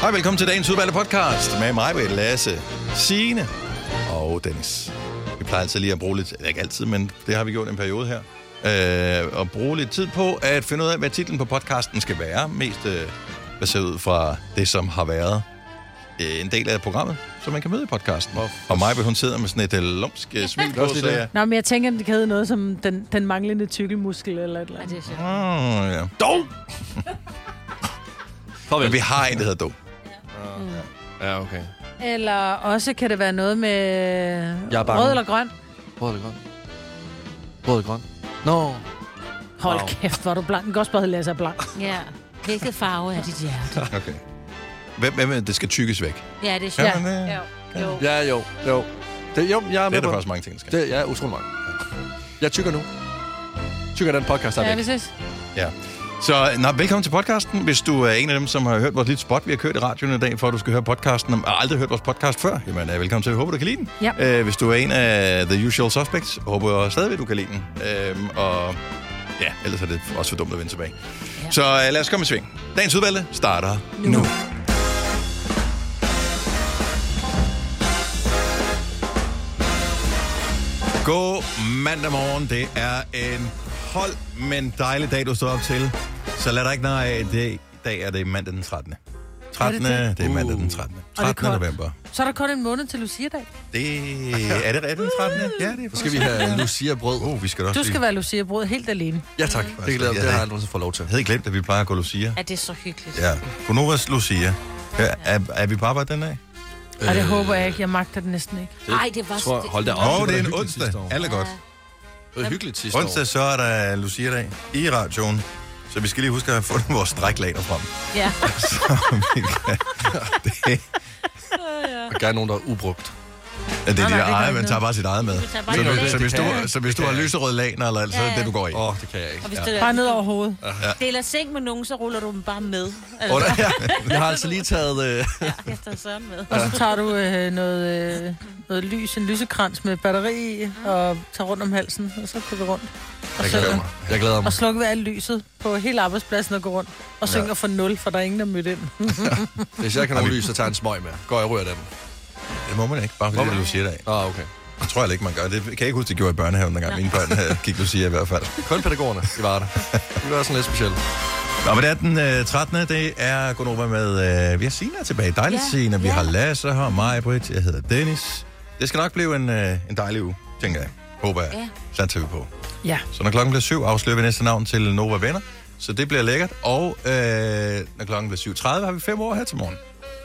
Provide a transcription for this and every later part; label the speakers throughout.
Speaker 1: Hej, velkommen til dagens udvalgte podcast med mig, Britt, Lasse, Signe og Dennis. Vi plejer altid lige at bruge lidt, eller ikke altid, men det har vi gjort en periode her, øh, at bruge lidt tid på at finde ud af, hvad titlen på podcasten skal være, mest øh, baseret ud fra det, som har været øh, en del af programmet, som man kan møde i podcasten. Og mig, hun sidder med sådan et øh, lumsk øh, smil på,
Speaker 2: Også lige
Speaker 1: så jeg...
Speaker 3: Nå, men jeg tænker, den kan hedde noget som den, den manglende tykkelmuskel eller et eller andet.
Speaker 1: Mm, ja. Dog! Men vi har en, der hedder Dog.
Speaker 2: Ja, okay.
Speaker 3: Eller også kan det være noget med
Speaker 2: Jeg er bange.
Speaker 3: rød eller grøn.
Speaker 2: Rød eller grøn? Rød eller grøn? Nå.
Speaker 3: Hold
Speaker 2: Wow.
Speaker 3: kæft, hvor er du blank. Den kan også bare hedde Lasse er blank.
Speaker 4: Ja. Hvilket farve er dit hjerte?
Speaker 1: Okay. Hvem, hvem er det, det skal tykkes væk?
Speaker 4: Ja, det er
Speaker 1: Ja.
Speaker 4: sjovt.
Speaker 1: men, øh,
Speaker 3: Ja.
Speaker 4: Jo.
Speaker 2: Ja, jo. Jo. Det, jo, jeg er
Speaker 1: Det er
Speaker 2: med
Speaker 1: der
Speaker 2: på
Speaker 1: faktisk mange ting, der skal.
Speaker 2: Det er ja, utrolig mange. Jeg tykker nu. Tykker den podcast, der er
Speaker 3: Ja,
Speaker 2: væk.
Speaker 3: vi ses.
Speaker 1: Ja. Så nå, velkommen til podcasten. Hvis du er en af dem, som har hørt vores lille spot, vi har kørt i radioen i dag, for at du skal høre podcasten, og aldrig hørt vores podcast før, jamen øh, velkommen til. Jeg håber, du kan lide den.
Speaker 3: Ja.
Speaker 1: Øh, hvis du er en af The Usual Suspects, håber jeg stadigvæk, du kan lide den. Øhm, og ja, ellers er det også for dumt at vende tilbage. Ja. Så øh, lad os komme i sving. Dagens udvalgte starter nu. nu. God mandag morgen. Det er en kold, men dejlig dag, du står op til. Så lad dig ikke narre af. Det, I dag er det mandag den 13. 13.
Speaker 3: Er
Speaker 1: Er
Speaker 3: det
Speaker 1: det, det er mandag
Speaker 2: Uh.
Speaker 1: den 13. 13.
Speaker 3: koldt.
Speaker 1: november.
Speaker 3: Så er der kun en måned til Lucia-dag.
Speaker 1: Det er det er det den 13. Ja, det er
Speaker 2: Nu skal vi have Lucia-brød.
Speaker 1: Oh, vi skal da også
Speaker 3: Du skal være Lucia-brød helt alene.
Speaker 2: Ja, tak. Det glæder jeg mig. Det har jeg aldrig fået lov til.
Speaker 1: Jeg havde glemt, at vi plejer at gå Lucia.
Speaker 4: Ja, det er så hyggeligt.
Speaker 1: Ja. Fonovas Lucia. Ja, er, er, vi på arbejde den dag?
Speaker 3: Og
Speaker 2: Øh,
Speaker 3: det håber jeg ikke. Jeg magter det næsten ikke.
Speaker 4: Ej, det var...
Speaker 2: Tror, hold da op.
Speaker 1: Åh, oh,
Speaker 2: var
Speaker 1: det er
Speaker 2: da
Speaker 1: en
Speaker 2: hyggeligt
Speaker 1: onsdag.
Speaker 2: sidste år.
Speaker 1: Alt er godt.
Speaker 2: Det var hyggeligt sidste år.
Speaker 1: Onsdag, så er der Lucia-dag i radioen. Så vi skal lige huske at have fundet vores stræklaner frem.
Speaker 4: Ja.
Speaker 1: Så vi kan... Det,
Speaker 2: Og gerne nogen, der er ubrugt.
Speaker 1: Ja, det er dit
Speaker 3: Nej, nej, det gør
Speaker 1: eget, man
Speaker 3: ikke noget.
Speaker 1: tager bare sit eget med.
Speaker 4: Du tager bare
Speaker 1: Så,
Speaker 4: dit
Speaker 1: du,
Speaker 4: eget
Speaker 1: så,
Speaker 4: med.
Speaker 1: hvis
Speaker 2: Det
Speaker 1: du,
Speaker 2: kan jeg ikke.
Speaker 1: så hvis du har lyserød laner, eller, så er det
Speaker 4: Ja,
Speaker 1: det, du går i.
Speaker 2: Åh, oh, det kan jeg ikke.
Speaker 4: Og hvis, ja.
Speaker 3: Bare
Speaker 4: du,
Speaker 3: ned over hovedet.
Speaker 4: er- deler seng med nogen, så ruller du dem bare med.
Speaker 2: Oh,
Speaker 4: Altså,
Speaker 2: ja. Jeg har altså lige taget... Øh,
Speaker 4: efter søren med.
Speaker 3: Og så tager du øh, noget, øh, noget lys, en lysekrans med batteri i, og tager rundt om halsen, og så går du rundt. Og,
Speaker 1: Jeg kan
Speaker 3: synger,
Speaker 1: mig.
Speaker 2: jeg glæder mig.
Speaker 3: og slukker ved alt lyset på hele arbejdspladsen og går rundt. Og synger for nul, for der er ingen, der mødte ind.
Speaker 2: Hvis jeg kan have lys, så tager jeg en smøg med. Går jeg og rører den.
Speaker 1: Det må man ikke, bare fordi det er Lucia-dag.
Speaker 2: Åh, oh, okay.
Speaker 1: Jeg tror jeg ikke, man gør. Det kan jeg ikke huske, det gjorde i børnehaven, dengang mine børn øh, gik Lucia i hvert fald.
Speaker 2: Kun pædagogerne, de var der. Det var sådan lidt specielt.
Speaker 1: Nå, men det er den øh, 13. Det er Gunova med... Øh, vi har Sina tilbage. Dejligt,
Speaker 4: Ja,
Speaker 1: Sina. Vi
Speaker 4: ja.
Speaker 1: har Lasse her, mig, Britt. Jeg hedder Dennis. Det skal nok blive en, øh, en dejlig uge, tænker jeg. Håber jeg.
Speaker 4: Ja.
Speaker 1: Satser vi på.
Speaker 3: Ja.
Speaker 1: Så når klokken bliver syv, afslører vi næste navn til Nova Venner. Så det bliver lækkert. Og øh, når klokken bliver 7.30, har vi fem år her til morgen.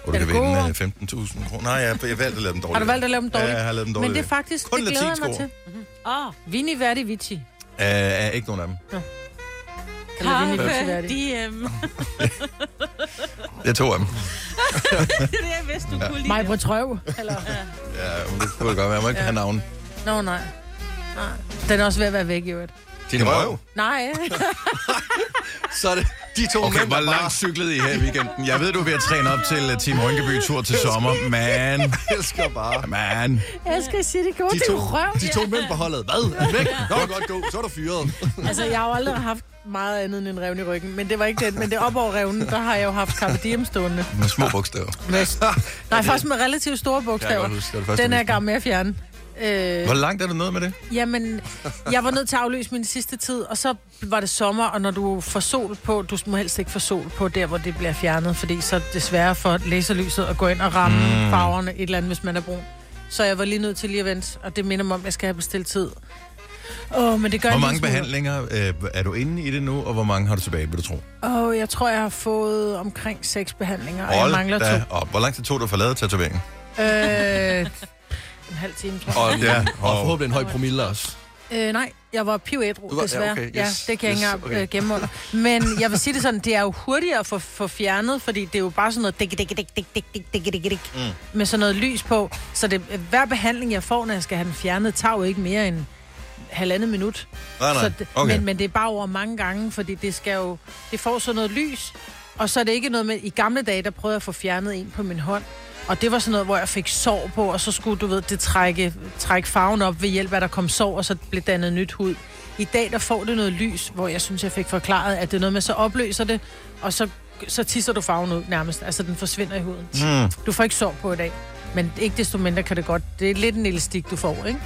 Speaker 1: Hvor du
Speaker 3: Er
Speaker 1: kan
Speaker 3: det
Speaker 1: vinde
Speaker 3: gode
Speaker 1: øh, 15.000 kroner. Nej, jeg, jeg valgte at lave dem dårlige.
Speaker 3: Har du valgt at lave dem dårligt?
Speaker 1: Ja, jeg har lavet dem dårlige.
Speaker 3: Men det er faktisk,
Speaker 1: Kun
Speaker 3: det glæder jeg mig
Speaker 1: latinsk
Speaker 3: til. Mhm.
Speaker 4: Åh, oh,
Speaker 3: Vini Verdi Vici.
Speaker 1: Øh, er ikke nogen af dem.
Speaker 3: Eller Vini Vici
Speaker 4: Carpe
Speaker 3: Verdi.
Speaker 4: diem.
Speaker 1: Jeg tog af dem.
Speaker 4: Det er det, jeg vidste, du kunne
Speaker 3: Mig
Speaker 4: lide.
Speaker 3: på trøv. Eller...
Speaker 1: Ja, men det kunne jeg godt være. Jeg må ikke ja. have navnet.
Speaker 3: Nå, nej. nej. Den er også ved at være væk, i øvrigt.
Speaker 2: Din røv.
Speaker 3: Nej,
Speaker 2: Så er det de to
Speaker 1: Okay,
Speaker 2: mænd,
Speaker 1: hvor
Speaker 2: der bare
Speaker 1: langt cyklede I her i weekenden? Jeg ved, du er ved at træne op til øh, Team Rynkeby tur til sommer. Man,
Speaker 2: elsker bare.
Speaker 1: man.
Speaker 3: jeg skal sige, det gjorde
Speaker 2: De
Speaker 3: det
Speaker 2: to,
Speaker 3: jo røv.
Speaker 2: de to mænd på holdet. Hvad? Er de Væk? Nå, godt gå. Så er du fyret.
Speaker 3: Altså, jeg har jo aldrig haft meget andet end en revne i ryggen, men det var ikke den. Men det er op over revnen, der har jeg jo haft Carpe Diem stående.
Speaker 1: Med små bogstaver.
Speaker 3: Nej, faktisk med relativt store
Speaker 2: Jeg
Speaker 3: bogstaver.
Speaker 2: kan godt huske, det var det første,
Speaker 3: den er
Speaker 2: jeg
Speaker 3: jeg i gang med at fjerne. Øh,
Speaker 1: Hvor langt er du nået med det?
Speaker 3: jamen, jeg var nødt til at aflyse min sidste tid, og så var det sommer, og når du får sol på, du må helst ikke få sol på der, hvor det bliver fjernet, fordi så er det sværere for laserlyset at gå ind og ramme mm. farverne et eller andet, hvis man er brun. Så jeg var lige nødt til lige at vente, og det minder mig om, at jeg skal have bestilt tid. Åh, oh, men det gør
Speaker 1: Hvor
Speaker 3: en
Speaker 1: mange
Speaker 3: lille smule-
Speaker 1: behandlinger øh, er du inde i det nu, og hvor mange har du tilbage, vil du tro?
Speaker 3: Åh, oh, jeg tror, jeg har fået omkring seks behandlinger, og jeg
Speaker 1: Hold
Speaker 3: mangler
Speaker 1: da
Speaker 3: to.
Speaker 1: Op. Hvor lang tid tog du at forlade tatoveringen?
Speaker 3: Øh, en halv time, tror jeg.
Speaker 2: Og,
Speaker 1: Ja.
Speaker 2: ja. og forhåbentlig en høj promille også.
Speaker 3: Øh, nej, jeg
Speaker 2: Du
Speaker 3: var pivædru,
Speaker 2: var- ja,
Speaker 3: desværre.
Speaker 2: okay, yes,
Speaker 3: ja, det
Speaker 2: yes,
Speaker 3: kan jeg ikke engang
Speaker 2: okay.
Speaker 3: okay. øh, gemme under. Men jeg vil sige det sådan, det er jo hurtigere at få, få fjernet, fordi det er jo bare sådan noget dik, dik, dik, dik, dik, dik, dik, dik, dik, mm. med sådan noget lys på. Så det, hver behandling, jeg får, når jeg skal have den fjernet, tager jo ikke mere end halvandet minut.
Speaker 1: Nej, nej.
Speaker 3: Så det,
Speaker 1: Okay.
Speaker 3: men, men det er bare over mange gange, fordi det skal jo... Det får sådan noget lys, og så er det ikke noget med... I gamle dage, der prøvede jeg at få fjernet en på min hånd, og det var sådan noget, hvor jeg fik sår på, og så skulle, du ved, det trække, trække farven op ved hjælp af, at der kom sår, og så blev dannet nyt hud. I dag, der får det noget lys, hvor jeg synes, jeg fik forklaret, at det er noget med, så opløser det, og så så tisser du farven ud nærmest. Altså, den forsvinder i huden.
Speaker 1: Mm.
Speaker 3: Du får ikke sår på i dag. Men ikke desto mindre kan det godt. Det er lidt en elastik, du får, ikke?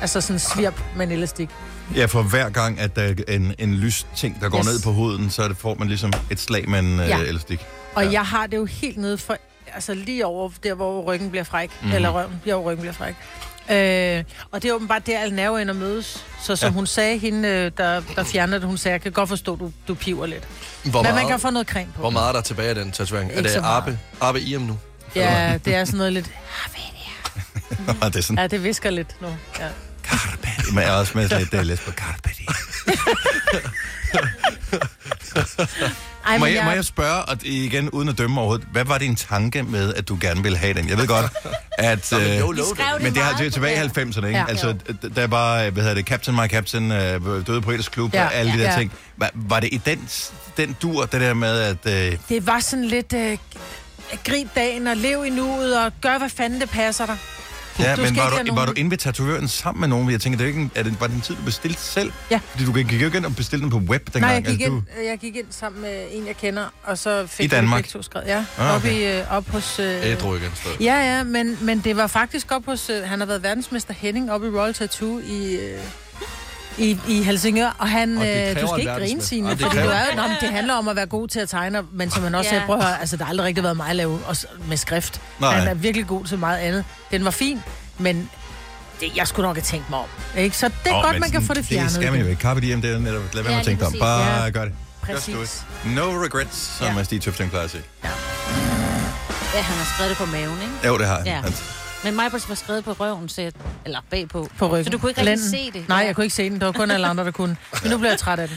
Speaker 3: Altså sådan en svirp med en elastik.
Speaker 1: Ja, for hver gang, at der er en, en lys ting, der går yes.
Speaker 3: Yes.
Speaker 1: ned på huden, så er det, får man ligesom et slag med en ja.
Speaker 3: Ja.
Speaker 1: øh, elastik.
Speaker 3: Og
Speaker 1: Ja.
Speaker 3: ja. jeg har det jo helt nede for, altså lige over der, hvor ryggen bliver fræk.
Speaker 1: Mhm.
Speaker 3: Mm. Eller røven, der hvor ryggen bliver fræk. Øh, og det er åbenbart der, alle nerveender mødes. Så som
Speaker 1: Ja.
Speaker 3: ja. hun sagde, hende, øh, der, der fjerner det, hun sagde, jeg kan godt forstå, du, du piver lidt.
Speaker 2: Hvor
Speaker 3: Men
Speaker 2: meget,
Speaker 3: man kan få noget creme på.
Speaker 2: hvor meget er der tilbage af den tatovering? Er
Speaker 3: Ikke
Speaker 2: det
Speaker 3: så meget.
Speaker 2: Arbe, Arbe Iam nu?
Speaker 3: Ja, det er sådan noget lidt...
Speaker 1: Og det er sådan,
Speaker 3: Ja, det visker lidt nu. Ja.
Speaker 1: at man er også med lidt, det er lidt på carpe diem.
Speaker 3: Ej,
Speaker 1: Må
Speaker 3: men
Speaker 1: jeg, må
Speaker 3: jeg,
Speaker 1: jeg spørge, og det- igen uden at dømme overhovedet, hvad var din tanke med, at du gerne ville have den? Jeg ved godt, at... øh,
Speaker 2: jo,
Speaker 4: Vi skrev det
Speaker 1: men det, har,
Speaker 4: meget
Speaker 1: det er tilbage i
Speaker 4: på-
Speaker 1: 90'erne, ikke? Ja.
Speaker 3: Ja.
Speaker 1: Altså, d- der var, øh, hvad hedder det, Captain My Captain, øh, Døde på Eders Klub, ja.
Speaker 3: Ja.
Speaker 1: og alle de der
Speaker 3: Ja.
Speaker 1: ting. Var, var det i den, den dur, det der med, at... Øh,
Speaker 3: det var sådan lidt... Øh, grib dagen og lev i nuet og gør, hvad fanden det passer dig.
Speaker 1: Ja,
Speaker 3: Du
Speaker 1: men
Speaker 3: skal
Speaker 1: var du,
Speaker 3: ikke have
Speaker 1: var du
Speaker 3: nogen-
Speaker 1: inde ved tatovøren sammen med nogen? Jeg tænker, det er jo ikke en, er det, var det en tid, du bestilte selv?
Speaker 3: Ja.
Speaker 1: Fordi du gik jo ikke ind og bestilte den på web dengang.
Speaker 3: Nej, jeg gik,
Speaker 1: altså,
Speaker 3: ind, jeg gik ind sammen med en, jeg kender, og så fik
Speaker 1: I
Speaker 3: vi det
Speaker 1: Danmark?
Speaker 3: begge to skrevet. Ja,
Speaker 1: Ah,
Speaker 3: ah,
Speaker 1: okay.
Speaker 3: okay. op, i, øh, op hos... Øh,
Speaker 2: Ædru igen. så.
Speaker 3: Ja, ja, men, men det var faktisk op hos... Øh, han har været verdensmester Henning op i Royal Tattoo i... Øh, i, i Helsingør, og han,
Speaker 2: Og det
Speaker 3: øh, du
Speaker 2: kræver
Speaker 3: skal
Speaker 2: en
Speaker 3: ikke grine,
Speaker 2: verdensmester.
Speaker 3: Signe,
Speaker 2: Ej, det
Speaker 3: fordi du
Speaker 2: kræver-
Speaker 3: er jo, nå, men det handler om at være god til at tegne, men som man også
Speaker 4: Ja.
Speaker 3: sagde, prøv at høre, altså, der har aldrig rigtig været mig at lave også med skrift.
Speaker 1: Nej.
Speaker 3: Nej. Han er virkelig god til meget andet. Den var fin, men det, jeg skulle nok have tænkt mig om. Ikke? Så det er
Speaker 1: Åh,
Speaker 3: oh, godt,
Speaker 1: men
Speaker 3: man kan
Speaker 1: sådan,
Speaker 3: få det fjernet.
Speaker 1: Det skal man jo ikke. Carpe diem, det er netop, lad være med
Speaker 4: Ja,
Speaker 1: at tænke dig om.
Speaker 4: lige præcis,
Speaker 1: Bare
Speaker 3: ja.
Speaker 1: gør det. Just do
Speaker 3: Præcis.
Speaker 1: it. No regrets, som
Speaker 3: Ja.
Speaker 1: ja. Stig Tøfting plejer at sige.
Speaker 4: Ja, han har skrevet det på maven, ikke?
Speaker 1: Jo, det har jeg.
Speaker 4: Ja.
Speaker 1: Altså,
Speaker 4: Men mig var skrevet på røven, så jeg, eller bagpå.
Speaker 3: på ryggen.
Speaker 4: Så du kunne ikke rigtig
Speaker 3: Lænden.
Speaker 4: se det?
Speaker 3: Nej, jeg kunne ikke se den. Det var kun alle andre, der kunne. Men nu blev jeg træt af den.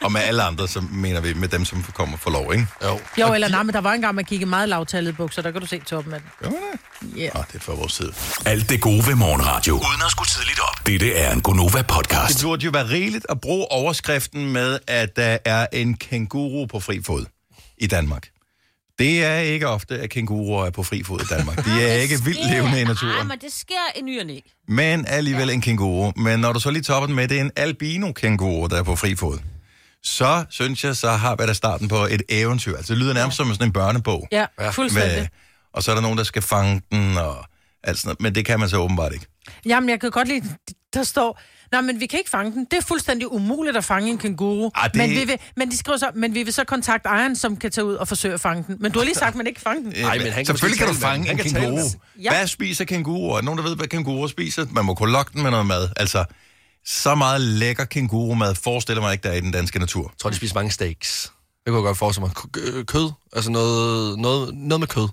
Speaker 1: og med alle andre, så mener vi med dem, som kommer for lov, ikke?
Speaker 2: Jo.
Speaker 3: Jo, eller nej, men der var engang, man kiggede meget lavtallede bukser. Der kan du se toppen af den.
Speaker 1: Jo, nej.
Speaker 3: Ja.
Speaker 1: Nå, det er fra vores side.
Speaker 5: Alt det gode ved morgenradio. Uden at skulle tidligt op. Dette er en Gonova-podcast.
Speaker 1: Det burde jo være rigeligt at bruge overskriften med, at der er en kænguru på fri fod i Danmark. Det er ikke ofte, at kænguruer er på fri fod i Danmark. De er ikke vildt levende i naturen.
Speaker 4: Nej, men det sker i ny og næ.
Speaker 1: men alligevel ja. en kænguru. Men når du så lige topper den med, det er en albino kænguru, der er på fri fod. Så synes jeg, så har vi da starten på et eventyr. Altså, det lyder nærmest ja. som sådan en børnebog.
Speaker 3: Ja,
Speaker 1: Med,
Speaker 3: fuldstændig.
Speaker 1: og så er der nogen, der skal fange den og alt sådan noget. Men det kan man så åbenbart ikke.
Speaker 3: Jamen, jeg kan godt lide, der står, nej, men vi kan ikke fange den. Det er fuldstændig umuligt at fange en kænguru.
Speaker 1: Ah, det-
Speaker 3: men, vi vil, men de skriver så, men vi vil så kontakte ejeren, som kan tage ud og forsøge at fange den. Men du har lige sagt, at man ikke kan fange den.
Speaker 1: Ej, men han
Speaker 2: kan
Speaker 1: Selvfølgelig
Speaker 2: måske
Speaker 1: kan du
Speaker 2: tale med den.
Speaker 1: fange
Speaker 2: Han
Speaker 1: en
Speaker 2: kan tale
Speaker 1: kænguru.
Speaker 2: med
Speaker 3: Ja.
Speaker 1: Hvad spiser kænguruer? Er der nogen, der ved, hvad kænguruer spiser? Man må kunne lokke den med noget mad. Altså, så meget lækker kængurumad forestiller mig ikke, der er i den danske natur.
Speaker 2: Jeg tror, de spiser mange steaks. Det kunne jeg godt forestille mig. K- øh, kød. Altså noget, noget, noget med kød.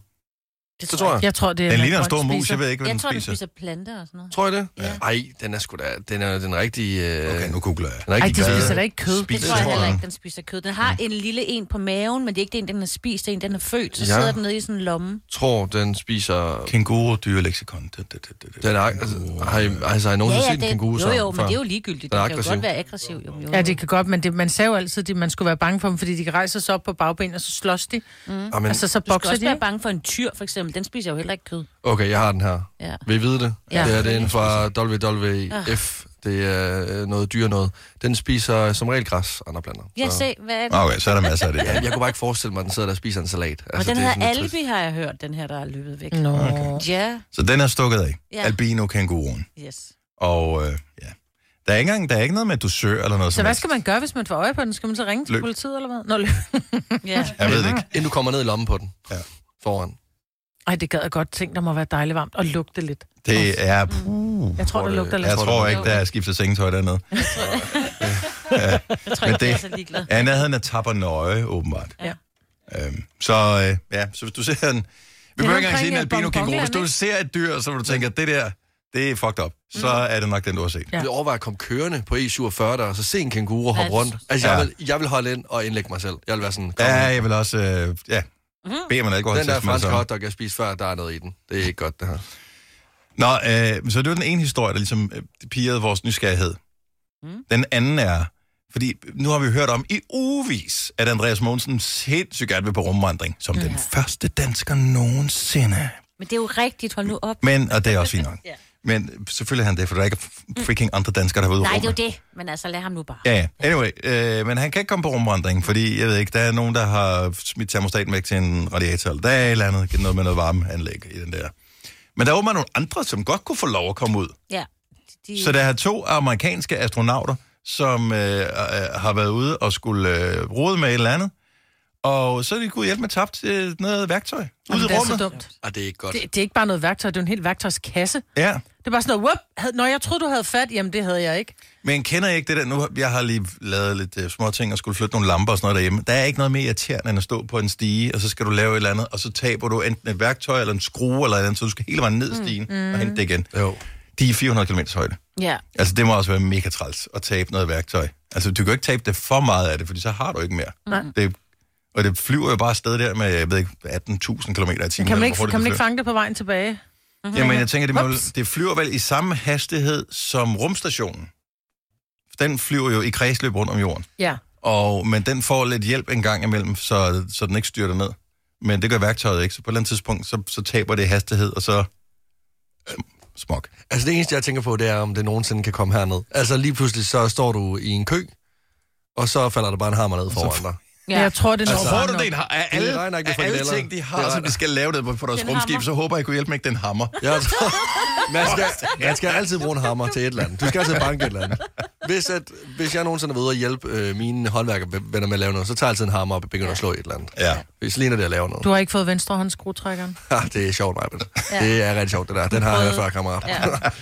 Speaker 2: Det, tror jeg.
Speaker 3: Jeg tror, det er...
Speaker 1: Den
Speaker 3: hvad
Speaker 1: ligner en
Speaker 3: folk
Speaker 1: stor mus,
Speaker 3: spiser.
Speaker 1: jeg ved ikke, hvad
Speaker 4: Jeg
Speaker 1: den
Speaker 4: tror, den
Speaker 1: spiser.
Speaker 4: spiser planter og sådan noget.
Speaker 2: Tror jeg det?
Speaker 4: Ja.
Speaker 2: Ej, den er sgu da... Den er den rigtige... Øh,
Speaker 1: Okay, nu googler jeg.
Speaker 2: Den er
Speaker 3: Ej, de
Speaker 2: glad.
Speaker 3: spiser da ikke kød.
Speaker 4: Det
Speaker 2: Det
Speaker 4: tror jeg
Speaker 2: tror
Speaker 4: heller
Speaker 2: jeg.
Speaker 4: ikke, den spiser kød. Den
Speaker 1: Mm.
Speaker 4: har en lille en på maven, men det er ikke den, den har spist. Det er en, den har født. Så
Speaker 2: Ja.
Speaker 4: sidder den nede i sådan en lomme.
Speaker 2: tror, den spiser...
Speaker 1: Kænguru dyreleksikon. Det, det, det, det, det.
Speaker 2: Den er, altså, har I, altså, har I nogensinde set en
Speaker 4: det,
Speaker 2: kænguru
Speaker 4: jo,
Speaker 2: sammen
Speaker 4: jo, men
Speaker 2: før?
Speaker 4: det er jo ligegyldigt.
Speaker 2: Den er
Speaker 4: Den kan jo
Speaker 2: aggressiv.
Speaker 4: godt være aggressiv. Jo, jo.
Speaker 3: Ja, det kan godt, men det, man sagde jo altid, at man skulle være bange for dem, fordi de kan rejse sig op på bagben, og så slås de.
Speaker 1: Mm.
Speaker 2: Ah, men,
Speaker 3: Altså, så
Speaker 4: Du skal
Speaker 3: bokser
Speaker 4: også
Speaker 3: de,
Speaker 4: være
Speaker 3: ikke?
Speaker 4: bange for en tyr, for eksempel. Den spiser jo heller ikke kød.
Speaker 2: okay, jeg har den her.
Speaker 4: Ja.
Speaker 2: Vil I vide det?
Speaker 4: Ja.
Speaker 2: Det er det er inden fra WWF. Det er øh, noget dyr noget. Den spiser som regel græs, andre blander.
Speaker 4: Ja, se, hvad er det?
Speaker 1: Ah, Okay, så er der masser af det.
Speaker 2: Ja, jeg kunne bare ikke forestille mig, at den sidder der og spiser en salat. Altså,
Speaker 4: Og
Speaker 1: Altså,
Speaker 4: den
Speaker 2: det er
Speaker 4: hedder
Speaker 2: sådan lidt
Speaker 4: Albi, har jeg hørt, den her, der er løbet væk.
Speaker 3: Nå.
Speaker 4: Ja,
Speaker 1: Så den er stukket af.
Speaker 4: Ja.
Speaker 1: Albino kænguruen.
Speaker 4: yes.
Speaker 1: Og øh, ja. Der er, ikke engang, der er ikke noget med, at du søger eller noget
Speaker 3: Så hvad skal man gøre, hvis man får øje på den? Skal man så ringe til
Speaker 1: Løb.
Speaker 3: politiet eller hvad? Nå, løb.
Speaker 4: Ja.
Speaker 1: Jeg ved det ikke.
Speaker 2: trist. Inden du kommer ned i lommen på den.
Speaker 1: Ja.
Speaker 2: Foran.
Speaker 3: Ej, det gad jeg godt tænke, der må være dejligt varmt og lugte lidt.
Speaker 1: Det er...
Speaker 4: Mm,
Speaker 1: Puh,
Speaker 3: Jeg tror, det lugter lidt.
Speaker 1: jeg Uh, tror
Speaker 2: det-
Speaker 1: ikke, der er skiftet sengetøj dernede.
Speaker 4: Jeg tror
Speaker 1: Men
Speaker 4: ikke, det... jeg er
Speaker 1: det-
Speaker 4: så ligeglad.
Speaker 1: Ja, i nærheden af Tabernøje, åbenbart.
Speaker 3: Ja.
Speaker 1: Øhm, så øh, ja, så hvis du ser en... Vi behøver ikke engang
Speaker 3: omkring,
Speaker 1: sige en
Speaker 3: øh,
Speaker 1: albino kænguru. Hvis
Speaker 3: bonbonland,
Speaker 1: du
Speaker 3: ikke?
Speaker 1: ser et dyr, så vil du tænke, at det der, det er fucked up.
Speaker 4: Mm.
Speaker 1: Så er det nok den, du har set.
Speaker 3: Ja.
Speaker 2: Jeg vil overveje at komme kørende på E47, der, og så se en kænguru hoppe rundt. Altså, jeg,
Speaker 1: Ja.
Speaker 2: vil, jeg vil holde ind og indlægge mig selv. Jeg vil være sådan, kom,
Speaker 1: Ja,
Speaker 2: ja,
Speaker 1: jeg vil også... Øh, ja, bede om en alkohol
Speaker 2: den der franske hotdog, jeg spiste før, der er noget i den. Det er ikke godt, det her.
Speaker 1: Nå, øh, så det var den ene historie, der ligesom øh, pirrede vores nysgerrighed. Mm. Den anden er, fordi nu har vi hørt om i ugevis, at Andreas Mogensen sindssygt gerne vil på rumvandring, som ja. den første dansker nogensinde.
Speaker 4: Men det er jo rigtigt, hold nu op.
Speaker 1: Men, og det er også fint nok.
Speaker 4: Ja.
Speaker 1: Men selvfølgelig er han det, for der er ikke freaking andre danskere, der har været ude
Speaker 4: Nej,
Speaker 1: at
Speaker 4: det er
Speaker 1: råbe.
Speaker 4: jo det. Men altså, lad ham nu bare.
Speaker 1: Ja, ja. anyway, øh, men han kan ikke komme på rumvandring, fordi jeg ved ikke, der er nogen, der har smidt termostaten væk til en radiator, eller der er et eller andet, noget med noget varmeanlæg i den der. Men der var man nogle andre, som godt kunne få lov at komme ud.
Speaker 4: Ja. De,
Speaker 1: Så der er to amerikanske astronauter, som øh, øh, har været ude og skulle øh, rode med et eller andet, og så er de kunne hjælpe med tabt øh, noget værktøj. Ud i
Speaker 3: det er så
Speaker 1: rummet.
Speaker 3: dumt.
Speaker 2: Ah, det er ikke godt.
Speaker 3: Det, det, er ikke bare noget værktøj, det er jo en helt værktøjskasse.
Speaker 1: Ja.
Speaker 3: Det er bare sådan noget, whoop, havde, når jeg troede, du havde fat, jamen det havde jeg ikke.
Speaker 1: Men kender I ikke det der? Nu, jeg har lige lavet lidt uh, små ting og skulle flytte nogle lamper og sådan noget derhjemme. Der er ikke noget mere irriterende end at stå på en stige, og så skal du lave et eller andet, og så taber du enten et værktøj eller en skrue eller et eller andet, så du skal hele vejen ned stigen mm. og hente det igen.
Speaker 2: Jo.
Speaker 1: De er 400 km højde.
Speaker 4: ja.
Speaker 1: Altså, det må også være mega træls at tabe noget værktøj. Altså, du kan jo ikke tabe det for meget af det, fordi så har du ikke mere.
Speaker 3: Mm.
Speaker 1: Nej. Det, og det flyver jo bare afsted der med, jeg ved ikke, 18.000 km i timen.
Speaker 3: Kan man
Speaker 1: eller hvor
Speaker 3: ikke,
Speaker 1: hurtigt
Speaker 3: kan
Speaker 1: det
Speaker 3: man ikke
Speaker 1: flyver.
Speaker 3: fange det på vejen tilbage? Mhm.
Speaker 1: Jamen, jeg tænker, det, må,
Speaker 3: Ups.
Speaker 1: det flyver vel i samme hastighed som rumstationen. Den flyver jo i kredsløb rundt om jorden.
Speaker 3: Ja.
Speaker 1: Og, men den får lidt hjælp en gang imellem, så, så den ikke styrter ned. Men det gør værktøjet ikke, så på et eller andet tidspunkt, så, så taber det hastighed, og så smok.
Speaker 2: Altså det eneste, jeg tænker på, det er, om det nogensinde kan komme herned. Altså lige pludselig, så står du i en kø, og så falder der bare en hammer ned foran dig.
Speaker 3: ja. Jeg tror, det når
Speaker 1: Så
Speaker 3: bare
Speaker 1: får Altså, du
Speaker 3: nok.
Speaker 1: den har, af
Speaker 2: Det
Speaker 1: alle,
Speaker 2: regner ikke
Speaker 1: af
Speaker 2: med
Speaker 1: alle
Speaker 2: frikadeller.
Speaker 1: ting, de
Speaker 2: Det
Speaker 1: har,
Speaker 2: regner-
Speaker 1: som de skal lave det på deres
Speaker 4: Den
Speaker 1: rumskib,
Speaker 4: hammer.
Speaker 1: så håber jeg, I kunne hjælpe med ikke den hammer. altså.
Speaker 2: Jeg tror, altså, man, skal, man skal altid bruge en hammer til et eller andet. Du skal altid banke et eller andet. Hvis, at, hvis jeg nogensinde er ved at hjælpe øh, mine håndværkervenner med at lave noget, så tager jeg altid en hammer og begynder at slå i et eller andet.
Speaker 1: Ja.
Speaker 2: Hvis ligner det at lave noget.
Speaker 3: Du har ikke fået venstre håndskruetrækkeren.
Speaker 2: Ja, det er sjovt, Maja. Ja. Det er rigtig sjovt, det der. Den har jeg hørt før, kammerat.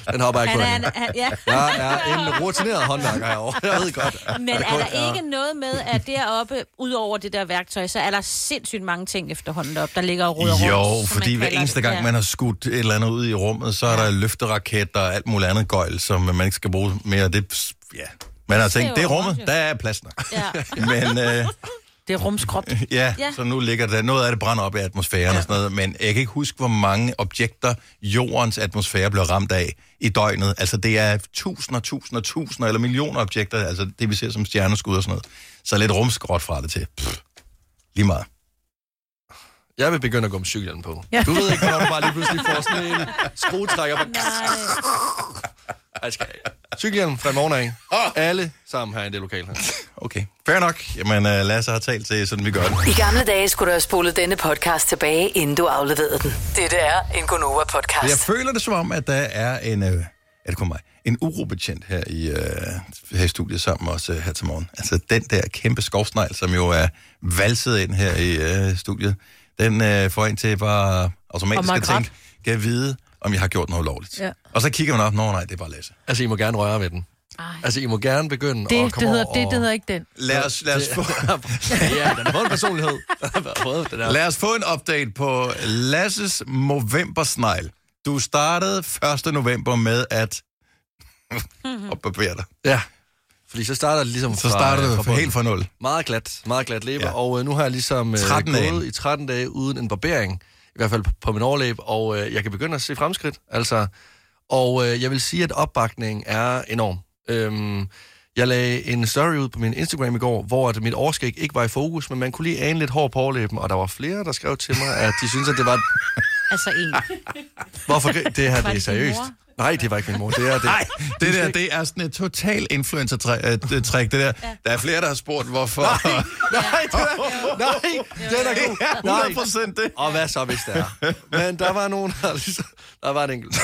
Speaker 2: Ja. Den hopper jeg ikke
Speaker 4: Han
Speaker 2: på.
Speaker 4: er,
Speaker 2: den.
Speaker 4: han, han, ja.
Speaker 2: Jeg er en rutineret håndværker herovre. Jeg ved godt.
Speaker 4: Men
Speaker 2: Jeg
Speaker 4: er
Speaker 2: kun
Speaker 4: der ikke noget med, at deroppe, ud over det der værktøj, så er der sindssygt mange ting efterhånden op, der ligger og ruder rundt.
Speaker 1: Jo,
Speaker 4: som
Speaker 1: fordi
Speaker 4: man
Speaker 1: hver
Speaker 4: kalder
Speaker 1: eneste
Speaker 4: det.
Speaker 1: gang,
Speaker 4: Ja.
Speaker 1: man har skudt et eller andet ud i rummet, så er der løfteraketter og alt muligt andet gøjl, som man ikke skal bruge mere. Det, ja. Man har tænkt,
Speaker 4: jo
Speaker 1: det er
Speaker 4: råt,
Speaker 1: rummet,
Speaker 4: jo.
Speaker 1: der er plads nok.
Speaker 4: Ja.
Speaker 1: Men øh,
Speaker 3: Det er rumskrop.
Speaker 1: ja,
Speaker 4: Ja.
Speaker 1: så nu ligger der noget af det brænder op i atmosfæren og sådan noget, men jeg kan ikke huske, hvor mange objekter jordens atmosfære bliver ramt af i døgnet. Altså det er tusinder, tusinder, tusinder eller millioner objekter, altså det vi ser som stjerneskud og sådan noget. Så lidt rumskrot fra det til. Pff, lige meget.
Speaker 2: Jeg vil begynde at gå med cykelhjelm på.
Speaker 3: Ja.
Speaker 2: Ja. Du ved ikke, hvornår du bare lige pludselig får sådan en skruetrækker. Bare... Ej, skal jeg. Cykelhjelm fra i morgen af. Alle sammen her i det lokale her.
Speaker 1: Okay, fair nok. Jamen øh, Lasse har talt til, sådan vi gør det.
Speaker 6: I gamle dage skulle du have spolet denne podcast tilbage, inden du afleverede den. Dette er en Gonova-podcast.
Speaker 1: Jeg føler det som om, at der er en... Øh, er det kun mig? En urobetjent her i, øh, her i studiet sammen med os øh, her til morgen. Altså den der kæmpe skovsnegl, som jo er valset ind her i øh, studiet, den øh, får en til bare automatisk
Speaker 3: Og
Speaker 1: at
Speaker 3: magrat.
Speaker 1: tænke, kan jeg vide, om jeg har gjort noget lovligt.
Speaker 3: Ja.
Speaker 1: Og så kigger man op, nå nej, det er bare Lasse.
Speaker 2: Altså, I må gerne røre ved den. Altså, I må gerne begynde at
Speaker 3: Det,
Speaker 2: komme
Speaker 3: det, hedder,
Speaker 2: over
Speaker 3: det,
Speaker 2: og...
Speaker 3: det hedder ikke den.
Speaker 1: Lad os, lad os få...
Speaker 2: ja, den har en personlighed. Den har fået det der.
Speaker 1: Lad os få en update på Lasses novembersnegl. Du startede 1. november med at opbarbere dig.
Speaker 2: Ja. Fordi så starter det ligesom
Speaker 1: Så startede
Speaker 2: fra,
Speaker 1: du
Speaker 2: bunden.
Speaker 1: helt fra nul.
Speaker 2: Meget glat, meget glat læber,
Speaker 1: Ja.
Speaker 2: ja. og øh, nu har jeg ligesom øh,
Speaker 1: 13
Speaker 2: gået
Speaker 1: dage.
Speaker 2: i 13 dage uden en barbering, i hvert fald på- på min overlæb, og øh, jeg kan begynde at se fremskridt, altså. Og øh, jeg vil sige, at opbakningen er enorm. Øhm, jeg lagde en story ud på min Instagram i går, hvor at mit overskæg ikke var i fokus, men man kunne lige ane lidt hår på overlæben, og der var flere, der skrev til mig, at de syntes, at det var...
Speaker 4: Altså en.
Speaker 2: Hvorfor gri- det her,
Speaker 4: Var
Speaker 2: det er
Speaker 4: det din
Speaker 2: seriøst?
Speaker 4: mor?
Speaker 2: Nej, det var ikke min mor, det er det.
Speaker 1: Nej, det der, det er sådan et total influencer-træk, det der. Der er flere, der har spurgt, hvorfor.
Speaker 2: Nej, det er, nej, den er god. Nej.
Speaker 1: 100 procent det.
Speaker 2: Og hvad så, hvis der er? Men der var nogen, der ligesom... Der var en enkelt.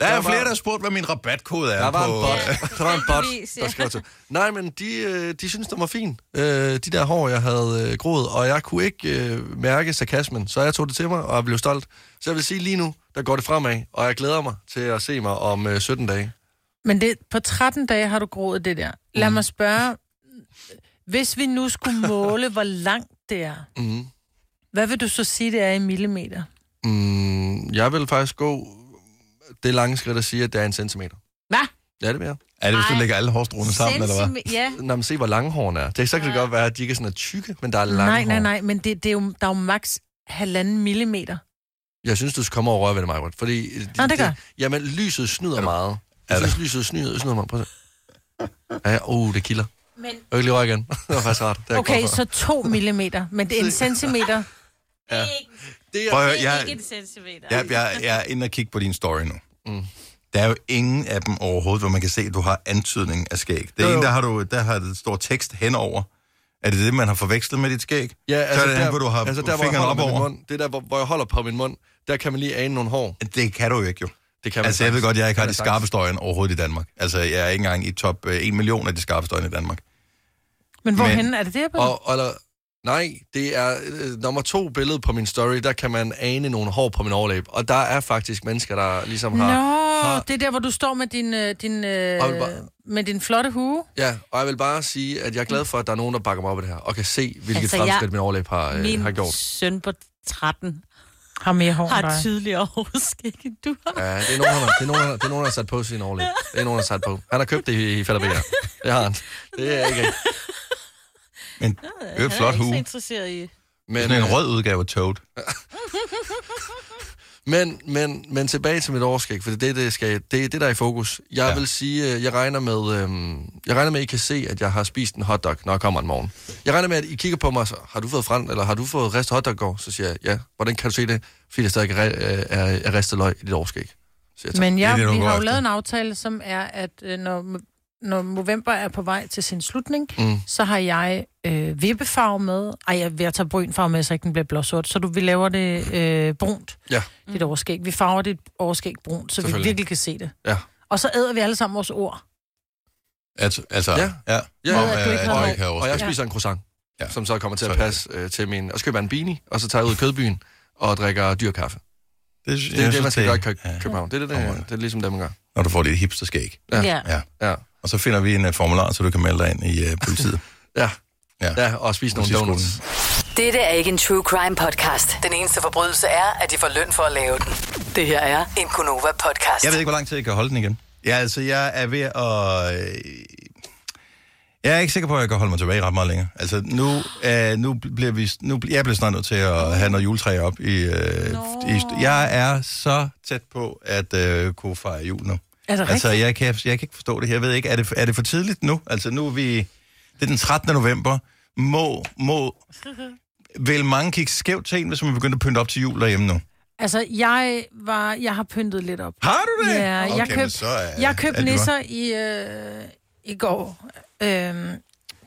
Speaker 2: Der var,
Speaker 1: Der er
Speaker 2: Der var-
Speaker 1: flere, der har spurgt, hvad min rabatkode
Speaker 2: der
Speaker 1: er
Speaker 2: var en
Speaker 1: på... øh,
Speaker 2: bot. Der var en bot,
Speaker 4: Heldigvis, ja.
Speaker 2: der skrev til. Nej, men de, øh, de synes, den var fin. Øh, De der hår, jeg havde øh, groet, og jeg kunne ikke øh, mærke sarkasmen, så jeg tog det til mig, og jeg blev stolt. Så jeg vil sige lige nu, der går det fremad, og jeg glæder mig til at se mig om øh, 17 dage.
Speaker 3: Men det, på 13 dage har du groet det der. Lad
Speaker 1: Mm.
Speaker 3: mig spørge, hvis vi nu skulle måle, hvor langt det er,
Speaker 2: Mhm.
Speaker 3: hvad vil du så sige, det er i millimeter?
Speaker 2: Mm, jeg vil faktisk gå det lange skridt at sige, at det er en centimeter.
Speaker 4: Hvad?
Speaker 2: Ja, det vil jeg.
Speaker 1: Er det, hvis du
Speaker 4: Ej.
Speaker 1: lægger alle hårstråene sammen, eller hvad?
Speaker 4: Centime- Ja.
Speaker 2: Når man ser, hvor lange hårene er. Det, så kan det godt være, at de ikke er sådan er tykke, men der er lange
Speaker 3: Nej, nej,
Speaker 2: hår.
Speaker 3: nej, men det, det er jo, der er jo maks halvanden millimeter.
Speaker 2: Jeg synes, du skal komme over og røre ved det, Maja. Fordi... øh,
Speaker 3: Nå, det gør jeg.
Speaker 2: Jamen, lyset snyder meget. Jeg
Speaker 1: Er
Speaker 2: synes, lyset snyder, snyder meget. Prøv at se. Ja, oh, det kilder.
Speaker 4: Men
Speaker 2: Jeg kan lige røre igen. det var faktisk rart. Det er jeg
Speaker 3: Okay,
Speaker 2: glad for.
Speaker 3: så to millimeter, men det er en centimeter.
Speaker 4: det er ikke,
Speaker 2: Det er...
Speaker 1: Prøv at
Speaker 4: det
Speaker 1: høre,
Speaker 4: er
Speaker 1: jeg,
Speaker 4: ikke en centimeter.
Speaker 2: Mm.
Speaker 1: jeg, jeg, jeg er inde og kigge på din story nu. Der er jo ingen af dem overhovedet, hvor man kan se, at du har antydning af skæg. Det
Speaker 2: Jo,
Speaker 1: er en,
Speaker 2: jo.
Speaker 1: der har, du, der har et stor tekst henover. Er det det, man har forvekslet med dit skæg?
Speaker 2: Ja, altså,
Speaker 1: så er det
Speaker 2: der,
Speaker 1: hvor du har
Speaker 2: altså der, hvor jeg
Speaker 1: fingeren
Speaker 2: holder
Speaker 1: op
Speaker 2: med min
Speaker 1: over.
Speaker 2: mund, det er der, hvor, hvor jeg holder på min mund, der kan man lige ane nogle hår.
Speaker 1: Det kan du jo ikke, jo.
Speaker 2: Det kan man
Speaker 1: altså, jeg ved
Speaker 2: sagtens.
Speaker 1: godt, jeg
Speaker 2: Det
Speaker 1: ikke
Speaker 2: kan
Speaker 1: har
Speaker 2: man
Speaker 1: de
Speaker 2: sagtens.
Speaker 1: skarpeste øjne overhovedet i Danmark. Altså, jeg er ikke engang i top 1 million af de skarpeste øjne i Danmark.
Speaker 3: Men hvorhen
Speaker 1: Men-
Speaker 3: er det der på?
Speaker 2: Og, og eller, nej, det er øh, nummer to billede på min story, der kan man ane nogle hår på min overlæb. Og der er faktisk mennesker, der ligesom
Speaker 3: Nå,
Speaker 2: har... har-
Speaker 3: det er der, hvor du står med din, øh, din, øh,
Speaker 2: Og bare-
Speaker 3: med din flotte hue.
Speaker 2: Ja, og jeg vil bare sige, at jeg er glad for, at der er nogen, der bakker mig op i det her, og kan se, hvilket altså,
Speaker 4: Altså, jeg-
Speaker 2: fremskridt min overlæb har, øh, har
Speaker 4: Min
Speaker 2: gjort.
Speaker 4: søn på 13
Speaker 3: Har mere hår end
Speaker 4: har
Speaker 3: dig.
Speaker 4: tydeligere overskæg, end du har.
Speaker 2: Ja, det er nogen, han har, det er nogen, han har, det er nogen, han har sat på sin overlæb. Det er nogen, han har sat på. Han har købt det i, i Fætterbeger. Det har han. Det er ikke rigtigt.
Speaker 1: Men det er et
Speaker 4: Han
Speaker 1: flot
Speaker 4: ikke så
Speaker 1: hue.
Speaker 4: interesseret i...
Speaker 2: Men,
Speaker 1: Sådan en
Speaker 2: øh,
Speaker 1: rød udgave af Toad.
Speaker 2: Men, men, men tilbage til mit overskæg, for det er det, det, skal, det, er det der er i fokus. Jeg
Speaker 1: Ja.
Speaker 2: ja. vil sige, øh, jeg regner med, øhm, jeg regner med, at I kan se, at jeg har spist en hotdog, når jeg kommer en morgen. Jeg regner med, at I kigger på mig og siger, har du fået frem, eller har du fået ristet hotdog i går? Så siger jeg, ja. Hvordan kan du se det? Fordi der stadig er, øh, er, er ristet løg i dit overskæg. Så jeg,
Speaker 3: Men jeg,
Speaker 1: Det er det, du
Speaker 3: vi
Speaker 1: går
Speaker 3: har jo
Speaker 1: efter.
Speaker 3: lavet en aftale, som er, at øh, når, når november er på vej til sin slutning, mm. så har jeg øh, vippefarve med. Ej, jeg, jeg tager brynfarve med, så ikke den bliver blåsort. Så du, vi laver det øh, brunt,
Speaker 2: ja,
Speaker 3: dit overskæg. Vi farver dit overskæg brunt, så vi
Speaker 2: Selvfølgelig.
Speaker 3: virkelig kan se det.
Speaker 2: ja.
Speaker 3: Og så æder vi alle sammen vores ord.
Speaker 1: Altså, altså
Speaker 2: Ja.
Speaker 1: ja. øh,
Speaker 2: Ja,
Speaker 1: Om,
Speaker 2: at
Speaker 3: du ikke
Speaker 1: at
Speaker 3: har
Speaker 1: du
Speaker 3: hår.
Speaker 1: ikke har
Speaker 2: Og jeg
Speaker 1: overskæg.
Speaker 2: spiser en croissant,
Speaker 1: Ja.
Speaker 2: ja. som så kommer til
Speaker 1: Så
Speaker 2: at
Speaker 1: er det.
Speaker 2: passe øh, til min... Og så køber jeg en beanie, og så tager jeg ud i kødbyen og drikker dyr kaffe.
Speaker 1: Det,
Speaker 2: Det er
Speaker 1: jeg
Speaker 2: det, det, man
Speaker 1: synes,
Speaker 2: skal gøre i
Speaker 1: det-
Speaker 2: Kø- København. Det er det, det, det, det er ligesom det, man gør.
Speaker 1: Når du får lidt hipsterskæg.
Speaker 2: Ja.
Speaker 4: Ja.
Speaker 1: Ja.
Speaker 2: Ja.
Speaker 1: Og så finder vi en uh, formular, så du kan melde dig ind i uh, politiet.
Speaker 2: Ja.
Speaker 1: Ja.
Speaker 2: ja, og spise nogle
Speaker 1: Politiskolen.
Speaker 2: donuts.
Speaker 6: Dette er ikke en true crime podcast. Den eneste forbrydelse er, at de får løn for at lave den. Det her er en Gunova
Speaker 3: Altså-
Speaker 6: podcast.
Speaker 1: Jeg ved ikke, hvor lang tid jeg kan holde den igen. Ja, altså, jeg er ved at... øh, Jeg er ikke sikker på, at jeg kan holde mig tilbage ret meget længere. Altså, nu, øh, nu bliver vi... Nu, bl- jeg bliver snart nødt til at have noget juletræ op i, øh, i... Jeg er så tæt på at øh, kunne fejre jul nu.
Speaker 3: Er det
Speaker 1: Altså, jeg kan, jeg kan ikke forstå det her. Jeg ved ikke, er det, er det for tidligt nu? Altså, nu er vi... Det er den 13. november. Må, må... Vil mange kigge skævt til en, hvis man begynder at pynte op til jul derhjemme nu?
Speaker 3: Altså, jeg, var, jeg har pyntet lidt op.
Speaker 1: Har du det?
Speaker 3: Ja,
Speaker 1: Okay,
Speaker 3: jeg
Speaker 1: men
Speaker 3: købte
Speaker 1: så er-
Speaker 3: jeg
Speaker 1: er
Speaker 3: købte
Speaker 1: det
Speaker 3: nisser i, øh, i går. Øhm,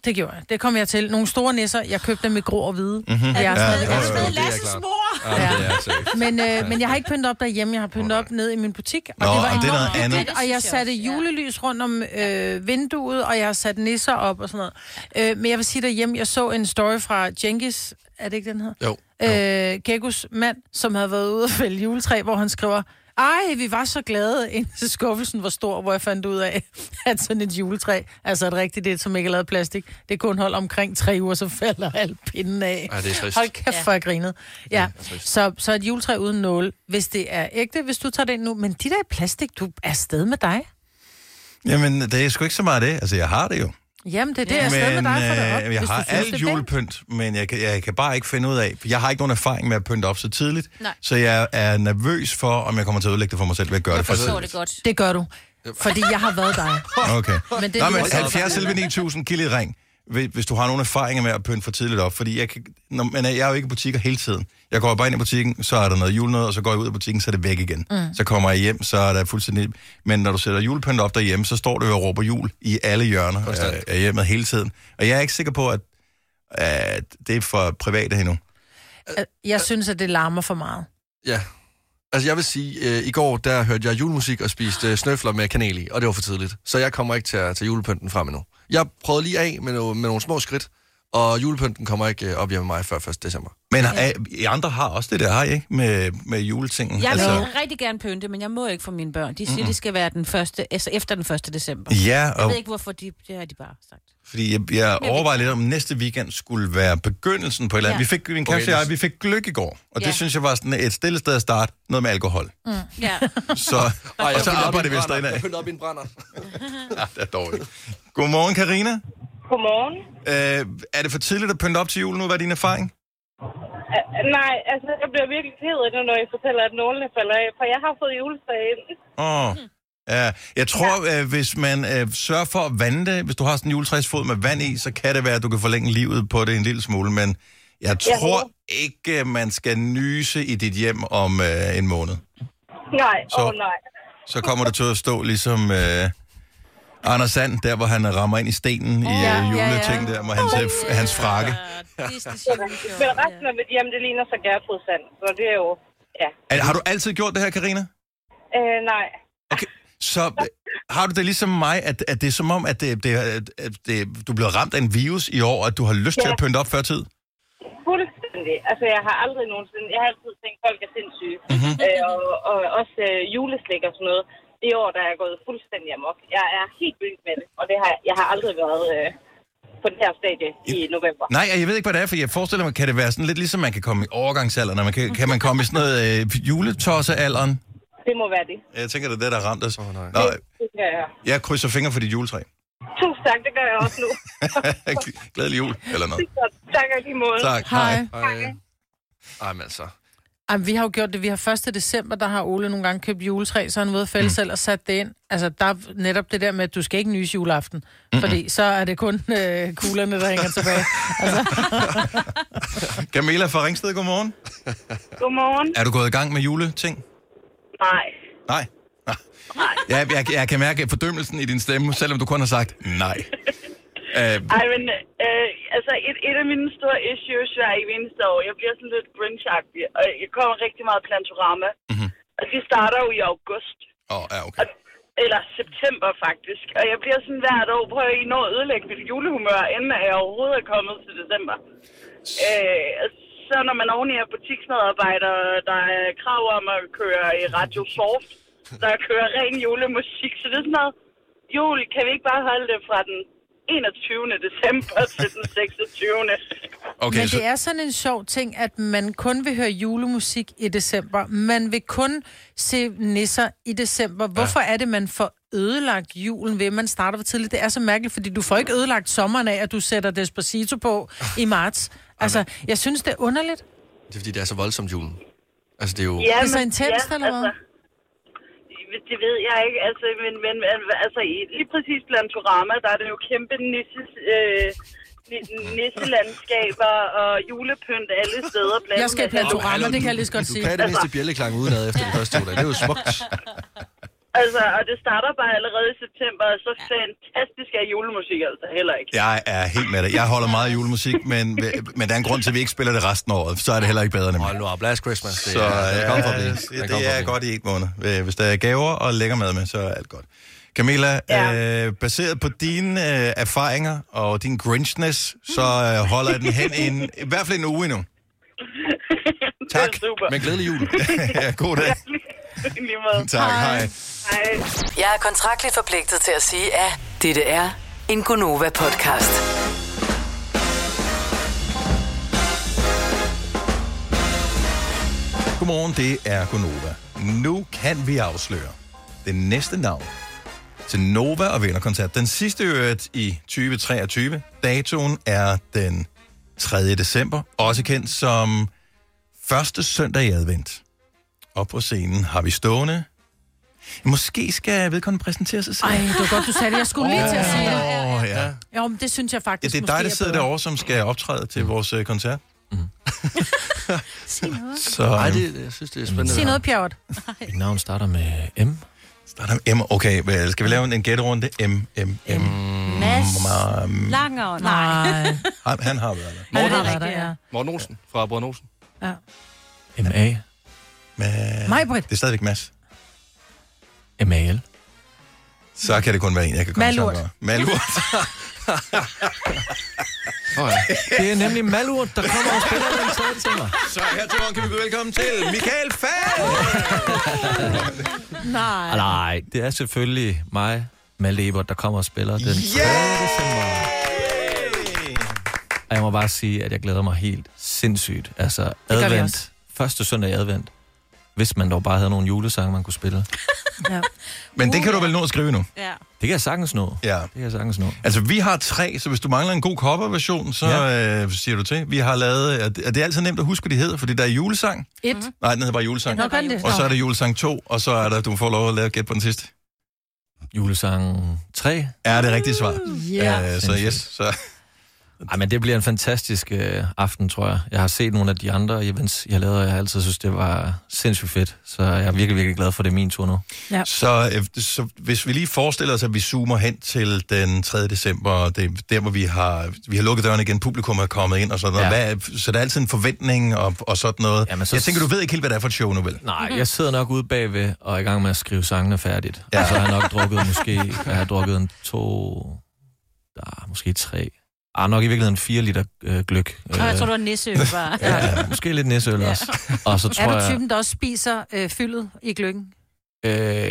Speaker 3: det gjorde jeg. Det kom jeg til. Nogle store nisser. Jeg købte dem i grå og hvide. Mm-hmm. Jeg er stadig-
Speaker 1: jo,
Speaker 4: Er
Speaker 1: jo,
Speaker 4: du
Speaker 1: Mhm. det er
Speaker 4: med Lasses
Speaker 2: klart.
Speaker 4: mor?
Speaker 3: Ja.
Speaker 2: det er seriøst.
Speaker 3: Men, øh, men jeg har ikke pyntet op derhjemme. Jeg har pyntet op ned i min butik. Og
Speaker 1: Nå,
Speaker 3: det
Speaker 1: og
Speaker 3: var
Speaker 1: det er
Speaker 3: enormt
Speaker 1: noget andet.
Speaker 3: hyggeligt, Og jeg
Speaker 4: Det synes jeg
Speaker 3: satte
Speaker 4: også, ja.
Speaker 3: julelys rundt om øh, vinduet, og jeg har sat nisser op og sådan noget. Øh, men jeg vil sige derhjemme, jeg så en story fra Jenkins. Er det ikke den her?
Speaker 2: Jo.
Speaker 3: øh, Gekos mand, som havde været ude og vælge juletræ, hvor han skriver, ej, vi var så glade, indtil skuffelsen var stor, hvor jeg fandt ud af, at sådan et juletræ, altså et rigtigt et, som ikke er lavet af plastik, det kun holder omkring tre uger, så falder al pinden af.
Speaker 2: Ej, det er trist.
Speaker 3: Hold kæft, for jeg grinede. Ja, så, så et juletræ uden nål, hvis det er ægte, hvis du tager det ind nu, men de der i plastik, du er afsted med dig.
Speaker 1: Jamen, det er sgu ikke så meget det. Altså, jeg har det jo.
Speaker 3: Jamen, det er det, jeg er afsted med
Speaker 1: Men
Speaker 3: dig for dig op,
Speaker 1: øh, jeg
Speaker 3: hvis
Speaker 1: har
Speaker 3: du synes, det er
Speaker 1: alt julepynt, men jeg kan, jeg kan bare ikke finde ud af, for jeg har ikke nogen erfaring med at pynte op så tidligt,
Speaker 4: Nej.
Speaker 1: så jeg er nervøs for, om jeg kommer til at ødelægge det for mig selv ved at gøre
Speaker 4: Jeg
Speaker 1: det for
Speaker 4: forstår det
Speaker 1: tidligt.
Speaker 4: godt.
Speaker 3: pænt. Det gør du, fordi jeg har været dig.
Speaker 1: Okay.
Speaker 3: Men det er
Speaker 1: Nå, men
Speaker 3: juletræ.
Speaker 1: 70 11 9000, giv lidt ring, hvis- hvis du har nogle erfaringer med at pynte for tidligt op, fordi jeg, kan, når, men jeg er jo ikke i butikker hele tiden. Jeg går bare ind i butikken, så er der noget julenød, og så går jeg ud af butikken, så er det væk igen. Mm. Så kommer jeg hjem, så er der fuldstændig... Men når du sætter julepynt op derhjemme, så står du jo og råber jul i alle hjørner af, af hjemmet hele tiden. Og jeg er ikke sikker på, at, at det er for private endnu.
Speaker 3: Jeg synes, at det larmer for meget.
Speaker 2: Ja. Altså, jeg vil sige, øh, i går, der hørte jeg julemusik og spiste øh, snøfler med kanel i, og det var for tidligt. Så jeg kommer ikke til at tage julepynten frem endnu. Jeg prøvede lige af med, no- med nogle små skridt, og julepynten kommer ikke øh, op hjemme med mig før 1. december.
Speaker 1: Men ja. I andre har også det der, har I ikke? Med, med juletingen. altså.
Speaker 4: Jeg vil rigtig gerne pynte, men jeg må ikke for mine børn. De siger, det skal være den første, altså efter den 1. december.
Speaker 1: ja,
Speaker 4: Jeg
Speaker 1: og
Speaker 4: ved ikke, hvorfor de, det har de bare sagt.
Speaker 1: Fordi jeg, jeg overvejer lidt om næste weekend skulle være begyndelsen på et eller andet.
Speaker 4: Ja.
Speaker 1: Vi fik, min kæreste
Speaker 2: Okay,
Speaker 1: og jeg, vi fik gløk i går, og det
Speaker 4: Ja.
Speaker 1: synes jeg var sådan et stille sted at starte. Noget med alkohol.
Speaker 4: Ja.
Speaker 1: Så, og så arbejder vi stadig af.
Speaker 2: pyntede op i en brænder.
Speaker 1: Ja, det er dårligt. Godmorgen, Karina.
Speaker 7: Godmorgen.
Speaker 1: Øh, er det for tidligt at pynte op til jul nu? Hvad er din erfaring?
Speaker 7: Uh, nej, altså, jeg bliver virkelig ked af det, når I fortæller, at nålene falder af, for jeg har fået juletræ ind.
Speaker 1: Åh. Oh. Ja, jeg tror, ja. Øh, hvis man øh, sørger for at vande det, hvis du har sådan en juletræsfod med vand i, så kan det være, at du kan forlænge livet på det en lille smule, men jeg tror ikke, man skal nyse i dit hjem om øh, en måned.
Speaker 7: Nej,
Speaker 1: Så-
Speaker 7: åh oh, nej.
Speaker 1: så kommer det til at stå ligesom øh, Anders Sand, der hvor han rammer ind i stenen i
Speaker 4: Ja,
Speaker 1: øh,
Speaker 4: ja,
Speaker 1: juleting der, med hans, øh, hans frakke.
Speaker 7: Men resten af mit hjem, det ligner så Gertrud Sand. Så det er jo... Ja.
Speaker 1: Er, har du altid gjort det her, Karina?
Speaker 7: Øh, nej.
Speaker 1: Okay. Så øh, har du det ligesom mig, at, at det er som om, at, det, det, at det, du er blevet ramt af en virus i år, og at du har lyst til
Speaker 7: Ja.
Speaker 1: at pynte op før tid?
Speaker 7: Fuldstændig. Altså, jeg har aldrig nogensinde... Jeg har altid tænkt, at folk er sindssyge. Mm-hmm. Øh, og, og også øh, juleslik og sådan noget. I år, der er jeg gået fuldstændig amok. Jeg er helt vild med det, og det har, jeg har aldrig været øh, på det her stadie i november.
Speaker 1: Nej, og jeg ved ikke, hvad det er, for jeg forestiller mig, kan det være sådan lidt ligesom, man kan komme i overgangsalderen, og man kan, kan man komme i sådan noget øh, juletossealderen?
Speaker 7: Det må være det.
Speaker 1: Jeg tænker, det er det, der har ramt os. Oh,
Speaker 2: nej.
Speaker 1: Nå,
Speaker 7: Det gør jeg.
Speaker 1: jeg krydser fingre for dit juletræ.
Speaker 7: Tusind tak, det gør jeg også nu.
Speaker 1: Glædelig jul, eller noget.
Speaker 7: Så tak og lige måde.
Speaker 1: Tak,
Speaker 3: Hej.
Speaker 2: Ej, Ej men altså.
Speaker 3: Ej, men vi har jo gjort det. Vi har 1. december, der har Ole nogle gange købt juletræ, så er han ved at fælde selv og sat det ind. Altså, der er netop det der med, at du skal ikke nyse juleaften, fordi så er det kun øh, kuglerne, der hænger tilbage. Altså.
Speaker 1: Camilla fra Ringsted, godmorgen.
Speaker 7: Godmorgen.
Speaker 1: Er du gået i gang med juleting?
Speaker 7: Nej.
Speaker 1: Nej. Nå. Jeg, jeg, jeg kan mærke fordømmelsen i din stemme, selvom du kun har sagt nej. Øh,
Speaker 8: Ej, men øh, altså, et, et af mine store issues hver evig eneste år, jeg bliver sådan lidt grinchagtig, og jeg kommer rigtig meget plantorama, mm-hmm. og de starter jo i august,
Speaker 1: Mhm. åh, ja, okay.
Speaker 8: eller september faktisk, og jeg bliver sådan hvert år, prøver I nå at ødelægge mit julehumør, inden at jeg overhovedet er kommet til december. Øh, og så når man oveni er butiksmedarbejder, og der er krav om at køre i Radio Soft, der kører ren julemusik, så det er sådan noget, jul, kan vi ikke bare holde det fra den 21. december til den 26.
Speaker 1: okay
Speaker 3: Men
Speaker 1: så,
Speaker 3: det er sådan en sjov ting, at man kun vil høre julemusik i december. Man vil kun se nisser i december. Hvorfor ja. er det, man får ødelagt julen ved, at man starter for tidligt? Det er så mærkeligt, fordi du får ikke ødelagt sommeren af, at du sætter Despacito på i marts. Altså, jeg synes, det er underligt.
Speaker 2: Det er fordi, det er så voldsomt julen. Altså, det er jo...
Speaker 8: Ja,
Speaker 3: Det er så
Speaker 8: men-
Speaker 3: intenst, eller hvad?
Speaker 8: Altså, det ved jeg ikke, altså, men, men men- altså, i- lige præcis Plantorama, der er det jo kæmpe nisses, øh, ni- nisselandskaber og julepynt alle steder. Altså, Blandt
Speaker 3: Jeg skal i
Speaker 8: andet.
Speaker 3: Plantorama, det kan jeg lige så godt
Speaker 2: Du
Speaker 3: sige.
Speaker 2: kan det mindste bjælleklang udenad efter de første to dage. Det er jo smukt.
Speaker 8: Altså, og det starter bare allerede i september, og så fantastisk er julemusik altså heller ikke.
Speaker 1: jeg er helt med dig. Jeg holder meget af julemusik, men, men der er en grund til, at vi ikke spiller det resten af året. Så er det heller ikke bedre nemlig.
Speaker 2: Hold nu op, last Christmas. Det,
Speaker 1: Så
Speaker 2: er,
Speaker 1: ja,
Speaker 2: det
Speaker 1: det,
Speaker 2: kommer fra
Speaker 1: ja,
Speaker 2: blive.
Speaker 1: det,
Speaker 2: Den kommer
Speaker 1: det
Speaker 2: fra
Speaker 1: er
Speaker 2: blive.
Speaker 1: godt i et måned. Øh, Hvis der er gaver og lækker mad med, så er alt godt. Camilla, ja.
Speaker 8: Ja.
Speaker 1: øh, baseret på dine øh, erfaringer og din grinchness, så øh, holder jeg den hen en, i hvert fald en uge endnu.
Speaker 8: det
Speaker 1: Tak.
Speaker 8: er super.
Speaker 2: Men glædelig jul.
Speaker 1: ja, god dag.
Speaker 8: I lige måde.
Speaker 1: Tak, hej. hej.
Speaker 8: Hej.
Speaker 6: Jeg er kontraktligt forpligtet til at sige, at dette er en Gunova-podcast.
Speaker 1: Godmorgen, det er Gonova. Nu kan vi afsløre det næste navn til Nova og Vinderkoncert. Den sidste øret i 2023. Datoen er den 3. december, også kendt som første søndag i advent. Og på scenen har vi stående... Måske skal vedkommende præsentere sig selv.
Speaker 3: Ej, det var godt, du sagde det. Jeg skulle lige til at sige det.
Speaker 1: Åh, ja. ja.
Speaker 3: Jo, men det synes jeg
Speaker 1: Ja,
Speaker 3: faktisk
Speaker 1: det er dig, der sidder derovre, som skal optræde til vores øh, koncert.
Speaker 4: Sig noget.
Speaker 1: Så
Speaker 2: Ej,
Speaker 1: øh,
Speaker 2: det, jeg synes, det er spændende.
Speaker 3: Sig noget, Pjerrot.
Speaker 9: Mit navn starter med M.
Speaker 1: starter med M. Okay, hvad- skal vi lave en- en gætterunde? M, M, M.
Speaker 4: Mads
Speaker 1: Mm,
Speaker 4: Langer. Nej.
Speaker 3: Nej.
Speaker 1: Han, han har været der.
Speaker 3: Morten,
Speaker 4: det er
Speaker 3: ja, det er rigtigt,
Speaker 4: rigtigt,
Speaker 3: ja.
Speaker 2: Morten Olsen fra Brønn Olsen.
Speaker 9: M-A.
Speaker 1: Men...
Speaker 3: Majbrit.
Speaker 1: Det er stadigvæk Mads.
Speaker 9: M-A-L.
Speaker 1: Så kan det kun være en, jeg kan komme
Speaker 3: Malurt.
Speaker 1: sammen med. Malurt.
Speaker 2: Oh, ja.
Speaker 9: Det er nemlig Malurt, der kommer og spiller den stadig til mig.
Speaker 1: Så her til morgen kan vi byde velkommen til Michael Fald.
Speaker 9: Ah, nej, det er selvfølgelig mig, Malebert, der kommer og spiller den yeah! december. Og jeg må bare sige, at jeg glæder mig helt sindssygt. Altså,
Speaker 3: gør vi også.
Speaker 9: advent. Første søndag i advent. Hvis man dog bare havde nogle julesange, man kunne spille.
Speaker 3: Ja.
Speaker 1: Men det kan du vel nå at skrive nu?
Speaker 4: Ja.
Speaker 9: Det kan jeg sagtens nå.
Speaker 1: Ja.
Speaker 9: Det kan jeg sagtens nå.
Speaker 1: Altså, vi har tre, så hvis du mangler en god coverversion, så ja. øh, siger du til. Vi har lavet, og det- og det er altid nemt at huske, hvad de hedder, fordi der er julesang.
Speaker 3: Et.
Speaker 1: Nej, den hedder bare julesang.
Speaker 3: Nå, gør den det?
Speaker 1: Og så er der julesang 2, og så er der, du får lov at lave et gæt på den sidste.
Speaker 9: Julesang 3.
Speaker 1: Er det rigtige svar?
Speaker 3: Ja.
Speaker 1: Øh, så yes, så
Speaker 9: Ej, men det bliver en fantastisk øh, aften, tror jeg. Jeg har set nogle af de andre events, jeg lavede, og jeg har altid synes, det var sindssygt fedt. Så jeg er virkelig, virkelig glad for, at det er min tur nu.
Speaker 3: Ja.
Speaker 1: Så, øh, så hvis vi lige forestiller os, at vi zoomer hen til den 3. december, og det er der, hvor vi har, vi har lukket døren igen, publikum er kommet ind og sådan noget.
Speaker 9: Ja.
Speaker 1: Ja. Hvad, er- så der er altid en forventning og, og sådan noget.
Speaker 9: Jamen,
Speaker 1: så...
Speaker 9: så-
Speaker 1: Jeg tænker, du ved ikke helt, hvad det er for et show nu, vel?
Speaker 9: Nej, jeg sidder nok ude bagved og er i gang med at skrive sangene færdigt. Ja. Og så har jeg nok drukket måske, jeg har drukket en to, ah, måske tre. Ah, nok i virkeligheden fire liter øh, gløk.
Speaker 4: Og jeg tror, du var Nisse bare. ja.
Speaker 9: ja, måske lidt næsøl
Speaker 4: Ja.
Speaker 9: også. Og så tror
Speaker 3: Er du
Speaker 9: jeg...
Speaker 3: typen, der også spiser øh, fyldet i gløggen?
Speaker 9: Øh, ja,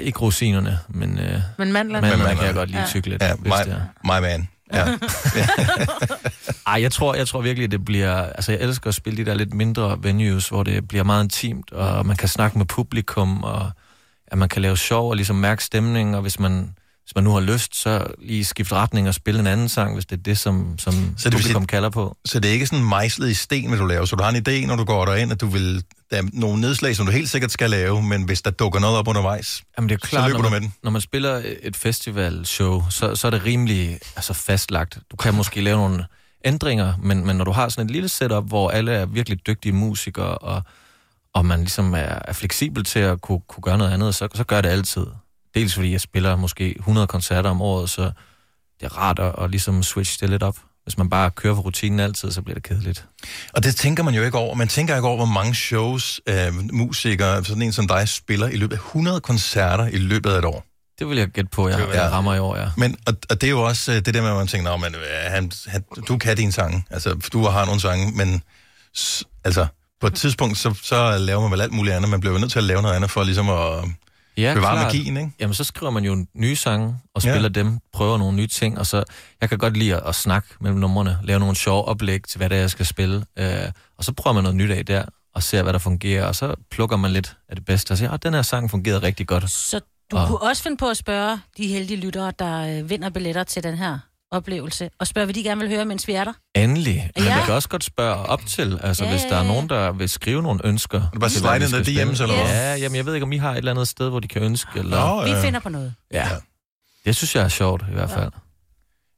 Speaker 9: ikke rosinerne, men øh,
Speaker 3: Men mandlerne?
Speaker 1: Men-
Speaker 9: mandler kan jeg godt lige tykke lidt.
Speaker 1: Ja,
Speaker 9: Ja, hvis det
Speaker 1: my,
Speaker 9: er.
Speaker 1: my man. Ja.
Speaker 9: Ej, jeg tror, jeg tror virkelig, det bliver... Altså, jeg elsker at spille de der lidt mindre venues, hvor det bliver meget intimt, og man kan snakke med publikum, og at man kan lave sjov og ligesom mærke stemningen, og hvis man, hvis man nu har lyst, så lige skifte retning og spille en anden sang, hvis det er det, som, som
Speaker 1: Så
Speaker 9: så
Speaker 1: det
Speaker 9: det
Speaker 1: vil
Speaker 9: publikum
Speaker 1: sige-
Speaker 9: kalder på.
Speaker 1: Så det er ikke sådan mejslet i sten, hvad du laver. Så du har en idé, når du går derind, at du vil... Der er nogle nedslag, som du helt sikkert skal lave, men hvis der dukker noget op undervejs,
Speaker 9: Jamen, det er klart,
Speaker 1: løber
Speaker 9: når
Speaker 1: du
Speaker 9: man,
Speaker 1: med den.
Speaker 9: når man spiller et festivalshow, så, så er det rimelig altså fastlagt. Du kan måske lave nogle ændringer, men, men når du har sådan et lille setup, hvor alle er virkelig dygtige musikere, og, og man ligesom er, er fleksibel til at kunne, kunne gøre noget andet, så, så gør det altid. Dels fordi jeg spiller måske 100 koncerter om året, så det er rart at, at ligesom switche det lidt op. Hvis man bare kører for rutinen altid, så bliver det kedeligt.
Speaker 1: Og det tænker man jo ikke over. Man tænker ikke over, hvor mange shows øh, musikere, sådan en som dig, spiller i løbet af 100 koncerter i løbet af et år.
Speaker 9: Det vil jeg gætte på, jeg,
Speaker 1: være-
Speaker 9: jeg rammer i år, ja.
Speaker 1: Men, og, og det er jo også øh, det der med, at man tænker, "Nå, men, øh, han, han, du kan dine sange, altså du har nogle sange, men s- altså, på et tidspunkt, så, så laver man vel alt muligt andet. Man bliver jo nødt til at lave noget andet for ligesom at
Speaker 9: ja
Speaker 1: bevare
Speaker 9: klart.
Speaker 1: magien, ikke?
Speaker 9: Jamen, så skriver man jo nye sange og
Speaker 1: Ja.
Speaker 9: spiller ja. dem, prøver nogle nye ting, og så, jeg kan godt lide at, at snakke mellem numrene, lave nogle sjove oplæg til, hvad det er, jeg skal spille, øh, og så prøver man noget nyt af der, og ser, hvad der fungerer, og så plukker man lidt af det bedste, og siger, at den her sang fungerede rigtig godt.
Speaker 4: Så du
Speaker 9: Og-
Speaker 4: kunne også finde på at spørge de heldige lyttere, der øh, vinder billetter til den her oplevelse, og spørge, hvad de gerne vil høre, mens vi er der.
Speaker 9: Endelig. Men
Speaker 4: Ja.
Speaker 9: man kan også godt spørge op til, altså
Speaker 4: Ja,
Speaker 9: ja, hvis der er
Speaker 4: ja, ja.
Speaker 9: nogen, der vil skrive nogle ønsker.
Speaker 1: du bare
Speaker 9: til, hvad
Speaker 1: slide
Speaker 9: vi
Speaker 1: in the
Speaker 9: skal
Speaker 1: DM's
Speaker 9: spille.
Speaker 1: eller
Speaker 4: hvad?
Speaker 9: Ja, jamen jeg ved ikke, om I har et eller andet sted, hvor de kan ønske, eller...
Speaker 1: Nå,
Speaker 4: Vi
Speaker 1: øh,
Speaker 4: finder på noget.
Speaker 9: Ja. Det synes jeg er sjovt, i hvert fald. Øh,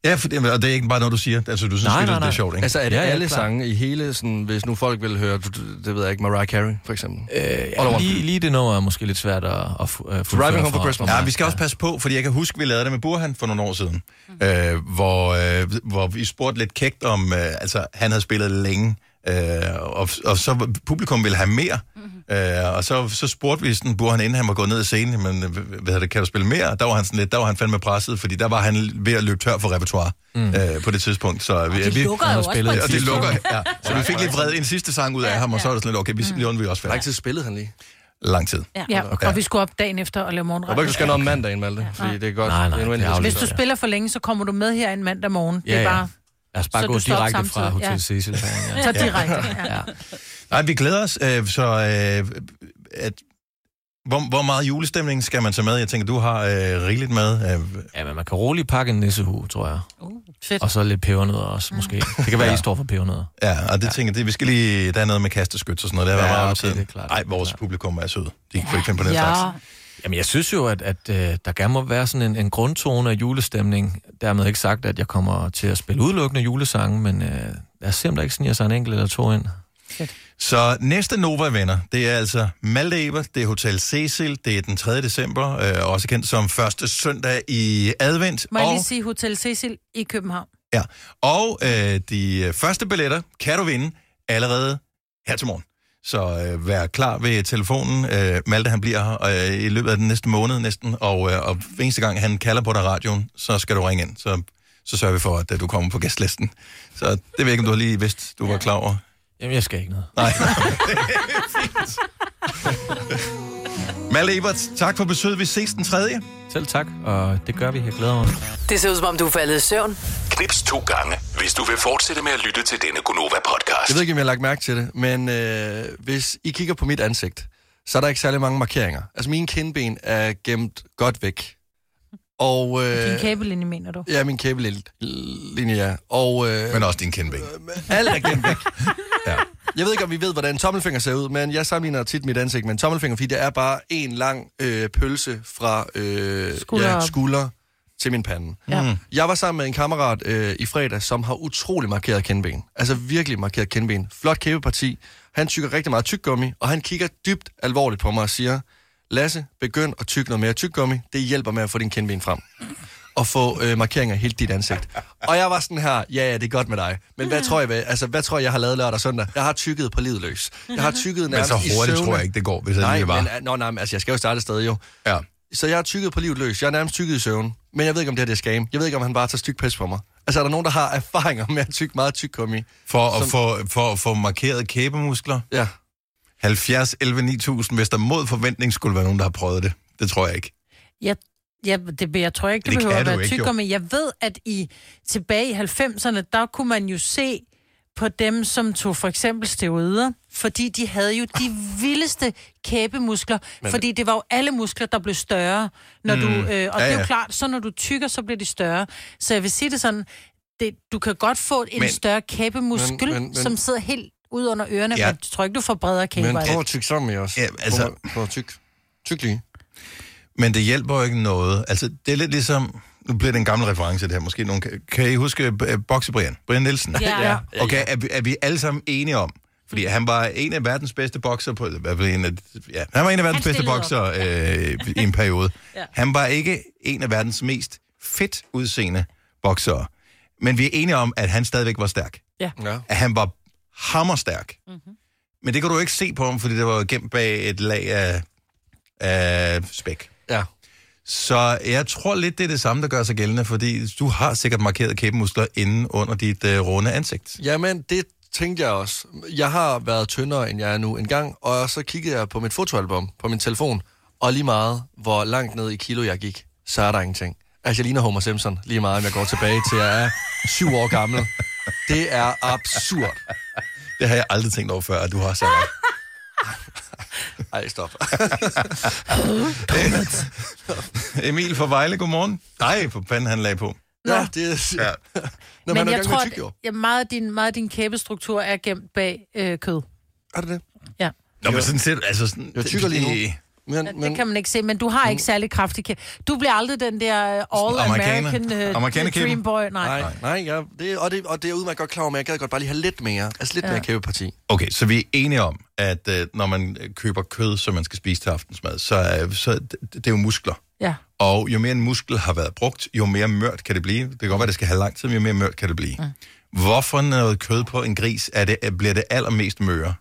Speaker 1: Ja, for det, og det er ikke bare noget, du siger. Altså, du synes,
Speaker 9: Nej,
Speaker 1: nej,
Speaker 9: nej,
Speaker 1: det er
Speaker 9: nej.
Speaker 1: sjovt, ikke?
Speaker 2: Altså, er det
Speaker 9: Ja, ja,
Speaker 2: alle
Speaker 9: klart.
Speaker 2: sange i hele, sådan, hvis nu folk vil høre, det ved jeg ikke, Mariah Carey, for eksempel?
Speaker 9: Øh,
Speaker 2: All I
Speaker 9: ja,
Speaker 2: Want
Speaker 9: lige, lige det nummer er måske lidt svært at, at, fu- at fuldføre
Speaker 2: Home for
Speaker 9: fra-
Speaker 2: Christmas.
Speaker 1: Ja, vi skal også passe på, fordi jeg kan huske, vi lavede det med Burhan for nogle år siden,
Speaker 4: Mhm.
Speaker 1: øh, hvor, øh, hvor vi spurgte lidt kægt om, øh, altså han havde spillet længe, øh, og, og så publikum ville have mere,
Speaker 4: Mhm.
Speaker 1: øh, og så, så spurgte vi sådan, Burhan inden han var gået ned i scenen, men øh, hvad hedder det, kan du spille mere? Og Der var han sådan lidt, der var han fandme presset, fordi der var han ved at løbe tør for repertoire mm. øh, på det tidspunkt. Så vi,
Speaker 4: Det
Speaker 1: vi,
Speaker 4: lukker jo
Speaker 9: har
Speaker 4: også på
Speaker 9: spillet
Speaker 4: en
Speaker 1: og det
Speaker 4: tidspunkt.
Speaker 1: lukker, ja. Så vi fik lidt vred en sidste sang ud af ham, og så var det sådan lidt, okay, vi, mm. nu er vi også
Speaker 2: Hvor lang
Speaker 1: færdige.
Speaker 2: tid spillede han lige?
Speaker 1: Lang tid.
Speaker 3: Ja, okay. og vi skulle op dagen efter og lave
Speaker 2: Jeg ved
Speaker 3: morgenret.
Speaker 2: ikke, du skal nå om mandagen, Malte, fordi det er godt.
Speaker 9: Nej, nej,
Speaker 2: det er en
Speaker 9: det er
Speaker 2: uendelig-
Speaker 9: aflyst.
Speaker 3: Hvis du spiller for længe, så kommer du med her en mandag morgen. Det
Speaker 9: Ja,
Speaker 3: er
Speaker 9: ja.
Speaker 3: bare
Speaker 9: Lad os bare
Speaker 3: Så
Speaker 9: gå
Speaker 3: du står op
Speaker 9: direkte fra
Speaker 3: samtidig,
Speaker 9: Hotel
Speaker 3: ja.
Speaker 9: ja. Cecil. Ja.
Speaker 3: så direkte. Ja.
Speaker 1: Nej, vi glæder os, øh, så øh, at, hvor, hvor meget julestemning skal man tage med? Jeg tænker, du har øh, rigeligt med. Øh,
Speaker 9: ja, men man kan roligt pakke en nissehue, tror jeg.
Speaker 3: Fedt. Mm.
Speaker 9: Og så lidt pebernødder også, måske. Det kan være, I står for pebernødder.
Speaker 1: ja, og det ja. tænker jeg, det, vi skal lige, der er noget med kasteskyts og sådan noget. Det har
Speaker 9: Ja,
Speaker 1: været
Speaker 9: okay,
Speaker 1: meget optaget.
Speaker 9: det er klart, det er
Speaker 1: Nej, vores
Speaker 9: klart.
Speaker 1: publikum er søde. De kan ikke finde på den ja.
Speaker 3: Ja,
Speaker 1: slags.
Speaker 9: Jamen, jeg synes jo, at, at øh, der gerne må være sådan en, en grundtone af julestemning. Dermed ikke sagt, at jeg kommer til at spille udelukkende julesange, men øh, lad os se, om der ikke sniger sig en enkelt eller to ind.
Speaker 1: Så næste Nova-venner, det er altså Malte Ebert, det er Hotel Cecil, det er den 3. december, øh, også kendt som første søndag i advent.
Speaker 3: må jeg
Speaker 1: og,
Speaker 3: lige sige Hotel Cecil i København.
Speaker 1: ja, og øh, de øh, første billetter kan du vinde allerede her til morgen. Så øh, vær klar ved telefonen. Øh, Malte, han bliver her øh, i løbet af den næste måned næsten, og, øh, og hver eneste gang, han kalder på dig i radioen, så skal du ringe ind. Så, så sørger vi for, at øh, du kommer på gæstlisten. Så det ved jeg ikke, om du lige vidste, du var klar over.
Speaker 9: Jamen, jeg skal ikke noget.
Speaker 1: Nej. Fint. Malte Ebert, tak for besøget. Vi ses den tredje.
Speaker 9: Selv tak, og det gør vi. Jeg glæder mig.
Speaker 6: Det ser ud som om, du er faldet i søvn.
Speaker 5: Knips to gange, hvis du vil fortsætte med at lytte til denne Gonova-podcast.
Speaker 2: Jeg ved ikke, om jeg har lagt mærke til det, men øh, hvis I kigger på mit ansigt, så er der ikke særlig mange markeringer. Altså, mine kindben er gemt godt væk. Og,
Speaker 3: Din
Speaker 2: øh,
Speaker 3: kabelinje, mener du?
Speaker 2: ja, min kæbelinje, ja. Og øh,
Speaker 1: Men også din kindben.
Speaker 2: alt er gemt væk. ja. Jeg ved ikke, om vi ved, hvordan tommelfinger ser ud, men jeg sammenligner tit mit ansigt med en tommelfinger, fordi det er bare en lang øh, pølse fra øh,
Speaker 3: Skulder
Speaker 2: ja,
Speaker 3: op.
Speaker 2: skulder til min pande.
Speaker 3: Ja. Mm.
Speaker 2: Jeg var sammen med en kammerat øh, i fredag, som har utrolig markeret kindben. Altså virkelig markeret kindben. Flot kæbeparti. Han tykker rigtig meget tyggegummi, og han kigger dybt alvorligt på mig og siger, Lasse, begynd at tykke noget mere tyggegummi. Det hjælper med at få din kindben frem. Og få øh, markeringer af hele dit ansigt. Og jeg var sådan her, ja, ja, det er godt med dig. Men hvad tror jeg, hvad, altså, hvad tror jeg, jeg har lavet lørdag og søndag? Jeg har tykket på livet løs. Jeg har tykket
Speaker 1: Men
Speaker 2: nærmest
Speaker 1: så
Speaker 2: i
Speaker 1: hurtigt
Speaker 2: søvne.
Speaker 1: tror jeg ikke, det går, hvis
Speaker 2: Nej,
Speaker 1: det var.
Speaker 2: men, øh, nå, nej, men altså, jeg skal jo starte et sted jo.
Speaker 1: Ja.
Speaker 2: Så jeg har tykket på livet løs. Jeg er nærmest tykket i søvn. Men jeg ved ikke, om det her det er scam. Jeg ved ikke, om han bare tager styk pis på mig. Altså, er der nogen, der har erfaringer med at tykke meget tyk gummi?
Speaker 1: For at
Speaker 2: Som-
Speaker 1: få for, at få markeret kæbemuskler.
Speaker 2: Ja.
Speaker 1: 70, 11, 9000, hvis der mod forventning skulle være nogen, der har prøvet det. Det tror jeg ikke.
Speaker 3: Jeg, ja, det, jeg tror ikke, det,
Speaker 1: Det
Speaker 3: det
Speaker 1: kan
Speaker 3: behøver at
Speaker 1: du
Speaker 3: være
Speaker 1: ikke, jo.
Speaker 3: tykkere, men jeg ved, at i tilbage i 90'erne, der kunne man jo se på dem, som tog for eksempel steroider, fordi de havde jo de vildeste kæbemuskler, men... fordi det var jo alle muskler, der blev større, når mm. du, øh, og ja, det er jo
Speaker 1: ja.
Speaker 3: klart, så når du tykker, så bliver de større. Så jeg vil sige det sådan, det, du kan godt få en
Speaker 1: Men-
Speaker 3: men... større kæbemuskel,
Speaker 2: Men-
Speaker 3: men,
Speaker 2: men-
Speaker 3: men,
Speaker 2: men-
Speaker 3: som sidder helt ud under ørerne,
Speaker 1: Ja.
Speaker 3: ja. men jeg tror ikke, du får bredere kæber.
Speaker 2: Men
Speaker 3: af det.
Speaker 2: prøv at tykke sammen med os.
Speaker 1: Ja, altså-
Speaker 2: Prøv, at- prøv at tykke. Tyk lige.
Speaker 1: Men det hjælper jo ikke noget. Altså, det er lidt ligesom... Nu bliver det en gammel reference, det her. Måske nogen... Kan, kan I huske øh, Boxe Brian? Brian Nielsen?
Speaker 4: Ja. Ja.
Speaker 1: Okay, er vi, er vi alle sammen enige om? Fordi han var en af verdens bedste bokser på... i hvert fald En af, ja, han var en af verdens
Speaker 4: Han
Speaker 1: bedste
Speaker 4: stillede
Speaker 1: bokser øh, i en periode. ja. Han var ikke en af verdens mest fedt udseende boksere. Men vi er enige om, at han stadigvæk var stærk.
Speaker 2: Ja.
Speaker 1: At han var hammerstærk.
Speaker 3: Mhm.
Speaker 1: Mm-hmm. Men det kunne du ikke se på ham, fordi det var gemt bag et lag af, af spæk.
Speaker 2: Ja.
Speaker 1: Så jeg tror lidt, det er det samme, der gør sig gældende, fordi du har sikkert markeret kæbemuskler inden under dit øh, runde ansigt.
Speaker 2: Jamen, det tænkte jeg også. Jeg har været tyndere, end jeg er nu engang, og så kiggede jeg på mit fotoalbum på min telefon, og lige meget, hvor langt ned i kilo jeg gik, så er der ingenting. Altså, jeg ligner Homer Simpson lige meget, om jeg går tilbage til, jeg er syv år gammel. Det er absurd.
Speaker 1: Det har jeg aldrig tænkt over før, at du har sagt.
Speaker 2: Ej, stop.
Speaker 1: Emil fra Vejle, godmorgen. Nej, for fanden han lagde på.
Speaker 2: Ja, det er...
Speaker 1: Ja.
Speaker 2: Ja. Nå, men,
Speaker 3: Men
Speaker 2: men
Speaker 3: jeg tror,
Speaker 2: at...
Speaker 3: at ja, meget, af din, meget af din kæbestruktur er gemt bag øh, kød.
Speaker 2: Er det det?
Speaker 3: Ja.
Speaker 1: Nå, men sådan set, altså sådan...
Speaker 2: Jeg tykker lige nu. Men,
Speaker 3: Men, det kan man ikke se, men du har
Speaker 1: Mm.
Speaker 3: ikke særlig kraftig kæbe. Du bliver aldrig den der uh,
Speaker 1: amerikaner.
Speaker 3: all-American
Speaker 1: Amerikaner
Speaker 3: uh,
Speaker 1: kæben.
Speaker 3: dream boy. Nej. Nej.
Speaker 2: Nej, nej, ja, det, og, det, og det er udmærket godt klar over, men jeg gad godt bare lige have lidt mere. Altså lidt ja. mere kæbeparti.
Speaker 1: Okay, så vi er enige om, at øh, når man øh, køber kød, som man skal spise til aftensmad, så, øh, så det, det er jo muskler.
Speaker 3: Ja.
Speaker 1: Og jo mere en muskel har været brugt, jo mere mørt kan det blive. Det kan godt være, det skal have lang tid, men jo mere mørt kan det blive. Mm. Hvorfor noget kød på en gris er det, er- bliver det allermest møre?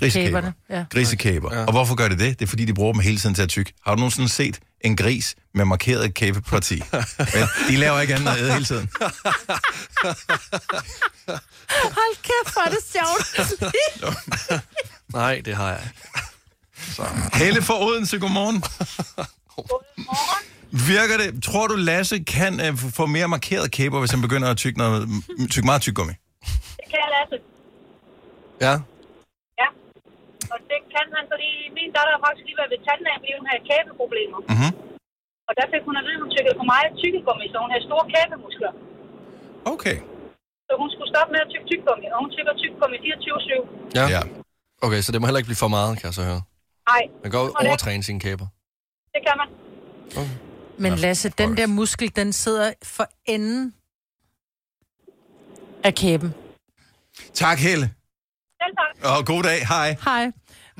Speaker 1: Grisekæber.
Speaker 3: Kæberne, ja.
Speaker 1: Grisekæber. Ja. Og hvorfor gør det det? Det er, fordi de bruger dem hele tiden til at tykke. Har du nogensinde set en gris med markeret kæbeparti? Men de laver ikke andet end at æde hele tiden.
Speaker 3: Hold kæft, hvor er det sjovt.
Speaker 2: Nej, det har jeg ikke.
Speaker 1: Helle fra Odense, godmorgen.
Speaker 7: Godmorgen.
Speaker 1: Virker det? Tror du, Lasse kan øh, få mere markeret kæber, hvis han begynder at tykke, noget, m- tykke meget tyk gummi?
Speaker 7: Det kan jeg Lasse.
Speaker 2: Ja.
Speaker 7: Ja. Og det kan han, fordi min datter har faktisk lige været ved tandlægen, fordi hun havde kæbeproblemer.
Speaker 1: Mhm.
Speaker 7: Og der fik hun at vide, at hun tykkede for meget tykkegummi, så hun havde store kæbemuskler.
Speaker 1: Okay.
Speaker 7: Så hun skulle stoppe med at tykke tykkegummi, og hun tykker tykkegummi 24-7.
Speaker 2: ja.
Speaker 1: Ja.
Speaker 2: ja. Okay, så det må heller ikke blive for meget, kan jeg så høre.
Speaker 7: Nej,
Speaker 2: Man kan godt
Speaker 7: Og det-
Speaker 2: overtræne sine kæber.
Speaker 7: det kan man.
Speaker 3: Men Lasse, den der muskel, den sidder for enden af kæben.
Speaker 1: Tak, Helle.
Speaker 7: Selv tak.
Speaker 1: Og god dag. Hej.
Speaker 3: Hej.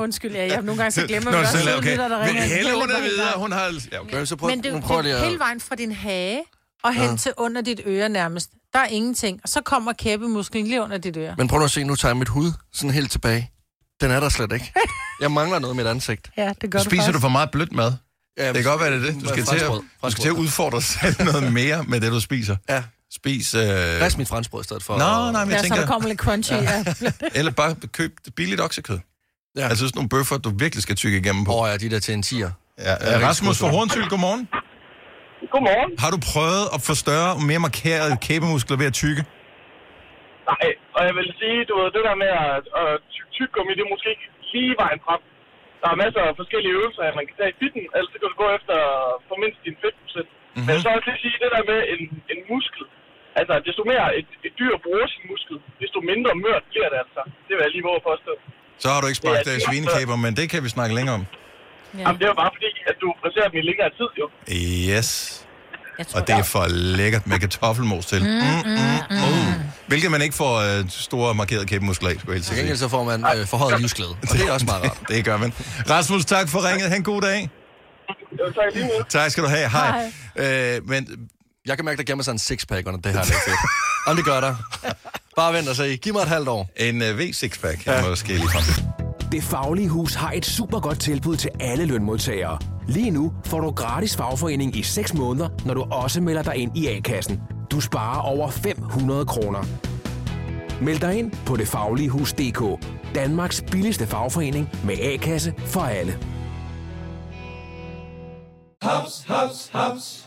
Speaker 3: Undskyld, ja, jeg nogle gange så glemmer,
Speaker 1: Nå,
Speaker 3: at vi
Speaker 1: så
Speaker 3: også
Speaker 1: er
Speaker 3: okay. lytter, der
Speaker 1: Men
Speaker 3: ringer. ind.
Speaker 1: Helle, hun er
Speaker 3: Helle,
Speaker 1: videre. Hun har... Ja, okay.
Speaker 2: Okay, så prøv,
Speaker 3: Men det,
Speaker 2: nu
Speaker 3: det,
Speaker 2: prøver jeg
Speaker 3: det er hele
Speaker 2: lige at...
Speaker 3: vejen fra din hage og hen ja. til under dit øre nærmest. Der er ingenting. Og så kommer kæbemusklen lige under dit øre.
Speaker 2: Men prøv nu at se, nu tager jeg mit hud sådan helt tilbage. Den er der slet ikke. Jeg mangler noget i mit ansigt.
Speaker 3: Ja, det gør
Speaker 1: Spiser du for meget blødt mad?
Speaker 2: Ja,
Speaker 1: Det kan godt være, det er det. Du skal, til at, du skal til at udfordre dig selv noget mere med det, du spiser.
Speaker 2: Ja,
Speaker 1: Spis... Øh...
Speaker 2: rest mit franskbrød i stedet for.
Speaker 1: Nå, nej, men jeg
Speaker 3: Ja, så der
Speaker 1: tænker...
Speaker 3: kommer lidt crunchy. Ja.
Speaker 1: Eller bare køb billigt oksekød. Ja.
Speaker 2: Ja.
Speaker 1: Altså sådan nogle bøffer, du virkelig skal tykke igennem på.
Speaker 2: Åh oh, ja, de der til en tier.
Speaker 1: Ja, Rasmus fra Hornsyl, godmorgen.
Speaker 8: Godmorgen.
Speaker 1: Har du prøvet at få større og mere markerede kæbemuskler ved at tykke?
Speaker 8: Nej, og jeg vil sige, du ved, det der med at, at tykke tyggegummi, det er måske ikke lige vejen frem. Der er masser af forskellige øvelser, man kan tage i fitten, ellers så kan du gå efter at formindske din fedtprocent.
Speaker 1: Mhm.
Speaker 8: Mm-hmm. Men jeg vil så også lige sige, det der med en, en muskel, altså desto mere et, et dyr bruger sin muskel, desto mindre mørt bliver det altså. Det vil jeg lige våge at påstå.
Speaker 1: Så har du ikke smagt
Speaker 8: Ja,
Speaker 1: ja,
Speaker 8: det-
Speaker 1: svinekæber, men det kan vi snakke længere om.
Speaker 8: Jamen, det er jo bare fordi, at du presserer dem i længere tid, jo.
Speaker 1: Yes. og det er for lækkert med kartoffelmos til. Mm, mm, mm. Uh. Hvilket man ikke får øh, store markerede kæbemuskler af, skulle jeg helst
Speaker 2: Til
Speaker 1: sige.
Speaker 2: gengæld så får man øh, forhøjet livsglæde, og det er også meget rart.
Speaker 1: det gør man. Rasmus, tak for ringet. Ha' en god dag. Tak skal du have. Hej. Øh, men
Speaker 2: Jeg kan mærke, der gemmer sig en sixpack under det her. Det er fedt. Om det gør der. Bare vent og se. Giv mig et halvt år.
Speaker 1: en øh, V6-pack ja. måske lige frem.
Speaker 10: Det Faglige Hus har et super godt tilbud til alle lønmodtagere. Lige nu får du gratis fagforening i 6 måneder, når du også melder dig ind i A-kassen. Du sparer over 500 kroner. Meld dig ind på detfagligehus.dk. Danmarks billigste fagforening med A-kasse for alle.
Speaker 11: Haps, haps, haps.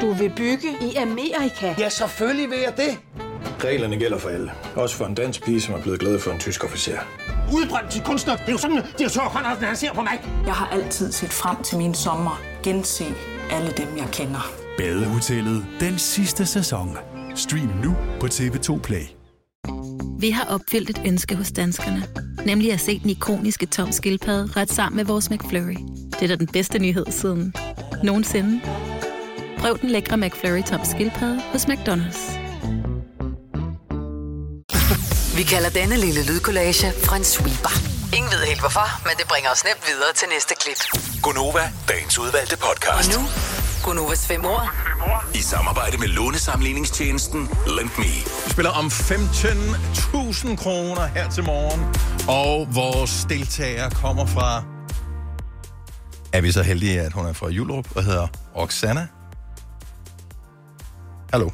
Speaker 12: Du vil bygge i Amerika? Ja, selvfølgelig vil jeg det.
Speaker 13: Reglerne gælder for alle. Også for en dansk pige, som er blevet glad for en tysk officer.
Speaker 12: Udbrøndt til kunstner. Det er jo sådan, at de har tørt, han ser på mig. Jeg har altid set frem til min sommer. Gense alle dem, jeg kender.
Speaker 14: Badehotellet den sidste sæson. Stream nu på TV2 Play.
Speaker 15: Vi har opfyldt et ønske hos danskerne. Nemlig at se den ikoniske tom skildpadde ret sammen med vores McFlurry. Det er da den bedste nyhed siden nogensinde. Prøv den lækre McFlurry tom skildpadde hos McDonald's.
Speaker 6: Vi kalder denne lille lydkollage en sweeper.
Speaker 16: Ingen ved helt hvorfor, men det bringer os nemt videre til næste klip.
Speaker 5: Gonova, dagens udvalgte podcast.
Speaker 6: Og nu, Gunovas fem år.
Speaker 5: I samarbejde med lånesamligningstjenesten Lend Me.
Speaker 1: Vi spiller om 15.000 kroner her til morgen, og vores deltager kommer fra... Er vi så heldige, at hun er fra Julrup og hedder Roxana? Hallo.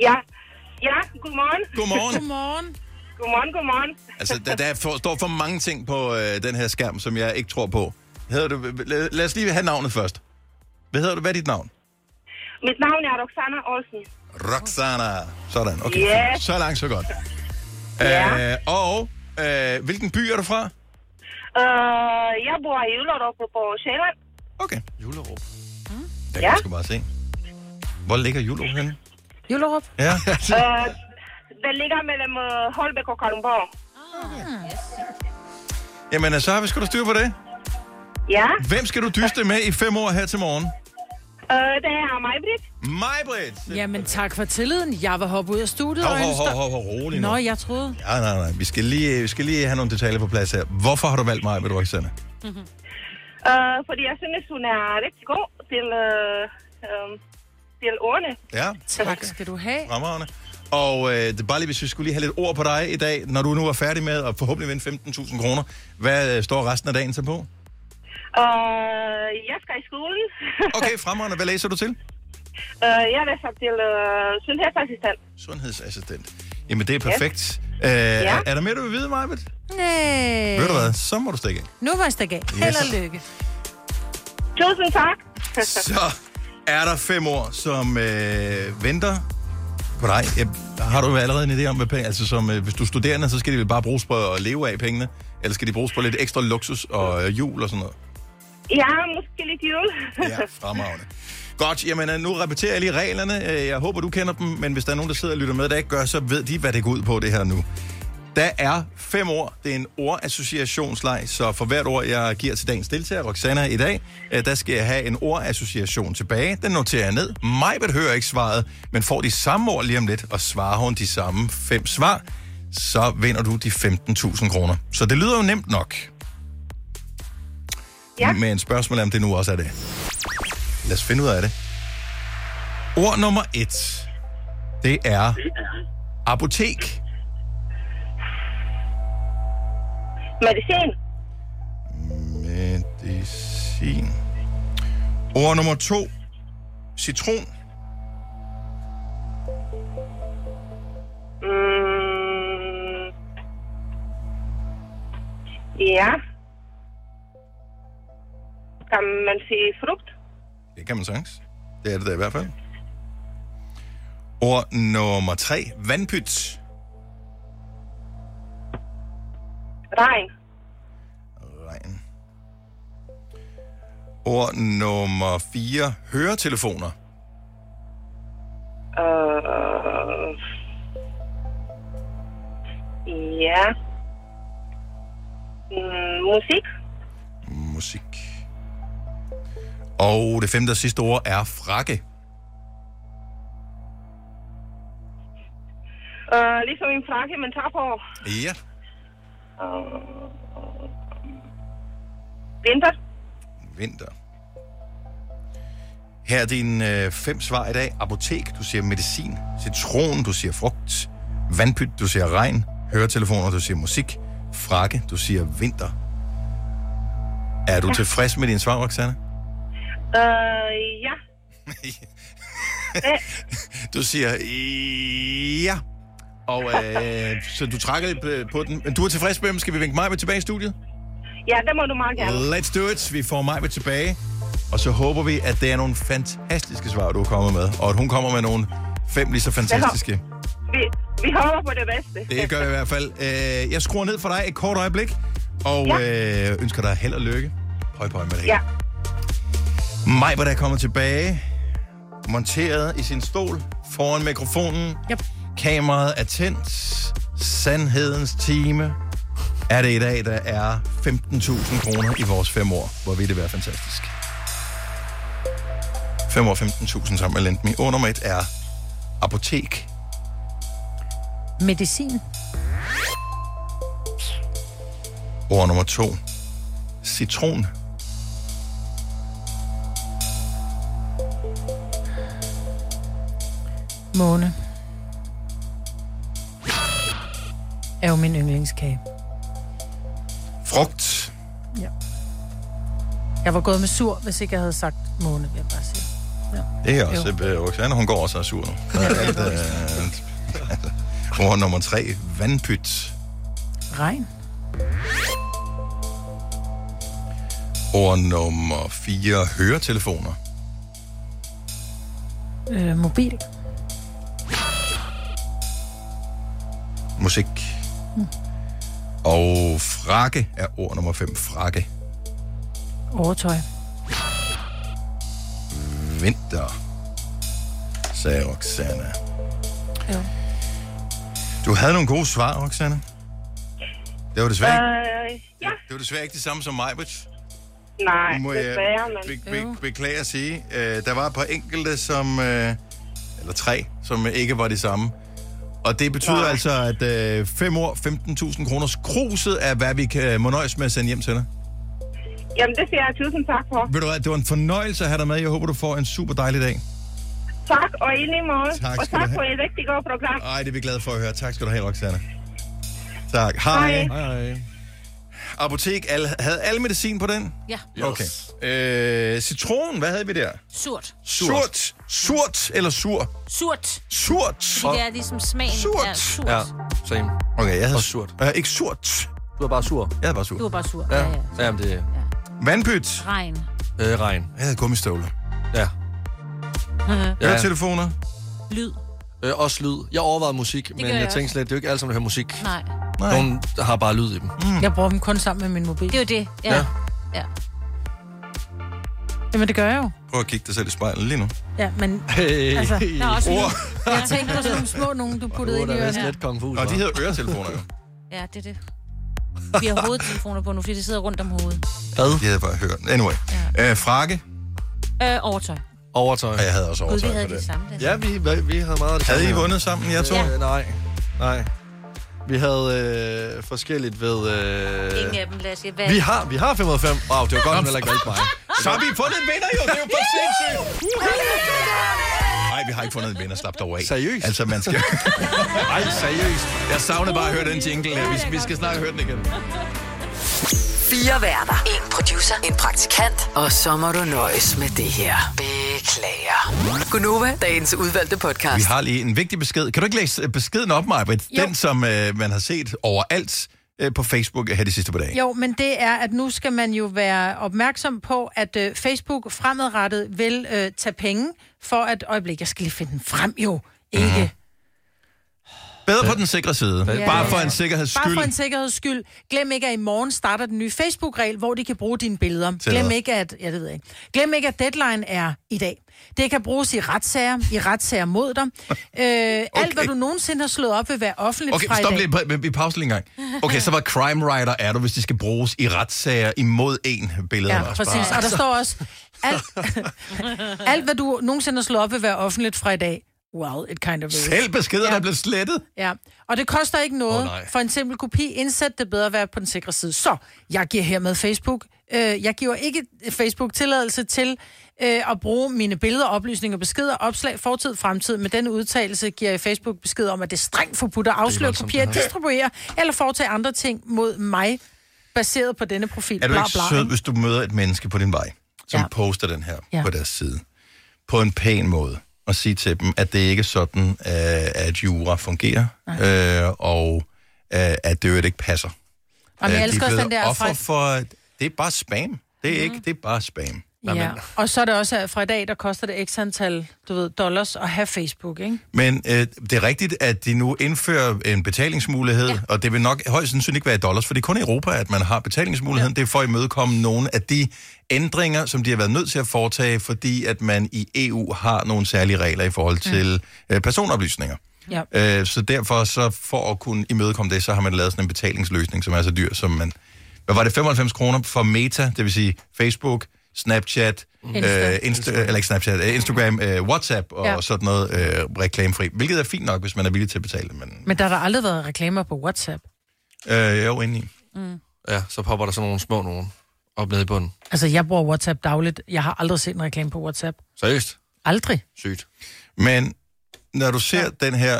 Speaker 7: Ja, ja, godmorgen.
Speaker 1: Godmorgen.
Speaker 7: godmorgen. Godmorgen, godmorgen.
Speaker 1: Altså, der, der for, står for mange ting på øh, den her skærm, som jeg ikke tror på. Hedder du, lad, lad os lige have navnet først. Hvad hedder du? Hvad er dit navn?
Speaker 7: Mit navn er Roxana Olsen.
Speaker 1: Roxana. Sådan, okay.
Speaker 7: Ja.
Speaker 1: Så langt, så godt.
Speaker 7: Ja.
Speaker 1: Øh, og øh, hvilken by er du fra?
Speaker 7: Øh, jeg bor i Ullerup på Sjælland.
Speaker 1: Okay. Jullerup. Der kan
Speaker 7: Ja.
Speaker 1: jeg sgu bare se. Hvor ligger Jullerup henne?
Speaker 7: Jullerup?
Speaker 1: Ja.
Speaker 7: øh, den ligger mellem øh, Holbæk og Kalundborg.
Speaker 1: Jamen, øh, så har vi sgu da styr på det.
Speaker 7: Ja,
Speaker 1: Hvem skal du dyste med i fem år her til morgen?
Speaker 7: øh, det er mig, Britt.
Speaker 1: Mig, Britt.
Speaker 3: Jamen tak for tilliden. Jeg vil hoppe ud af studiet
Speaker 1: Hov,
Speaker 3: og
Speaker 1: hov,
Speaker 3: ønske
Speaker 1: hov,
Speaker 3: dig-
Speaker 1: hov, hov, rolig nu.
Speaker 3: Nå, jeg troede.
Speaker 1: Nej, nej, nej. Vi skal lige, vi skal lige have nogle detaljer på plads her. Hvorfor har du valgt mig, ved du, Roxanne?
Speaker 3: Mm-hmm.
Speaker 7: Øh, fordi jeg synes, hun er rigtig god til, øh, øh, til ordene. Altså,
Speaker 1: Ja.
Speaker 3: Tak skal du have.
Speaker 1: Fremragende. Og øh, det er bare lige, hvis vi skulle lige have lidt ord på dig i dag, når du nu er færdig med at forhåbentlig vinde 15.000 kroner. Hvad øh, står resten af dagen så på?
Speaker 7: Øh, jeg skal i skolen.
Speaker 1: Okay, fremragende. Hvad læser du til?
Speaker 7: øh, jeg læser til øh, sundhedsassistent.
Speaker 1: Sundhedsassistent. Jamen, det er perfekt. Øh, ja. Er der mere, du vil vide, Majbet?
Speaker 3: Nej.
Speaker 1: Øh. Ved du hvad? Så må du stikke af.
Speaker 3: Nu var jeg stik af.
Speaker 1: Yes.
Speaker 3: Held og lykke.
Speaker 7: Tusind tak.
Speaker 1: Så er der fem år, som øh, venter på dig. Jeg, har du allerede en idé om, hvad penge... Altså, som, øh, hvis du er studerende, så skal de vel bare bruges på at leve af pengene? Eller skal de bruges på lidt ekstra luksus og øh, jul og sådan noget?
Speaker 7: Ja, måske lidt jul.
Speaker 1: Ja, fremragende. Godt, jamen øh, nu repeterer jeg lige reglerne. Øh, Jeg håber, du kender dem, men hvis der er nogen, der sidder og lytter med, der ikke gør, så ved de, hvad det går ud på det her nu. Der er fem ord. Det er en ordassociationsleg, så for hvert ord, jeg giver til dagens deltager, Roxana, i dag, øh, der skal jeg have en ordassociation tilbage. Den noterer jeg ned. Majbet hører ikke svaret, men får de samme ord lige om lidt, og svarer hun de samme fem svar, så vinder du de 15.000 kroner. Så det lyder jo nemt nok. Ja. Men spørgsmålet er, om det nu også er det. Lad os finde ud af det. Ord nummer et, det er apotek.
Speaker 7: Medicin.
Speaker 1: Medicin. Ord nummer to, citron.
Speaker 7: Mm. Ja. Kan man sige frugt?
Speaker 1: Det kan man sagtens. Det er det da i hvert fald. Ord nummer tre, vandpyt.
Speaker 7: Regn.
Speaker 1: Regn. Ord nummer 4. Høretelefoner.
Speaker 7: Øh... Ja. Mm, musik.
Speaker 1: Musik. Og det femte og sidste ord er frakke.
Speaker 7: Øh, ligesom en frakke, man tager på.
Speaker 1: Ja.
Speaker 7: Øh... Vinter.
Speaker 1: Vinter. Her er dine øh, fem svar i dag. Apotek, du siger medicin. Citron, du siger frugt. Vandpyt, du siger regn. Høretelefoner, du siger musik. Frakke, du siger vinter. Er du ja. tilfreds med din svar, Roxanne?
Speaker 7: Øh, ja. Øh,
Speaker 1: Du siger ja. Og øh, så du trækker lidt øh, på den. Men du er tilfreds med dem. Skal vi vinke mig med tilbage i studiet?
Speaker 7: ja, det må du meget gerne.
Speaker 1: Let's do it. Vi får Majbet tilbage. Og så håber vi, at det er nogle fantastiske svar, du er kommet med. Og at hun kommer med nogle fem lige så fantastiske.
Speaker 7: Vi, vi håber på det bedste.
Speaker 1: Det gør jeg i hvert fald. Øh, Jeg skruer ned for dig et kort øjeblik. Og øh, ønsker dig held og lykke. Høj, høj med det hele.
Speaker 7: Ja.
Speaker 1: Majbert er kommet tilbage. Monteret i sin stol. Foran mikrofonen.
Speaker 3: Yep.
Speaker 1: Kameraet er tændt. Sandhedens time er det i dag, der er 15.000 kroner i vores fem år. Hvor vil det være fantastisk. 5 år 15.000 sammen med Lendme. Under mig er apotek.
Speaker 3: Medicin.
Speaker 1: Ord nummer to. Citron.
Speaker 3: Måne. Er jo min yndlingskage.
Speaker 1: Frugt.
Speaker 3: Ja. Jeg var gået med sur, hvis ikke jeg havde sagt måne, vil jeg bare sige.
Speaker 1: Det er også, øh, Roxanne, hun går også og er sur nu. Der er alt, øh, alt. Ord nummer tre. Vandpyt.
Speaker 3: Regn.
Speaker 1: Ord nummer fire. Høretelefoner.
Speaker 3: Øh, mobil.
Speaker 1: Musik.
Speaker 3: Mm.
Speaker 1: Og frakke er ord nummer fem. Frakke.
Speaker 3: Overtøj.
Speaker 1: vinter, sagde Roxanne.
Speaker 3: Jo.
Speaker 1: Du havde nogle gode svar, Roxanne. Det var desværre, ikke-
Speaker 7: Øh, ja.
Speaker 1: det var desværre ikke det samme som mig, Britt.
Speaker 7: Nej,
Speaker 1: Må jeg
Speaker 7: desværre, men...
Speaker 1: Be- be- beklager at sige. Øh, der var et par enkelte, som, øh, eller tre, som ikke var de samme. Og det betyder Nej. altså, at 5 år, 15.000 kroners kruset er, hvad vi kan, må nøjes med at sende hjem til dig.
Speaker 7: Jamen, det siger jeg tusind tak for.
Speaker 1: Ved du hvad, det var en fornøjelse at have dig med. Jeg håber, du får en super dejlig dag.
Speaker 7: Tak, og i lige måde.
Speaker 1: Tak
Speaker 7: og
Speaker 1: skal du
Speaker 7: tak
Speaker 1: have.
Speaker 7: for et rigtig godt program.
Speaker 1: Ej, det er vi glade for at høre. Tak skal du have, Roxanne. Tak. Hej.
Speaker 7: Hej.
Speaker 1: Hej. Apotek, al, havde alle medicin på den?
Speaker 4: Ja.
Speaker 1: Okay. Øh, citron, hvad havde vi der?
Speaker 4: Surt.
Speaker 1: Surt. Surt eller sur?
Speaker 4: Surt.
Speaker 1: Surt.
Speaker 4: Fordi det er ligesom smagen surt. er surt. Ja.
Speaker 1: same. Okay, jeg havde... Og surt. Øh, ikke surt. Du var bare sur. Jeg var bare sur.
Speaker 4: Du er bare sur. Ja, ja.
Speaker 1: ja. Jamen, det... Ja. Vandpyt.
Speaker 4: Regn.
Speaker 1: Øh, regn. Jeg havde gummistøvler. Ja.
Speaker 2: Ja.
Speaker 1: Høretelefoner.
Speaker 4: Lyd.
Speaker 2: Øh, også lyd. Jeg overvejede musik, men
Speaker 3: gør
Speaker 2: jeg,
Speaker 3: jeg
Speaker 2: jeg tænkte
Speaker 3: også.
Speaker 2: slet, det er jo ikke alle sammen, der hører musik.
Speaker 4: Nej.
Speaker 3: Nej.
Speaker 2: Nogen har bare lyd i dem.
Speaker 3: Mm. Jeg bruger dem kun sammen med min mobil.
Speaker 4: Det er jo det. Ja.
Speaker 2: Ja.
Speaker 4: ja. ja.
Speaker 3: Jamen, det gør jeg jo.
Speaker 1: Prøv at kigge dig selv i spejlet lige nu.
Speaker 3: Ja, men... altså-
Speaker 1: Hey.
Speaker 3: der er også
Speaker 1: Ord.
Speaker 3: lyd. Jeg tænkte på sådan nogle små nogen, du puttede ind i ørerne. Ja.
Speaker 1: Og de hedder øretelefoner jo.
Speaker 4: Ja, det er det. Vi har hovedtelefoner på nu, fordi det sidder rundt om hovedet.
Speaker 1: Hvad? Jeg havde bare hørt. Anyway. Ja. Øh, frakke.
Speaker 4: Øh, overtøj.
Speaker 1: Overtøj. Og jeg havde også
Speaker 4: Gud, vi
Speaker 1: overtøj
Speaker 4: havde
Speaker 1: på
Speaker 4: de
Speaker 1: det.
Speaker 4: samme. Der.
Speaker 2: Ja, vi, hva- vi havde meget af det
Speaker 1: Havde
Speaker 2: samme
Speaker 1: I
Speaker 2: her.
Speaker 1: vundet sammen, jer to? Ja.
Speaker 2: Øh, nej, nej. Vi havde øh, forskelligt ved... Øh...
Speaker 4: Ingen af dem, lad os sige. Hvad?
Speaker 2: Vi har, vi har 505. Wow, det var godt, hun heller ikke valgte mig.
Speaker 1: Så har vi fundet en vinder jo, det er jo for sindssygt. Nej, vi har ikke fundet en vinder, slap dog af. Seriøst? Altså, man skal... Nej, seriøst. Jeg savner bare at høre den jingle her. Vi, vi skal snart høre den igen.
Speaker 16: Fire værter. En producer. En praktikant. Og så må du nøjes med det her. Beklager. Gunova, dagens udvalgte
Speaker 1: Vi
Speaker 16: podcast.
Speaker 1: har lige en vigtig besked. Kan du ikke læse øh, beskeden op, Maja?
Speaker 3: Jo.
Speaker 1: Den, som øh, man har set overalt øh, på Facebook her de sidste par dage.
Speaker 3: Jo, men det er, at nu skal man jo være opmærksom på, at øh, Facebook fremadrettet vil øh, tage penge for at... Øjeblik, jeg skal lige finde den frem jo. Ikke...
Speaker 1: Mhm. Bedre på den sikre side.
Speaker 3: Ja.
Speaker 1: Bare for en sikkerheds
Speaker 3: Bare
Speaker 1: skyld.
Speaker 3: for en sikkerheds skyld. Glem ikke, at i morgen starter den nye Facebook-regel, hvor de kan bruge dine billeder.
Speaker 1: Til
Speaker 3: Glem
Speaker 1: hvad?
Speaker 3: ikke, at... Ja, det ved jeg ikke. Glem ikke, at deadline er i dag. Det kan bruges i retssager, i retssager mod dig. Øh, okay. Alt, hvad du nogensinde har slået op, vil være offentligt
Speaker 1: Okay,
Speaker 3: fra i
Speaker 1: stop
Speaker 3: dag.
Speaker 1: lige. pa- Vi pauser lige en gang. Okay, så var crime writer er du, hvis de skal bruges i retssager imod en billede.
Speaker 3: Ja, præcis.
Speaker 1: Altså.
Speaker 3: Og der står også, alt, alt hvad du nogensinde har slået op, vil være offentligt fra i dag. Well, it kind of is.
Speaker 1: Selv beskeder, ja. der er blevet slettet.
Speaker 3: Ja, og det koster ikke noget.
Speaker 1: Åh,
Speaker 3: Oh,
Speaker 1: nej.
Speaker 3: for en simpel kopi, indsæt det bedre at være på den sikre side. Så, jeg giver hermed Facebook. Øh, jeg giver ikke Facebook tilladelse til øh, at bruge mine billeder, oplysninger, beskeder, opslag, fortid, fremtid. Med denne udtalelse giver jeg Facebook besked om, at det er strengt forbudt at afsløre,
Speaker 1: voldsomt,
Speaker 3: kopiere,
Speaker 1: det her.
Speaker 3: distribuere eller foretage andre ting mod mig, baseret på denne profil.
Speaker 1: Er du
Speaker 3: Bla,
Speaker 1: ikke
Speaker 3: bla,
Speaker 1: sød, hvis du møder et menneske på din vej, som
Speaker 3: Ja.
Speaker 1: ja. poster den her
Speaker 3: Ja.
Speaker 1: ja. på deres side, på en pæn måde, og sige til dem, at det ikke er sådan, øh, at jura fungerer, øh, og øh, at det jo ikke passer.
Speaker 3: Jamen, jeg
Speaker 1: Øh, de
Speaker 3: elsker også
Speaker 1: er
Speaker 3: den
Speaker 1: blevet
Speaker 3: der
Speaker 1: offer
Speaker 3: fra- Mhm.
Speaker 1: for... Det er bare spam. Det er ikke, det er bare spam.
Speaker 3: Ja. Og så er det også, at fra i dag, der koster det x antal du ved, dollars at have Facebook, ikke?
Speaker 1: Men øh, det er rigtigt, at de nu indfører en betalingsmulighed, ja. og det vil nok højst sandsynligt ikke være i dollars, for det er kun i Europa, at man har betalingsmuligheden. Ja. Det er for at imødekomme nogle af de ændringer, som de har været nødt til at foretage, fordi at man i EU har nogle særlige regler i forhold til øh, personoplysninger.
Speaker 3: Ja.
Speaker 1: Øh, så derfor, så for at kunne imødekomme det, så har man lavet sådan en betalingsløsning, som er så dyr, som man... Hvad var det? 95 kroner for Meta, det vil sige Facebook, Snapchat,
Speaker 5: Insta.
Speaker 1: Insta. Øh, Insta, eller ikke Snapchat, øh, Instagram, øh, WhatsApp og
Speaker 3: Ja.
Speaker 1: ja. sådan noget øh, reklamefri. Hvilket er fint nok, hvis man er villig til at betale, men
Speaker 3: Men der har der aldrig været reklamer på WhatsApp.
Speaker 1: øh, jo, indeni.
Speaker 3: Mm.
Speaker 2: Ja, så popper der sådan nogle små nogen op nede i bunden.
Speaker 3: Altså, jeg bruger WhatsApp dagligt. Jeg har aldrig set en reklame på WhatsApp.
Speaker 2: Seriøst?
Speaker 3: Aldrig.
Speaker 2: Sygt.
Speaker 1: Men når du ser ja. den her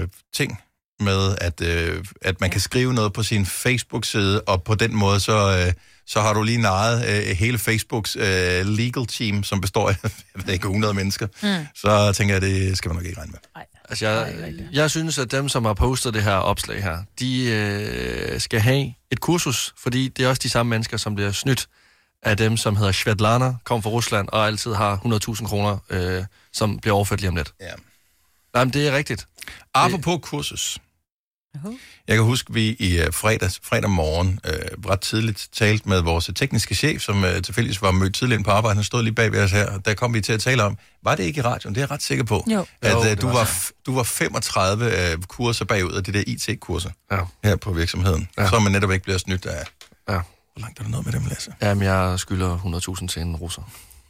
Speaker 1: øh, ting med, at, øh, at man ja. kan skrive noget på sin Facebook-side, og på den måde, så, øh, så har du lige naret øh, hele Facebooks øh, legal team, som består af jeg ved ikke, 100 mennesker,
Speaker 2: Mm.
Speaker 1: mm. så tænker jeg, det skal man nok ikke regne med.
Speaker 2: Altså, jeg, jeg synes, at dem, som har postet det her opslag her, de øh, skal have et kursus, fordi det er også de samme mennesker, som bliver snydt af dem, som hedder Svetlana, kom fra Rusland og altid har 100.000 kroner, øh, som bliver overført lige om lidt.
Speaker 1: Ja.
Speaker 2: Nej, men det er rigtigt.
Speaker 1: Apropos kursus. Jeg kan huske, vi i øh, fredags, fredag morgen øh, ret tidligt talte med vores tekniske chef, som øh, tilfældigvis var mødt tidligere på arbejde. Han stod lige bag ved os her, og der kom vi til at tale om, var det ikke i radioen? Det er jeg ret sikker på.
Speaker 5: Jo.
Speaker 1: At
Speaker 5: Jo,
Speaker 1: øh,
Speaker 5: det
Speaker 1: du,
Speaker 5: var
Speaker 1: var,
Speaker 5: det.
Speaker 1: f- du var 35 øh, kurser bagud af de der IT-kurser
Speaker 2: ja.
Speaker 1: her på virksomheden, ja. så man netop ikke bliver snydt af.
Speaker 2: Ja.
Speaker 1: Hvor langt er du nået med dem, Lasse?
Speaker 2: Jamen, jeg skylder 100.000 til en russer.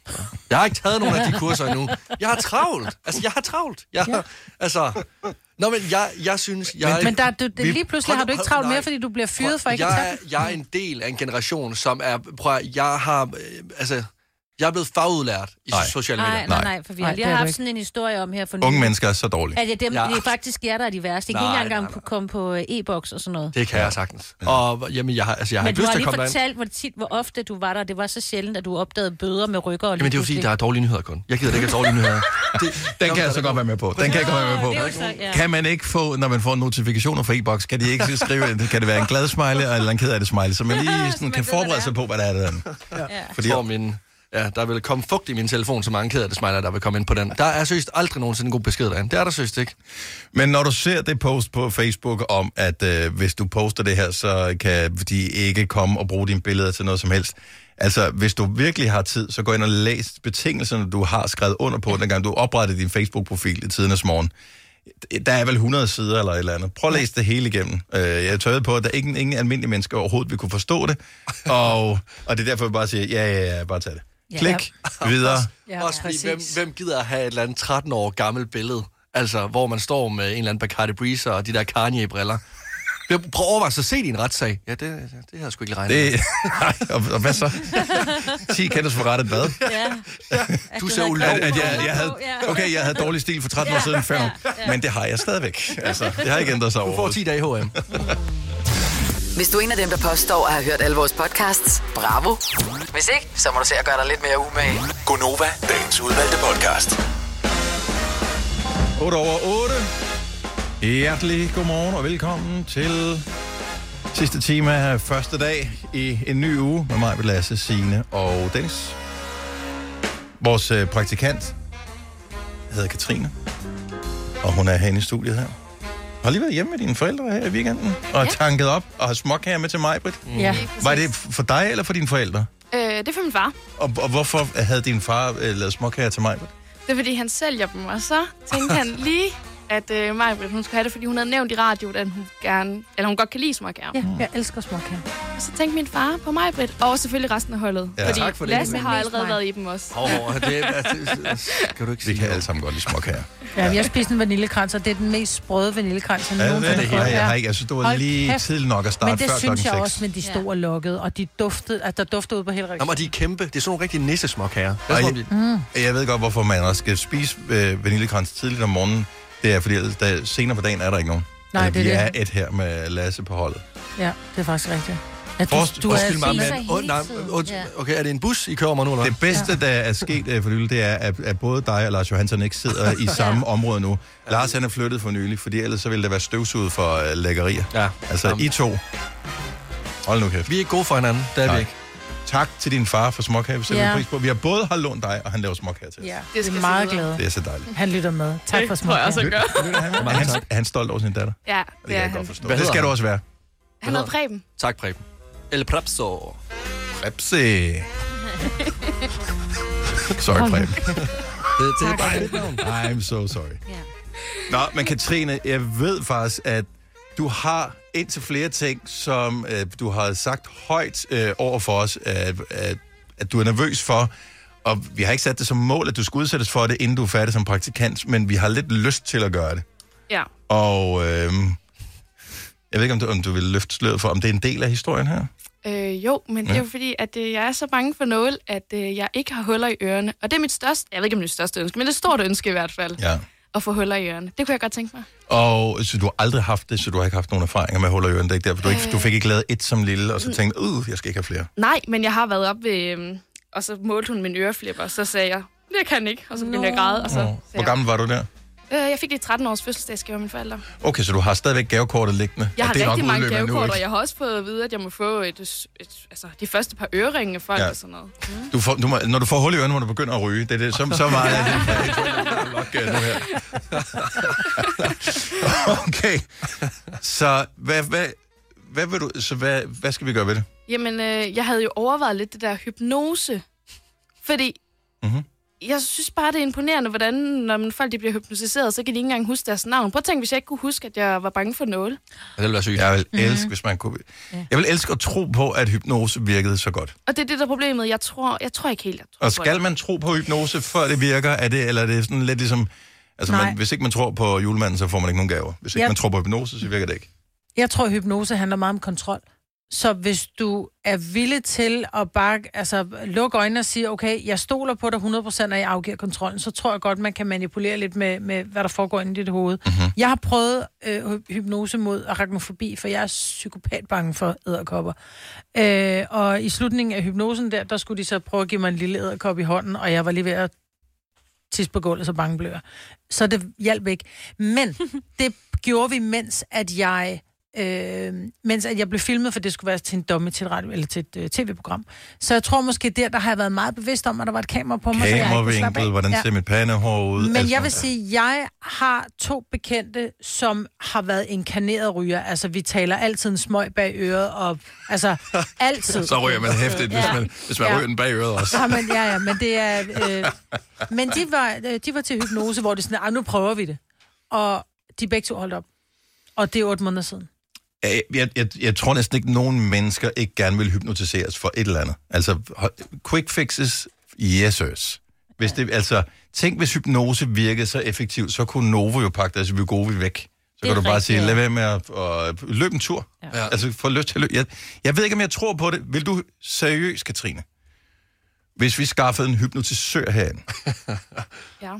Speaker 2: Ja. Jeg har ikke taget nogen af de kurser endnu. Jeg har travlt. Altså, jeg har travlt. Jeg, ja. Altså, nå, men jeg, jeg synes... Jeg,
Speaker 3: Men der, du, det, lige pludselig har du ikke travlt mere, fordi du bliver fyret for ikke at
Speaker 2: jeg,
Speaker 3: tage
Speaker 2: er- jeg er en del af en generation, som er... Prøv at, jeg har... øh, Altså, jeg er blevet fagudlært i nej. sociale medier.
Speaker 4: Nej, nej, nej, for vi har
Speaker 2: Nej,
Speaker 4: lige
Speaker 2: det er du
Speaker 4: haft
Speaker 2: ikke.
Speaker 4: sådan en historie om her for
Speaker 1: Unge
Speaker 4: nylig.
Speaker 1: mennesker er så dårlige.
Speaker 4: At ja, dem,
Speaker 2: Ja.
Speaker 4: ja. det er faktisk jer, der er de værste. Ikke
Speaker 2: Nej,
Speaker 4: engang
Speaker 2: nej,
Speaker 4: engang kunne komme på øh, e-boks og sådan noget.
Speaker 2: Det kan jeg sagtens. Og jamen, jeg har, altså, jeg har
Speaker 4: Men
Speaker 2: ikke
Speaker 4: du
Speaker 2: lyst
Speaker 4: har
Speaker 2: til at
Speaker 4: lige
Speaker 2: komme derind.
Speaker 4: fortalt, hvor tit, hvor ofte du var der. Det var så sjældent, at du opdagede bøder med rykker. og lige
Speaker 2: Jamen, det er jo fordi,
Speaker 4: pludselig-
Speaker 2: der er dårlige nyheder kun. Jeg gider da ikke have dårlige nyheder. Det,
Speaker 1: Den kan jeg så godt være med på. Den kan jeg godt være med på.
Speaker 4: det er jo så- ja.
Speaker 1: Kan man ikke få, når man får notifikationer fra e-boks, kan de ikke skrive, kan det være en glad smiley eller en ked af det smiley, så man lige sådan, kan forberede sig på, hvad der er der.
Speaker 2: Fordi... Tror min, ja, der vil komme fugt i min telefon, så mange keder det smiley, der vil komme ind på den. Der er seriøst aldrig nogensinde en god besked derinde. Det er der seriøst ikke.
Speaker 1: Men når du ser det post på Facebook om, at øh, hvis du poster det her, så kan de ikke komme og bruge dine billeder til noget som helst. Altså, hvis du virkelig har tid, så gå ind og læs betingelserne, du har skrevet under på, dengang du oprettede din Facebook-profil i tidernes morgen. Der er vel 100 sider eller et eller andet. Prøv at læse det hele igennem. Øh, Jeg tørrede på, at der ingen, ingen almindelige mennesker overhovedet vil kunne forstå det. Og, og det er derfor, jeg bare siger, ja, ja, ja, bare tag det.
Speaker 2: Ja.
Speaker 1: Klik, videre.
Speaker 2: Også, ja, også fordi, hvem, hvem gider at have et eller andet 13 år gammelt billede? Altså, hvor man står med en eller anden Bacardi Breezer og de der Kanye-briller. Jeg prøver at overveje, så se din retssag. Ja, det, det havde jeg sgu ikke lige regnet
Speaker 1: Det,
Speaker 2: med.
Speaker 1: nej, og, og hvad så? 10 kendes for rettet hvad?
Speaker 4: Ja.
Speaker 2: Du ser
Speaker 1: at,
Speaker 2: ulovlig
Speaker 1: at jeg,
Speaker 2: ud.
Speaker 1: jeg havde, Okay, jeg havde dårlig stil for 13 år siden før, men det har jeg stadigvæk. Altså, det har ikke ændret sig
Speaker 2: Du får 10
Speaker 1: overhovedet.
Speaker 2: dage i H&M.
Speaker 6: Hvis du er en af dem, der påstår at have hørt alle vores podcasts, bravo. Hvis ikke, så må du se at gøre dig lidt mere umage.
Speaker 5: Gonova, dagens udvalgte podcast.
Speaker 1: 8 over 8. Hjertelig godmorgen og velkommen til sidste time af første dag i en ny uge med mig, Lasse, Signe og Dennis. Vores øh, praktikant hedder Katrine, og hun er herinde i studiet her. har lige været hjemme med dine forældre her i weekenden, og
Speaker 17: Ja.
Speaker 1: ja. tanket op, og har småkager med til mig, Britt.
Speaker 17: Ja. Ja, lige præcis.
Speaker 1: Var det for dig eller for dine forældre?
Speaker 17: Øh, det er for min far.
Speaker 1: Og, og hvorfor havde din far øh, lavet småkager til mig?
Speaker 17: Det er, fordi han sælger dem, og så tænkte han lige, at øh, Maja, hun skulle have det, fordi hun havde nævnt i radioen, at hun, gerne, eller hun godt kan lide småkager.
Speaker 3: Ja, jeg elsker småkager.
Speaker 17: Og så tænkte min far på mig, Britt, og selvfølgelig resten af holdet.
Speaker 1: Ja.
Speaker 17: fordi
Speaker 1: Tak for det.
Speaker 17: Lasse har
Speaker 3: Mest
Speaker 17: allerede
Speaker 3: mig.
Speaker 17: været i dem også.
Speaker 2: Hov, hov, det, er- det skal du ikke sige. Vi kan
Speaker 1: alle sammen godt lide småkager.
Speaker 3: Ja, men jeg spiste en vaniljekrans, og det er den mest sprøde vaniljekrans, jeg
Speaker 1: Er det
Speaker 3: nogensinde
Speaker 1: det?
Speaker 3: fået.
Speaker 1: Nej, jeg har
Speaker 3: Ja.
Speaker 1: ikke. Jeg synes, det var
Speaker 3: Hold
Speaker 1: lige
Speaker 3: kæft.
Speaker 1: tidligt nok at starte
Speaker 3: Men det
Speaker 1: før klokken
Speaker 3: synes jeg
Speaker 1: seks.
Speaker 3: også, men de stod og lukkede, og de duftede, altså der duftede ud på hele
Speaker 2: Nå, men
Speaker 3: regionen.
Speaker 2: de er kæmpe. Det er sådan nogle rigtige nissesmåkager.
Speaker 1: Og
Speaker 2: Jeg,
Speaker 1: jeg, jeg ved godt, hvorfor man også skal spise øh, vaniljekrans tidligt om morgenen. Det er, fordi ellers der, senere på dagen er der ikke nogen.
Speaker 3: Nej,
Speaker 1: Altså,
Speaker 3: det
Speaker 1: vi
Speaker 3: er
Speaker 1: er
Speaker 3: det.
Speaker 1: et her med Lasse på holdet.
Speaker 3: Ja, det er faktisk rigtigt. Ja,
Speaker 1: Forst- Undskyld mig, men-
Speaker 2: Åh, nej, und- okay, er det en bus, I kører mig nu, eller
Speaker 1: Det bedste, der er sket øh, for nylig, det er, at, at både dig og Lars Johansson ikke sidder i samme område nu. Lars han er flyttet for nylig, fordi ellers så ville der være støvsud for øh, lækkerier.
Speaker 2: Ja.
Speaker 1: Altså, I to. Hold nu kæft.
Speaker 2: Vi er gode for hinanden, det er
Speaker 1: tak.
Speaker 2: vi ikke.
Speaker 1: Tak til din far for småkage. Vi sætter
Speaker 3: Ja.
Speaker 1: ja. pris på. Vi har både har lånt dig, og han laver småkage til os.
Speaker 3: Ja, det er meget glad.
Speaker 1: Det er så dejligt.
Speaker 3: Han lytter med. Tak for småkager.
Speaker 1: Er han, er han stolt over sin datter?
Speaker 17: Ja,
Speaker 1: Det
Speaker 17: er
Speaker 1: kan jeg
Speaker 17: han.
Speaker 1: godt forstå. Det skal du også være.
Speaker 17: Han hedder Preben.
Speaker 2: Tak, Preben. El Prepso.
Speaker 1: Repse. Sorry, Preben.
Speaker 2: Det, det er bare det navn.
Speaker 1: I'm so sorry. Nå, men Katrine, jeg ved faktisk, at du har indtil flere ting, som øh, du har sagt højt øh, over for os, øh, at, at du er nervøs for. Og vi har ikke sat det som mål, at du skal udsættes for det, inden du er færdig som praktikant, men vi har lidt lyst til at gøre det.
Speaker 17: Ja.
Speaker 1: Og øh, jeg ved ikke, om du, om du vil løfte sløret for, om det er en del af historien her?
Speaker 17: Øh, jo, men det er jo fordi, at øh, jeg er så bange for nål, at øh, jeg ikke har huller i ørerne. Og det er mit største, jeg ved ikke om det er mit største ønske, men det er et stort ønske i hvert fald,
Speaker 1: Ja.
Speaker 17: at få huller i ørerne. Det kunne jeg godt tænke mig.
Speaker 1: Og så du har aldrig haft det, så du har ikke haft nogen erfaringer med huller i ørerne. Det er ikke derfor, du, ikke,
Speaker 17: Øh.
Speaker 1: du fik ikke lavet et som lille,
Speaker 17: Mm.
Speaker 1: og så tænkte, øh, jeg skal ikke have flere.
Speaker 17: Nej, men jeg har været op ved, øh, og så målte hun min øreflipper, og så sagde jeg, det kan jeg ikke, og så begyndte jeg at græde. Og så,
Speaker 1: Åh. Hvor gammel var du der?
Speaker 17: Øh, jeg fik det i 13 års fødselsdagsgave af mine forældre.
Speaker 1: Okay, så du har stadigvæk gavekortet liggende.
Speaker 17: Jeg
Speaker 1: og
Speaker 17: har
Speaker 1: det er nok
Speaker 17: rigtig mange
Speaker 1: udløbet nu,
Speaker 17: gavekort,
Speaker 1: ikke?
Speaker 17: og jeg har også fået at vide, at jeg må få et, et, altså, de første par øreringe af folk
Speaker 1: Ja.
Speaker 17: ja. og sådan noget.
Speaker 1: Du får, du må, når du får hul i ørerne, må du begynde at ryge. Det er det, som så meget. af det, jeg tror, nok øh, nu her. okay. Så hvad, hvad, hvad vil du, så hvad, hvad skal vi gøre ved det?
Speaker 17: Jamen, øh, jeg havde jo overvejet lidt det der hypnose, fordi
Speaker 1: Mhm.
Speaker 17: jeg synes bare, det er imponerende, hvordan når man, folk de bliver hypnotiseret, så kan de ikke engang huske deres navn. Prøv at tænke, hvis jeg ikke kunne huske, at jeg var bange for nåle.
Speaker 2: Det ville være sygt.
Speaker 1: Jeg vil Mhm. elske, hvis man kunne... Jeg vil elske at tro på, at hypnose virkede så godt.
Speaker 17: Og det er det der er problemet. Jeg tror, jeg tror ikke helt, jeg tror
Speaker 1: Og
Speaker 17: på
Speaker 1: skal man tro på hypnose, før det virker? Er det, eller er det sådan lidt ligesom... Altså,
Speaker 3: Nej.
Speaker 1: man, hvis ikke man tror på julemanden, så får man ikke nogen gaver. Hvis ikke
Speaker 3: Ja.
Speaker 1: man tror på hypnose, så virker det ikke.
Speaker 3: Jeg tror, hypnose handler meget om kontrol. Så hvis du er villig til at bare altså, lukke øjnene og sige, okay, jeg stoler på dig 100%, og jeg afgiver kontrollen, så tror jeg godt, man kan manipulere lidt med, med hvad der foregår inde i dit hoved. Mm-hmm. Jeg har prøvet øh, hy- hypnose mod arachnofobi, for jeg er psykopat bange for æderkopper. Øh, og i slutningen af hypnosen der, der skulle de så prøve at give mig en lille æderkop i hånden, og jeg var lige ved at tisse på gulvet, så bange blev jeg. Så det hjalp ikke. Men det gjorde vi, mens at jeg... Øh, mens at jeg blev filmet, for det skulle være til en domme til et, radio, eller til et øh, tv-program. Så jeg tror måske der, der har jeg været meget bevidst om, at der var et kamera på mig. så jeg ikke kunne slappe af.
Speaker 1: Kameravinkel, hvordan ser mit pandehår ud? Altså-
Speaker 3: Men
Speaker 1: alt
Speaker 3: jeg vil
Speaker 1: sådan-
Speaker 3: sige, jeg har to bekendte, som har været inkarneret ryger. Altså, vi taler altid en smøg bag øret, og altså, altid.
Speaker 1: Så ryger man hæftigt, hvis man, hvis man
Speaker 3: Ja.
Speaker 1: ryger den bag øret også.
Speaker 3: Ja, men, ja, ja, men det er... Øh, men de var, øh, de var til hypnose, hvor det sådan, "Ah, nu prøver vi det. Og de begge to holdt op. Og det er otte måneder siden.
Speaker 1: Jeg, jeg, jeg, jeg tror næsten ikke, nogen mennesker ikke gerne vil hypnotiseres for et eller andet. Altså, ho- quick fixes, yes sirs. Hvis det, altså, tænk, hvis hypnose virkede så effektivt, så kunne Novo jo pakke deres Vigovi væk. Så
Speaker 2: Det er
Speaker 1: kan du bare
Speaker 2: rigtigt,
Speaker 1: sige,
Speaker 2: ja.
Speaker 1: lad være med at og, løbe en tur. Ja. Altså, få lyst til at løbe. Jeg, jeg ved ikke, om jeg tror på det. Vil du seriøst, Katrine? Hvis vi skaffede en hypnotisør herinde,
Speaker 17: Ja.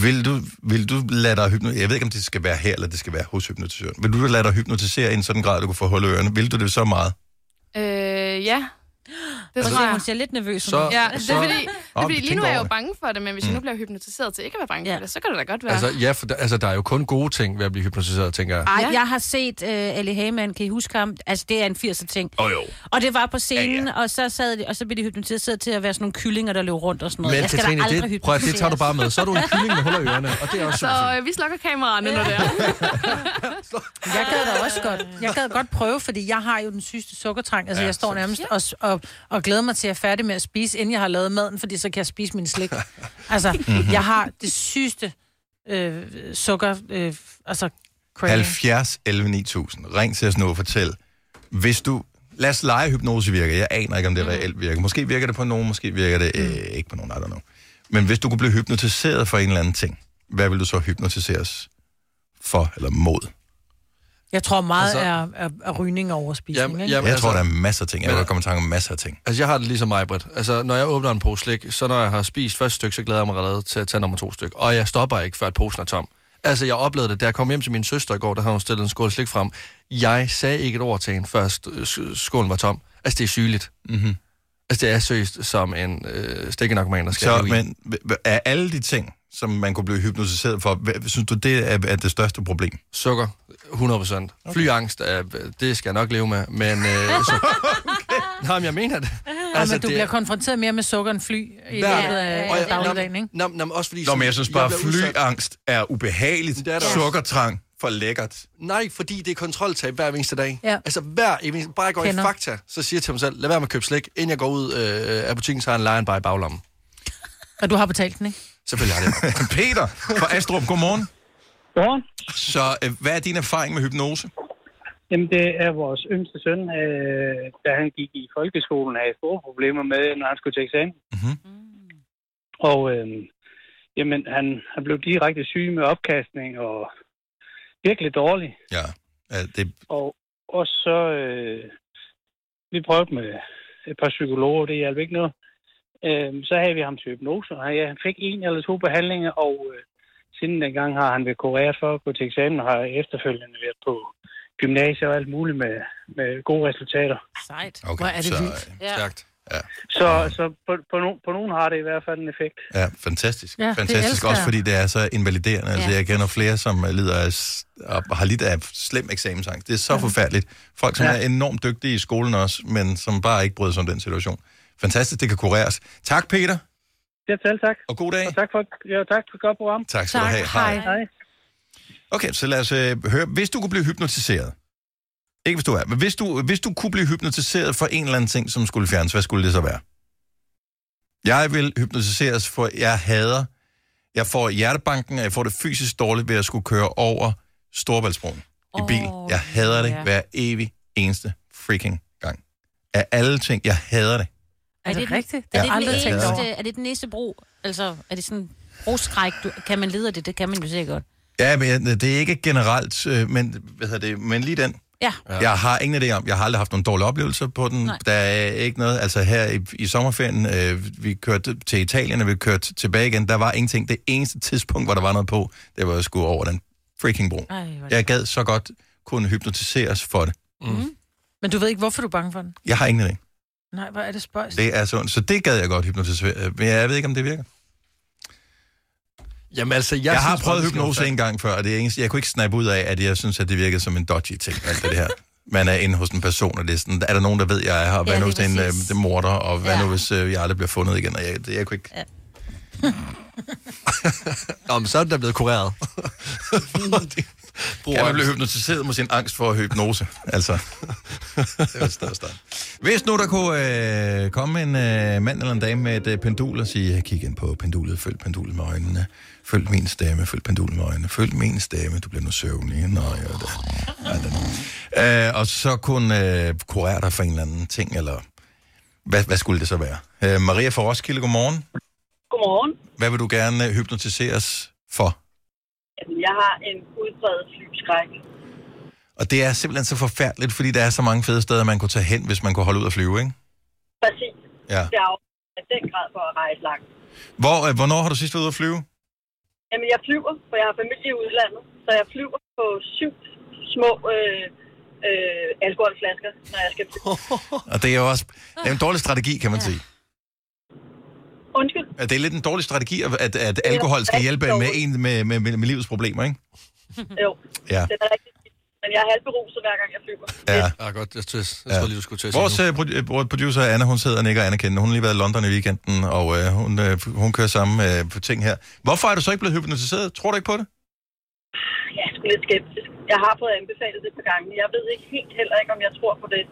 Speaker 1: Vil du, vil du lade dig hypnotisere? Jeg ved ikke, om det skal være her, eller det skal være hos hypnotisøren. Vil du lade dig hypnotisere i en sådan grad, at du kan få hul i ørerne? Vil du det så meget?
Speaker 17: Øh, ja. Det
Speaker 4: Og
Speaker 17: tror
Speaker 4: se,
Speaker 17: jeg.
Speaker 4: hun ser lidt nervøs ud.
Speaker 1: Så-
Speaker 17: Ja, det
Speaker 1: så-
Speaker 17: er fordi, Men
Speaker 2: Nå,
Speaker 17: fordi
Speaker 2: tænk
Speaker 17: lige nu er jeg
Speaker 2: over
Speaker 17: jo bange for det, men hvis mm. jeg
Speaker 2: Mm.
Speaker 17: nu bliver hypnotiseret til ikke at være bange ja. for det, så kan det da godt være.
Speaker 2: Altså, ja, for der, altså, der er jo kun gode ting ved at blive hypnotiseret, tænker jeg.
Speaker 4: Ej, jeg har set uh, Ali Hagemann, kan I huske ham? Altså, det er en 80'er ting.
Speaker 2: Åh, jo.
Speaker 4: Og det var på scenen, ja, ja. og så sad de, og så blev de hypnotiseret til at være sådan nogle kyllinger, der løb rundt og sådan noget.
Speaker 2: Men
Speaker 4: jeg skal da
Speaker 2: Katrine,
Speaker 4: aldrig Altså,
Speaker 2: det, prøv at, det tager du bare med. Så er du en kylling med huller i ørerne, og det er også
Speaker 17: Så øh, vi slukker kameraerne, når det er.
Speaker 3: Jeg gad da også godt. Jeg gad godt prøve, fordi jeg har jo den sygeste sukkertrang. Altså,
Speaker 2: Ja,
Speaker 3: ja, jeg står
Speaker 2: så-
Speaker 3: nærmest og, og, og glæder mig til at jeg er færdig med at spise, inden jeg har lavet maden, fordi så kan jeg spise min slik. Altså,
Speaker 1: Mhm.
Speaker 3: jeg har det sygeste øh, sukker... Øh, altså, craving.
Speaker 1: 70 11 9000. Ring til os nu og fortæl. Hvis du... Lad os lege hypnose virker. Jeg aner ikke, om det reelt virker. Måske virker det på nogen, måske virker det øh, ikke på nogen. I don't know. Men hvis du kunne blive hypnotiseret for en eller anden ting, hvad vil du så hypnotiseres for eller mod?
Speaker 3: Jeg tror meget
Speaker 2: Altså-
Speaker 3: altså, er, er, er rygning og overspisning, jamen, altså- ikke?
Speaker 1: Jamen, altså- jeg tror, der er masser af ting. Jeg kan godt komme i tanke om masser af ting.
Speaker 2: Altså, jeg har det ligesom mig, Britt. Altså, når jeg åbner en pose slik, så når jeg har spist første stykke, så glæder jeg mig allerede til at tage nummer to stykke. Og jeg stopper ikke, før at posen er tom. Altså, jeg oplevede det, da jeg kom hjem til min søster i går, der havde hun stillet en skål slik frem. Jeg sagde ikke et ord til hende, før st- s- skålen var tom. Altså, det er sygeligt.
Speaker 1: Mm-hmm.
Speaker 2: Altså, det er seriøst som en øh, stikkenarkoman, der skal
Speaker 1: Så,
Speaker 2: leve i.
Speaker 1: men h- h- af alle de ting, som man kunne blive hypnotiseret for, hvad, synes du, det er, er det største problem?
Speaker 2: Sukker, 100 procent. Okay. Flyangst, er, det skal jeg nok leve med, men... Øh, så... okay. Nå, men jeg mener det.
Speaker 3: Altså, men
Speaker 2: det-
Speaker 3: du det... bliver konfronteret mere med sukker end fly i
Speaker 2: Hver-
Speaker 3: løbet af
Speaker 2: Og
Speaker 3: ja,
Speaker 2: jeg-
Speaker 3: øh, dagligdagen, ikke?
Speaker 2: Nå, nå, men også fordi...
Speaker 1: Nå, men jeg synes bare,
Speaker 2: bliver udsat-
Speaker 1: flyangst er ubehageligt. Det
Speaker 2: er
Speaker 1: er
Speaker 2: det også.
Speaker 1: Sukkertrang for lækkert.
Speaker 2: Nej, fordi det er kontroltab hver eneste dag.
Speaker 3: Ja.
Speaker 2: Altså hver eneste... Bare jeg går Kender.
Speaker 3: Kender.
Speaker 2: i fakta, så siger jeg til mig selv, lad være med at købe slik, inden jeg går ud øh, af butikken, så har jeg en lion bare i baglommen.
Speaker 3: Og du har betalt den, ikke?
Speaker 2: Selvfølgelig har jeg det.
Speaker 1: Peter fra Astrup, godmorgen.
Speaker 18: Godmorgen.
Speaker 1: Så øh, hvad er din erfaring med hypnose?
Speaker 18: Jamen, det er vores yngste søn, øh, da han gik i folkeskolen, havde store problemer med, når han skulle til eksamen. Mm-hmm. Og øh, jamen, han, han blev direkte syg med opkastning og virkelig dårlig.
Speaker 1: Ja, øh, det...
Speaker 18: Og, og så, øh, vi prøvede med et par psykologer, det hjalp ikke noget. Øh, så havde vi ham til hypnose, og han- han fik en eller to behandlinger, og øh, siden dengang har han været kureret for at gå til eksamen, og har efterfølgende været på gymnasier og alt muligt med, med gode resultater.
Speaker 4: Sejt.
Speaker 1: Okay, Hvor er det så, øh, vildt.
Speaker 4: Ja.
Speaker 2: Stærkt.
Speaker 18: Så, så på, på, nogen, på nogen har det i hvert fald en effekt.
Speaker 1: Ja, fantastisk.
Speaker 18: Ja,
Speaker 1: Ja,
Speaker 18: det
Speaker 1: fantastisk,
Speaker 18: elsker
Speaker 1: også
Speaker 18: jeg.
Speaker 1: fordi det er så invaliderende. Ja. Altså,
Speaker 18: Ja.
Speaker 1: jeg kender flere, som lider af, s- og har lidt af slem eksamensangst. Det er så ja. forfærdeligt. Folk, som ja.
Speaker 18: Ja.
Speaker 1: er enormt dygtige i skolen også, men som bare ikke bryder sig om den situation. Fantastisk, det kan kureres. Tak, Peter.
Speaker 18: Ja, selv tak.
Speaker 1: Og god dag.
Speaker 18: Og tak for, ja, tak for et godt program.
Speaker 1: Tak skal du Tak, have. Hej.
Speaker 18: Hej.
Speaker 1: Okay, så lad os øh, høre. Hvis du kunne blive hypnotiseret, ikke hvis du er, men hvis du, hvis du kunne blive hypnotiseret for en eller anden ting, som skulle fjernes, hvad skulle det så være? Jeg vil hypnotiseres for, jeg hader, jeg får hjertebanken, og jeg får det fysisk dårligt ved at skulle køre over Storvaldsbroen i bil. Jeg hader det
Speaker 4: ja.
Speaker 1: hver evig eneste freaking gang. Af alle ting, jeg hader det.
Speaker 4: Er det,
Speaker 3: det
Speaker 4: den-
Speaker 3: rigtigt?
Speaker 4: Er
Speaker 3: Det har
Speaker 4: det,
Speaker 3: jeg aldrig
Speaker 4: den
Speaker 3: tænkt
Speaker 4: eneste,
Speaker 3: over.
Speaker 4: er det den næste bro? Altså, er det sådan broskræk? Du, kan man lide af det? Det kan man jo sikkert godt.
Speaker 1: Ja, men jeg- det er ikke generelt, øh, men, hvad hedder det, men lige den.
Speaker 4: Ja.
Speaker 1: Ja. Jeg har ingen idé om, jeg har aldrig haft nogle dårlige oplevelser på den. Nej.
Speaker 4: Nej.
Speaker 1: Der er ikke noget, altså her i, i sommerferien, øh, vi kørte til Italien, og vi kørte tilbage igen, der var ingenting. Det eneste tidspunkt, hvor der var noget på, det var at skulle over den freaking bro.
Speaker 3: Ej, hvor er det-
Speaker 1: Jeg gad så godt kunne hypnotiseres for det.
Speaker 3: Mm. Men du ved ikke, hvorfor du er bange for den?
Speaker 1: Jeg har ingen idé.
Speaker 3: Nej, hvor er det spøjs.
Speaker 1: Det er sådan, så det gad jeg godt hypnotisere, øh, men jeg ved ikke, om det virker.
Speaker 2: Jamen altså, jeg,
Speaker 1: Jeg, jeg har
Speaker 2: synes,
Speaker 1: prøvet
Speaker 2: bare, det skal
Speaker 1: hypnose
Speaker 2: være
Speaker 1: en gang før, og det er eneste, jeg kunne ikke snappe ud af, at jeg synes, at det virkede som en dodgy ting, alt det her. Man er inde hos en person, og det er sådan, er der nogen, der ved, jeg er her, og hvad
Speaker 2: Ja,
Speaker 1: ja, nu hvis
Speaker 2: lige
Speaker 1: det er en øh,
Speaker 2: præcis.
Speaker 1: det morder, og hvad
Speaker 2: Ja.
Speaker 1: ja. nu hvis øh, jeg aldrig bliver fundet igen, og jeg, det, jeg kunne ikke...
Speaker 4: Ja.
Speaker 2: Nå, men så er den da blevet kureret.
Speaker 1: Kan man blive hypnotiseret med sin angst for hypnose? Altså, det var størst Hvis nu der kunne øh, komme en øh, mand eller en dame med et øh, pendul og sige, kig ind på pendulet, følg pendulet med øjnene, følg min stemme, følg pendulet med øjnene, følg min stemme, du bliver nu søvnig. Nå, ja, det, ja, det. Øh, og så kunne øh, kurere dig for en eller anden ting, eller hvad, hvad skulle det så være? Øh, Maria fra Roskilde, godmorgen.
Speaker 19: Godmorgen.
Speaker 1: Hvad vil du gerne øh, hypnotiseres for?
Speaker 19: Jamen, jeg har en udbredt flyskræk.
Speaker 1: Og det er simpelthen så forfærdeligt, fordi der er så mange fede steder, man kunne tage hen, hvis man kunne holde ud og flyve, ikke?
Speaker 19: Præcis.
Speaker 1: Ja.
Speaker 19: Det er jo af den grad for at rejse langt.
Speaker 1: Hvor, øh, hvornår har du sidst været ude at flyve?
Speaker 19: Jamen, jeg flyver, for jeg har familie i udlandet. Så jeg flyver på syv små øh, øh, alkoholflasker, når jeg skal flyve.
Speaker 1: Og det er jo også det er en dårlig strategi, kan man ja. sige.
Speaker 20: Undskyld.
Speaker 1: At det er lidt en dårlig strategi, at, at alkohol skal hjælpe en med en med, med, med, med livets problemer, ikke?
Speaker 20: Jo,
Speaker 1: Ja.
Speaker 20: det er rigtigt. Men jeg er halvberuset hver gang, jeg flyver.
Speaker 1: Ja.
Speaker 2: Ja, godt. Jeg, tøs, jeg ja. troede lige, du skulle til at sige
Speaker 1: Vores
Speaker 2: nu.
Speaker 1: øh, produ- øh, vores producer, Anna, hun sidder og nikker anerkendende. Hun har lige været i London i weekenden, og øh, hun, øh, hun kører samme øh, ting her. Hvorfor er du så ikke blevet hypnotiseret? Tror du ikke på det?
Speaker 20: Jeg er sgu lidt skeptisk. Jeg har fået anbefalet det et par gange. Jeg ved ikke helt heller ikke, om jeg tror på det.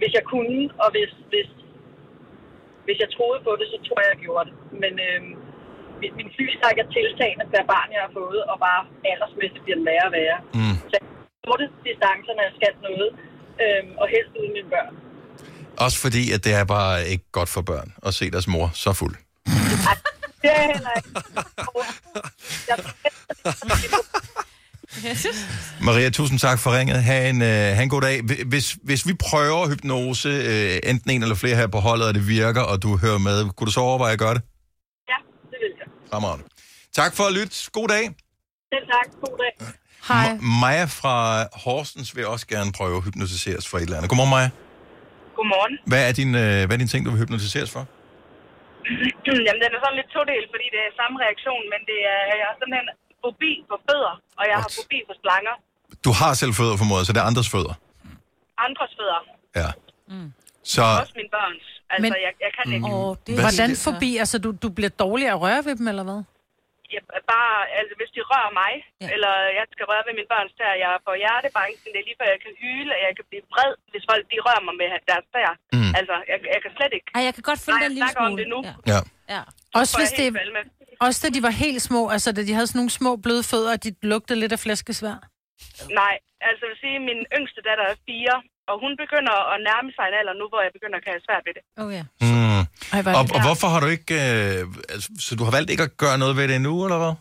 Speaker 20: Hvis jeg kunne, og hvis, hvis, hvis jeg troede på det, så tror jeg, jeg gjorde det. Men øhm, min, min flystræk er tiltagende per barn, jeg har fået, og bare aldersmæssigt bliver den værre og værre.
Speaker 1: Mm.
Speaker 20: Så jeg korte distancer, når jeg skal noget, øhm, og helst uden mine børn.
Speaker 1: Også fordi, at det er bare ikke godt for børn at se deres mor så fuld.
Speaker 20: Det er heller ikke.
Speaker 1: Maria, tusind tak for ringet. Ha' en, øh, ha en god dag. Hvi- Hvis, hvis vi prøver hypnose, øh, enten en eller flere her på holdet, og det virker, og du hører med, kunne du så overveje at gøre det?
Speaker 20: Ja, det vil jeg.
Speaker 1: Fremragende. Tak for at lytte. God dag.
Speaker 20: Selv tak. God dag.
Speaker 1: M- Maja fra Horsens vil også gerne prøve at hypnotiseres for et eller andet. Godmorgen, Maja.
Speaker 19: Godmorgen.
Speaker 1: Hvad er din, øh, hvad er din ting, du vil hypnotiseres for?
Speaker 19: Jamen, den er sådan lidt todel, fordi det er samme reaktion, men det er, jeg har sådan en fobi for fødder, og jeg har fobi for slanger.
Speaker 1: Du har selv fødder formodet, så det er andres fødder.
Speaker 19: Andres fødder.
Speaker 1: Ja.
Speaker 19: Mm.
Speaker 1: Så
Speaker 19: Også mine børns. Altså,
Speaker 3: Men-
Speaker 19: jeg, jeg kan ikke.
Speaker 21: Mm.
Speaker 3: Åh, det
Speaker 1: Hvad-
Speaker 3: Hvordan forbi? Altså, du, du bliver dårlig at røre ved dem, eller hvad?
Speaker 19: Jeg, bare, altså, hvis de rører mig, ja. eller jeg skal røre ved mine børns tæer, jeg får hjertebanken, det er lige før jeg kan hyle, og jeg kan blive vred, hvis folk de rører mig med deres tæer.
Speaker 1: Mm.
Speaker 19: Altså, jeg, jeg kan slet ikke.
Speaker 21: Ej, jeg kan godt følge
Speaker 19: Nej,
Speaker 21: den
Speaker 19: jeg
Speaker 21: lille
Speaker 19: snakker om
Speaker 21: smule. Ja.
Speaker 19: det nu.
Speaker 1: Ja.
Speaker 21: ja.
Speaker 3: Også, hvis det, også da de var helt små, altså da de havde sådan nogle små bløde fødder, og de lugtede lidt af flæskesvær.
Speaker 19: Nej, altså jeg vil sige, min yngste datter er fire, og hun begynder at nærme sig en alder nu, hvor jeg begynder at kan have svært ved det.
Speaker 3: Oh, ja.
Speaker 1: Mm.
Speaker 3: Ej, hvor er
Speaker 1: og,
Speaker 3: det-
Speaker 1: og hvorfor har du ikke... Øh, altså, så du har valgt ikke at gøre noget ved det endnu, eller hvad?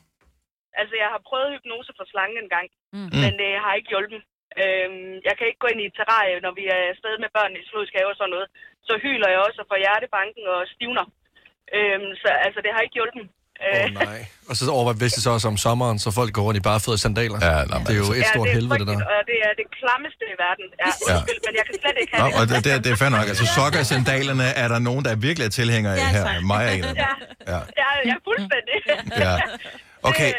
Speaker 19: Altså, jeg har prøvet hypnose for slangen en gang,
Speaker 21: mm.
Speaker 19: men det har ikke hjulpet. Øhm, jeg kan ikke gå ind i et terrarie, når vi er afsted med børn i zoologisk have og sådan noget. Så hyler jeg også og får hjertebanken og stivner. Øhm, så altså, det har ikke hjulpet. Øh,
Speaker 2: Åh, nej. Og så overvej, hvis det så også om sommeren, så folk går rundt i barefødder og sandaler.
Speaker 1: Ja, nej, altså-
Speaker 2: det er jo et stort
Speaker 19: det er
Speaker 2: helvede, det der.
Speaker 19: frygteligt, Og det er det klammeste i verden. Ja, undskyld, men jeg kan slet ikke have
Speaker 1: Nå, og det, det, det er fair nok. Altså, sokker og sandalerne er der nogen, der virkelig er tilhængere af her. Maja er en af dem.
Speaker 19: Ja,
Speaker 1: Ja.
Speaker 19: ja, ja fuldstændig.
Speaker 1: Ja. Okay,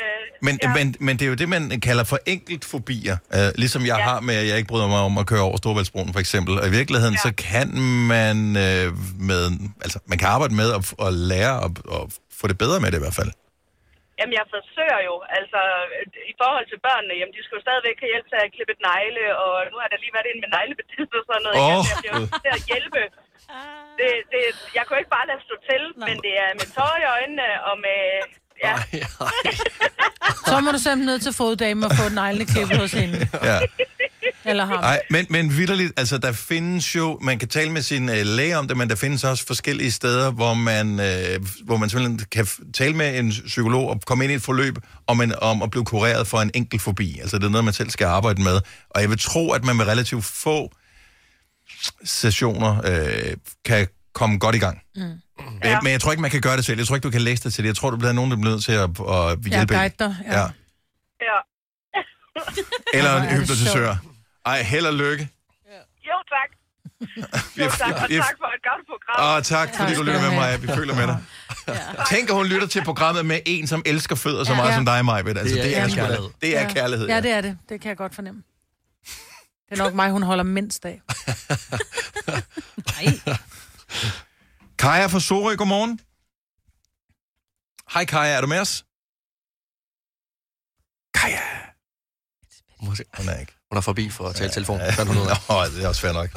Speaker 1: men, Øh, ja. men, men det er jo det, man kalder for enkeltfobier. Uh, ligesom jeg ja. har med, at jeg ikke bryder mig om at køre over Storvaldsbroen, for eksempel. Og i virkeligheden, ja. så kan man uh, med, altså, man kan arbejde med at, at lære og, og få det bedre med det i hvert fald.
Speaker 19: Jamen, jeg forsøger jo. Altså, i forhold til børnene, jamen, de skal jo stadigvæk have hjælp til at klippe et negle, og nu har der lige været inde med neglebetidelse og sådan noget.
Speaker 1: Åh.
Speaker 19: Oh. Jeg bliver jo nødt til at hjælpe. Ah. Det, det, jeg kunne ikke bare lade stå til, men det er med tårer i øjnene og med... Ja,
Speaker 3: Så må du simpelthen ned til foddamen og få neglene klippet hos hende.
Speaker 1: Ja.
Speaker 3: Eller ham.
Speaker 1: Ej, men, men vidderligt, altså der findes jo, man kan tale med sin øh, læge om det, men der findes også forskellige steder, hvor man, øh, hvor man simpelthen kan f- tale med en psykolog og komme ind i et forløb om, en, om at blive kureret for en enkelt fobi. Altså det er noget, man selv skal arbejde med. Og jeg vil tro, at man med relativt få sessioner øh, kan komme godt i gang.
Speaker 3: Mm.
Speaker 1: Ja. Men jeg tror ikke, man kan gøre det selv. Jeg tror ikke, du kan læse dig til det. Jeg tror, du bliver nogen, der bliver nødt til at, at hjælpe en.
Speaker 3: guide dig, ja.
Speaker 1: ja.
Speaker 19: ja.
Speaker 1: Eller
Speaker 19: Hvor er
Speaker 1: en
Speaker 19: det
Speaker 1: hypnotisør. Ej, held og lykke.
Speaker 19: Jo, tak. Jo, tak, og
Speaker 1: Vi er-
Speaker 19: tak for et godt program.
Speaker 1: Og tak, fordi
Speaker 19: Tak
Speaker 1: du
Speaker 19: skal
Speaker 1: lytter
Speaker 19: du
Speaker 1: med
Speaker 19: have.
Speaker 1: mig. Vi føler med dig. Tænk, at hun lytter til programmet med en, som elsker fødder så meget
Speaker 3: Ja.
Speaker 1: som dig, Majbet. Altså,
Speaker 2: Det
Speaker 1: det,
Speaker 2: er
Speaker 1: det, er, sgu da-
Speaker 2: kærlighed.
Speaker 1: det er kærlighed.
Speaker 3: Ja. ja, det er det. Det kan jeg godt fornemme. Det er nok mig, hun holder mindst af.
Speaker 1: Kaja fra Sorø, godmorgen. Hej Kaja, er du med os? Kaja. Hun er ikke.
Speaker 2: Hun er forbi for at tale telefon. Fandt hun ud af.
Speaker 1: Nå, det er også fair nok.